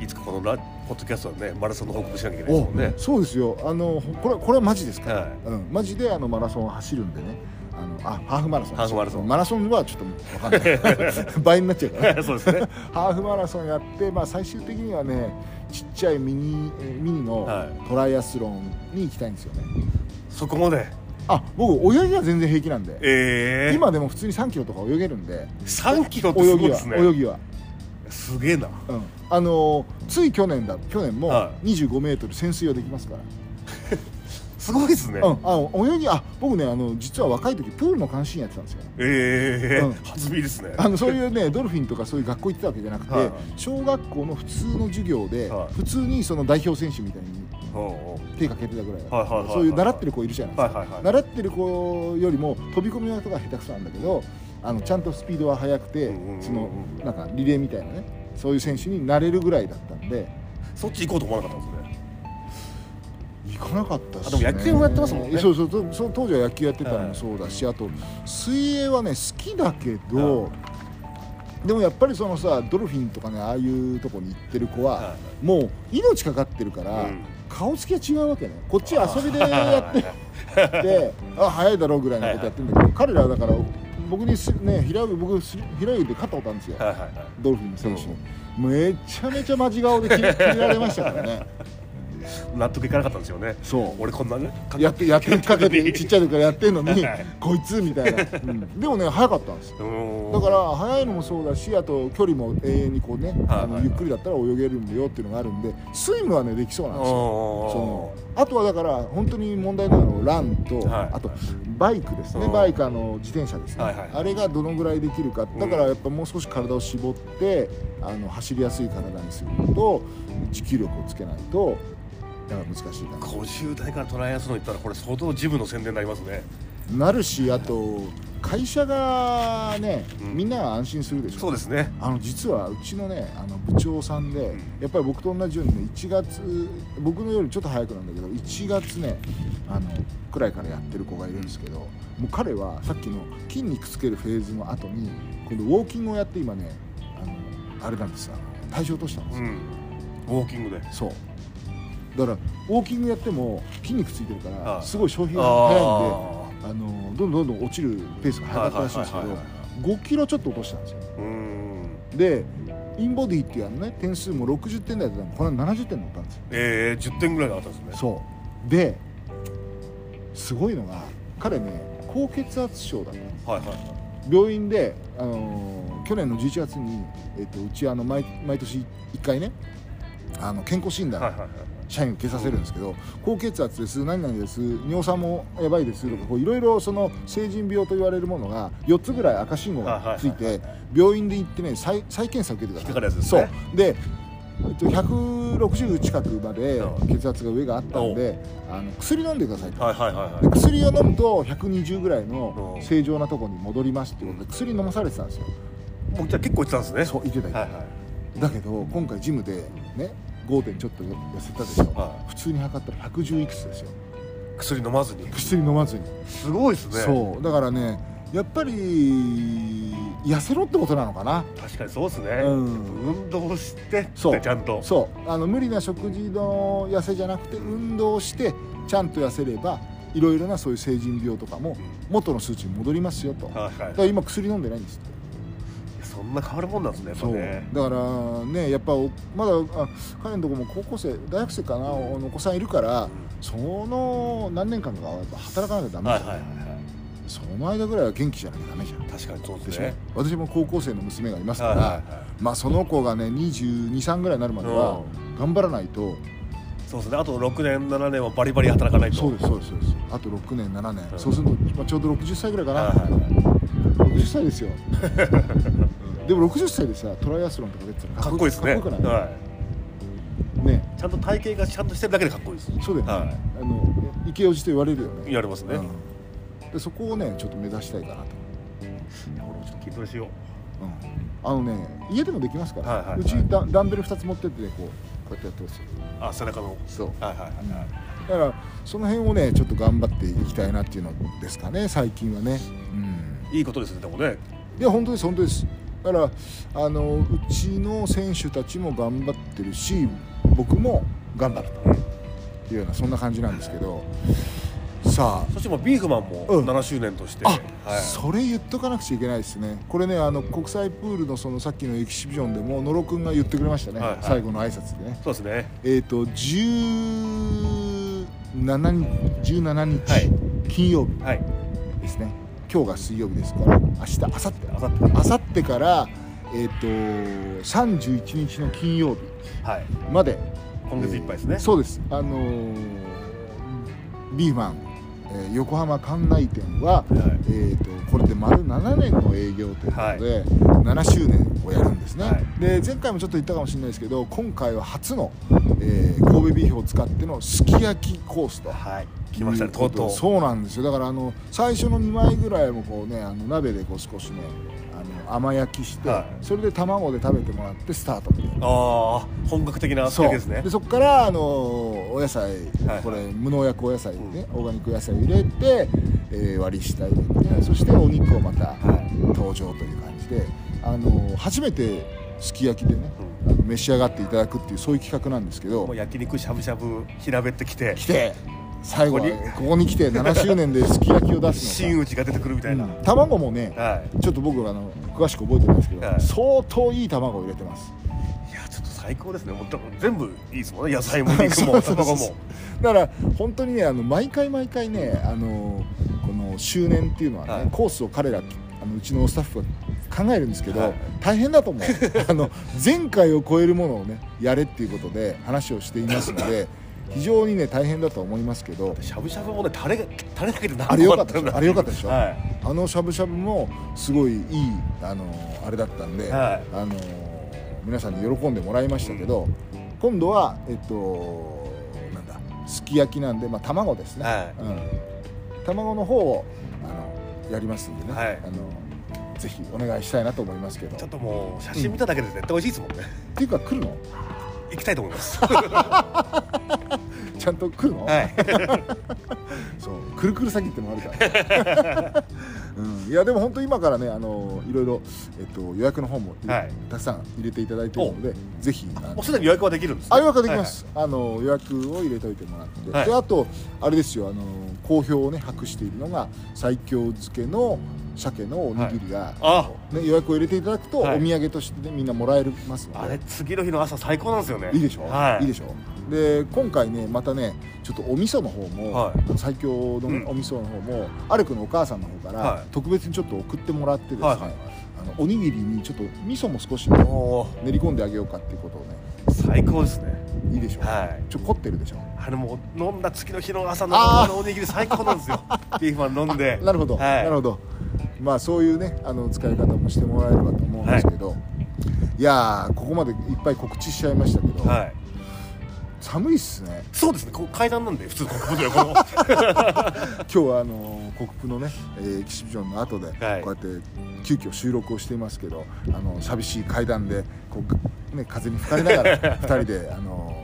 Speaker 2: いつかこのラポッドキャストはねマラソンの報告しなきゃいけないですもんね
Speaker 1: そうですよあのこれこれはマジですから、
Speaker 2: はい
Speaker 1: うん、マジであのマラソンを走るんでねあのあハーフマラソン
Speaker 2: ハーフマラソン
Speaker 1: マラソンはちょっとわかんない 倍になっちゃう から
Speaker 2: そうですね
Speaker 1: ハーフマラソンやって、まあ、最終的にはねちっちゃいミニえーミニの
Speaker 2: はい
Speaker 1: トライアスロンに行きたいんですよね、
Speaker 2: そこまで
Speaker 1: あ僕泳ぎは全然平気なんで、
Speaker 2: ええ
Speaker 1: 今でも普通に3キロとか泳げるんで
Speaker 2: 3キロってす
Speaker 1: 泳
Speaker 2: ごい
Speaker 1: ぎ
Speaker 2: で
Speaker 1: は
Speaker 2: すね
Speaker 1: 泳ぎは、
Speaker 2: すげえな
Speaker 1: うん、あのーつい去年だ去年も
Speaker 2: は
Speaker 1: 2 5メートル潜水はできますから、
Speaker 2: すごいですね、
Speaker 1: うん、あの泳ぎあ僕ねあの実は若い時プールの監視員やってたんですよ
Speaker 2: ええ
Speaker 1: うん
Speaker 2: 初見ですね
Speaker 1: あのそういうねドルフィンとかそういう学校行ってたわけじゃなくて、
Speaker 2: はい
Speaker 1: 小学校の普通の授業で、
Speaker 2: はい
Speaker 1: 普通にその代表選手みたいに
Speaker 2: おうおう
Speaker 1: 手かけてたぐらいだ
Speaker 2: はいはいはいはい
Speaker 1: そういう習ってる子いるじゃないですか、
Speaker 2: はいはいはい
Speaker 1: 習ってる子よりも飛び込みのとが下手くそなんだけどあのちゃんとスピードは速くて
Speaker 2: うんうんうんうん
Speaker 1: そのなんかリレーみたいなねそういう選手になれるぐらいだったんで
Speaker 2: そっち行こうと思わなかったんですね
Speaker 1: 行かなかったっす
Speaker 2: あでも野球もやってますもんね
Speaker 1: そうそうそうその当時は野球やってたの
Speaker 2: は
Speaker 1: も
Speaker 2: い
Speaker 1: そうだし、あと水泳はね好きだけど、でもやっぱりそのさドルフィンとかねああいうとこに行ってる子は、
Speaker 2: は
Speaker 1: もう命かかってるから、
Speaker 2: うん
Speaker 1: 顔つきが違うわけねこっちは遊びでやって であ早いだろうぐらいのことやってるんだけど、彼らはだから僕にすね平泳ぎ僕す平泳ぎで勝ったことあるんですよ、
Speaker 2: はいはいはい
Speaker 1: ドルフィンの選手に、めちゃめちゃマジ顔で切れ切れられましたからね
Speaker 2: 納得いかなかったんですよね
Speaker 1: そう
Speaker 2: 俺こんなねか
Speaker 1: やってやってかけてちっちゃい時からやってんのに
Speaker 2: はい
Speaker 1: こいつみたいな、うんでもね早かったんですよ
Speaker 2: うーん
Speaker 1: だから速いのもそうだしあと距離も永遠にこうね、
Speaker 2: はい
Speaker 1: あの
Speaker 2: はい
Speaker 1: ゆっくりだったら泳げるんだよっていうのがあるんでスイムはねできそうなんですよその
Speaker 2: お
Speaker 1: あとはだから本当に問題なのはランと、
Speaker 2: はい
Speaker 1: あとバイクですね
Speaker 2: うん
Speaker 1: バイクあの自転車ですね、
Speaker 2: はいはい
Speaker 1: あれがどのぐらいできるかだからやっぱもう少し体を絞ってあの走りやすい体にするのと持久力をつけないとだから難しいかな
Speaker 2: 50代からトライアスロン行ったらこれ相当ジムの宣伝になりますね
Speaker 1: なるしあと会社がね、
Speaker 2: うん
Speaker 1: みんなが安心するでしょ
Speaker 2: そうですね
Speaker 1: あの実はうちのねあの部長さんで、
Speaker 2: ん
Speaker 1: やっぱり僕と同じようにね1月僕のよりちょっと早くなんだけど1月ねあのくらいからやってる子がいるんですけど、もう彼はさっきの筋肉つけるフェーズの後に今度ウォーキングをやって今ねあのあれなんですよ体重落としたんです
Speaker 2: う
Speaker 1: よ、
Speaker 2: んウォーキングで
Speaker 1: そうだからウォーキングやっても筋肉ついてるから
Speaker 2: はい
Speaker 1: すごい消費が早いんで。あのどんどんどんどん落ちるペースが速かったらしいんですけ
Speaker 2: はい
Speaker 1: ど
Speaker 2: はいはい
Speaker 1: 5キロちょっと落としたんですよ
Speaker 2: うーん
Speaker 1: でインボディっていうあのね点数も60点台だったのこれは70点乗ったんですよ
Speaker 2: ええ10点ぐらいがあったんですね
Speaker 1: そうですごいのが彼ね高血圧症だったんです
Speaker 2: はいはい
Speaker 1: 病院で、あのー去年の11月に、えっとうちあの毎毎年1回ねあの健康診断、
Speaker 2: はいはいはい
Speaker 1: 社員受けさせるんですけど高血圧です何々です尿酸もやばいですとかこういろいろその成人病と言われるものが4つぐらい赤信号がついて病院で行ってね再再検査を受けて
Speaker 2: 引っか
Speaker 1: か
Speaker 2: からるやつですね
Speaker 1: そうでえっと160近くまで血圧が上があったんであの薬飲んでくださいと
Speaker 2: はいはいはいはい
Speaker 1: で薬を飲むと120ぐらいの
Speaker 2: うん
Speaker 1: 正常なところに戻りますっていうことで薬飲まされてたんですよ
Speaker 2: 僕じゃあ結構行ってたんですね
Speaker 1: そう言ってた言ってた
Speaker 2: はいはい
Speaker 1: だけど今回ジムでね 5. 点ちょっと痩せたでしょ
Speaker 2: は
Speaker 1: 普通に測ったら110いくつです
Speaker 2: い
Speaker 1: よ
Speaker 2: 薬飲まずに
Speaker 1: 薬飲まずに、
Speaker 2: すごいですね
Speaker 1: そうだからねやっぱり痩せろってことなのかな
Speaker 2: 確かにそうですね、
Speaker 1: うん
Speaker 2: 運動してって
Speaker 1: そう
Speaker 2: ちゃんと
Speaker 1: そうあの無理な食事の痩せじゃなくて運動をしてちゃんと痩せればいろいろなそういう成人病とかも元の数値に戻りますよと、だか
Speaker 2: はいはい
Speaker 1: ら今薬飲んでないんですって
Speaker 2: そんな変わるもんなんですねやっぱ
Speaker 1: そう
Speaker 2: ね
Speaker 1: だからねやっぱおまだあ彼のとこも高校生大学生かな、おお子さんいるからその何年間かはやっぱ働かなきゃダメじ
Speaker 2: はい
Speaker 1: ゃん、
Speaker 2: はいはいはい
Speaker 1: その間ぐらいは元気じゃなきゃダメじゃん
Speaker 2: 確かにそうで
Speaker 1: ですしょ、
Speaker 2: ね
Speaker 1: 私も高校生の娘がいますから、
Speaker 2: はいはいはい
Speaker 1: まあその子がね223ぐらいになるまでは頑張らないと、
Speaker 2: そうですねあと6年7年はバリバリ働かないと
Speaker 1: そうですそうですそうですあと6年7年、
Speaker 2: うん
Speaker 1: そうすると、まあ、ちょうど60歳ぐらいかな、
Speaker 2: はいはいは
Speaker 1: 60歳ですようんでも60歳でさトライアスロンとか出てたら
Speaker 2: いかっこいいですね
Speaker 1: かっこよくない、
Speaker 2: は
Speaker 1: ね
Speaker 2: いちゃんと体型がちゃんとしてるだけでかっこいいです
Speaker 1: そうだよね、
Speaker 2: は
Speaker 1: あの池オジと言われるよね
Speaker 2: い言われますね、
Speaker 1: うんでそこをねちょっと目指したいかなと、
Speaker 2: いや俺もちょっと筋トレしよう
Speaker 1: うんあのね家でもできますから、
Speaker 2: はいはいはいう
Speaker 1: ちダダンベル2つ持ってってねこうこうやってやってますよ
Speaker 2: あ背中の
Speaker 1: そう
Speaker 2: はいはいはいはい
Speaker 1: だからその辺をねちょっと頑張っていきたいなっていうのですかね最近はねうん
Speaker 2: いいことですねでもね
Speaker 1: いや本当です本当ですだからあのうちの選手たちも頑張ってるし僕も頑張るというようなそんな感じなんですけどさあ
Speaker 2: そしてもうビーフマンも
Speaker 1: うん
Speaker 2: 7周年として、
Speaker 1: あ、
Speaker 2: はい、
Speaker 1: それ言っとかなくちゃいけないですねこれねあの国際プールのそのさっきのエキシビションでも野呂君が言ってくれましたね、
Speaker 2: はいはい
Speaker 1: 最後の挨拶でね
Speaker 2: そうですね
Speaker 1: えっ、と17日17日、
Speaker 2: はい
Speaker 1: 金曜日
Speaker 2: はい
Speaker 1: ですね今日が水曜日ですから明日明後日明後日からえっ、と31日の金曜日
Speaker 2: はい
Speaker 1: まで
Speaker 2: 今月いっぱいですね、
Speaker 1: そうですあのービーフマン、えー横浜館内店は、
Speaker 2: はい
Speaker 1: えー、とこれで丸7年の営業ということで、
Speaker 2: はい
Speaker 1: 7周年をやるんですね、
Speaker 2: は
Speaker 1: で前回もちょっと言ったかもしれないですけど今回は初の、えー神戸ビーフを使ってのすき焼きコースと
Speaker 2: はい来ましたねとうとう
Speaker 1: そうなんですよだからあの最初の2枚ぐらいもこうねあの鍋でこう少しねあの甘焼きして、
Speaker 2: はい
Speaker 1: それで卵で食べてもらってスタートみたいな
Speaker 2: ああ本格的な
Speaker 1: そう
Speaker 2: 酒ですね
Speaker 1: でそこからあのお野菜、
Speaker 2: はい
Speaker 1: これ無農薬お野菜ね、オーガニックお野菜を入れて、えー割り下入れてそしてお肉をまた登場という感じであの初めてすき焼きでね、あの召し上がっていただくっていうそういう企画なんですけど
Speaker 2: もう焼肉しゃぶしゃぶ平べってきて
Speaker 1: 来て最後は
Speaker 2: ここに
Speaker 1: ここに来て7周年ですき焼きを出す
Speaker 2: 真
Speaker 1: の
Speaker 2: 打ちが出てくるみたいな、
Speaker 1: か、うん卵もね、
Speaker 2: はい
Speaker 1: ちょっと僕あの詳しく覚えてないんですけど、
Speaker 2: はい
Speaker 1: 相当いい卵を入れてます
Speaker 2: いやちょっと最高ですねもう多分全部いいですもんね野菜も 肉も卵も
Speaker 1: だから本当にねあの毎回毎回ねあのこの周年っていうのはね、
Speaker 2: はい
Speaker 1: コースを彼らあのうちのスタッフが考えるんですけど、
Speaker 2: はい
Speaker 1: 大変だと思う あの前回を超えるものをねやれっていうことで話をしていますので非常にね大変だと思いますけど
Speaker 2: しゃぶしゃぶもねタレがタレだけで
Speaker 1: あれ良か ったでしょあれ良かったでしょ、
Speaker 2: はい
Speaker 1: あのしゃぶしゃぶもすごいいいあのあれだったんで、
Speaker 2: はい
Speaker 1: あの皆さんに喜んでもらいましたけど、今度はえっとなんだすき焼きなんでまあ卵ですね、
Speaker 2: は
Speaker 1: うん、卵の方をあのやりますんでね、
Speaker 2: はい
Speaker 1: あのぜひお願いしたいなと思いますけど
Speaker 2: ちょっともう写真見ただけで絶対美味しいですもんね、
Speaker 1: っていうか来るの
Speaker 2: 行きたいと思い ます
Speaker 1: ちゃんと来るの、
Speaker 2: はい
Speaker 1: そうくるくる詐欺ってのもあるから、 うん、いやでも本当今からねあのいろいろ、えっと、予約の方も、
Speaker 2: はい
Speaker 1: たくさん入れていただいているのでぜひ あ
Speaker 2: もう
Speaker 1: の
Speaker 2: すでに予約はできるんですね、
Speaker 1: あ予約はできます、あの予約を入れておいてもらって、
Speaker 2: はい
Speaker 1: であとあれですよあの好評をね博しているのが西京漬けの鮭のおにぎりが、
Speaker 2: はいはい、
Speaker 1: ね、予約を入れていただくと、
Speaker 2: はい
Speaker 1: お土産として、ね、みんなもらえますので
Speaker 2: ああれ次の日の朝最高なんですよね
Speaker 1: いいでしょ、
Speaker 2: はい
Speaker 1: いでしょで今回ねまたねちょっとお味噌の方も、
Speaker 2: はい
Speaker 1: 最強の
Speaker 2: うん
Speaker 1: お味噌の方も、アレクのお母さんの方から、
Speaker 2: はい
Speaker 1: 特別にちょっと送ってもらってですね、
Speaker 2: はいはいはい
Speaker 1: あのおにぎりにちょっと味噌も少しね
Speaker 2: おー
Speaker 1: 練り込んであげようかっていうことをね
Speaker 2: 最高ですね
Speaker 1: いいでしょ、
Speaker 2: はい
Speaker 1: ちょ凝ってるでしょ
Speaker 2: あれもう飲んだ次の日の朝の
Speaker 1: あー
Speaker 2: あのおにぎり最高なん ですよビーフマン飲んで
Speaker 1: なるほど、
Speaker 2: はい、
Speaker 1: なるほどまあそういうねあの使い方もしてもらえればと思うんですけど、い、やーここまでいっぱい告知しちゃいましたけど、
Speaker 2: はい
Speaker 1: 寒いっすね
Speaker 2: そうですねここ階段なんで普通ここだよ この
Speaker 1: 今日はあの国府のね、えーエキシビションの後で、
Speaker 2: はい
Speaker 1: こうやって急遽収録をしていますけどあの寂しい階段でこう、ね、風に吹かれながら 二人であの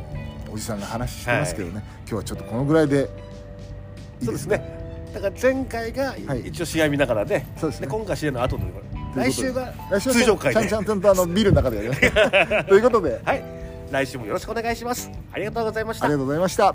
Speaker 1: おじさんが話してますけどね、今日はちょっとこのぐらいでいい
Speaker 2: そう
Speaker 1: で
Speaker 2: ですす
Speaker 1: ね
Speaker 2: ねだから前回が
Speaker 1: い
Speaker 2: 一応試合見ながらで,、
Speaker 1: そうですね
Speaker 2: 今回試合の後の
Speaker 1: ということで
Speaker 2: 来週が
Speaker 1: 来週は
Speaker 2: 通常会
Speaker 1: ちゃん
Speaker 2: で
Speaker 1: ちゃんちゃんとあのビルの中でやります ということで
Speaker 2: はい来週もよろしくお願いしますありがとうございまし
Speaker 1: あ
Speaker 2: た
Speaker 1: りがとうございました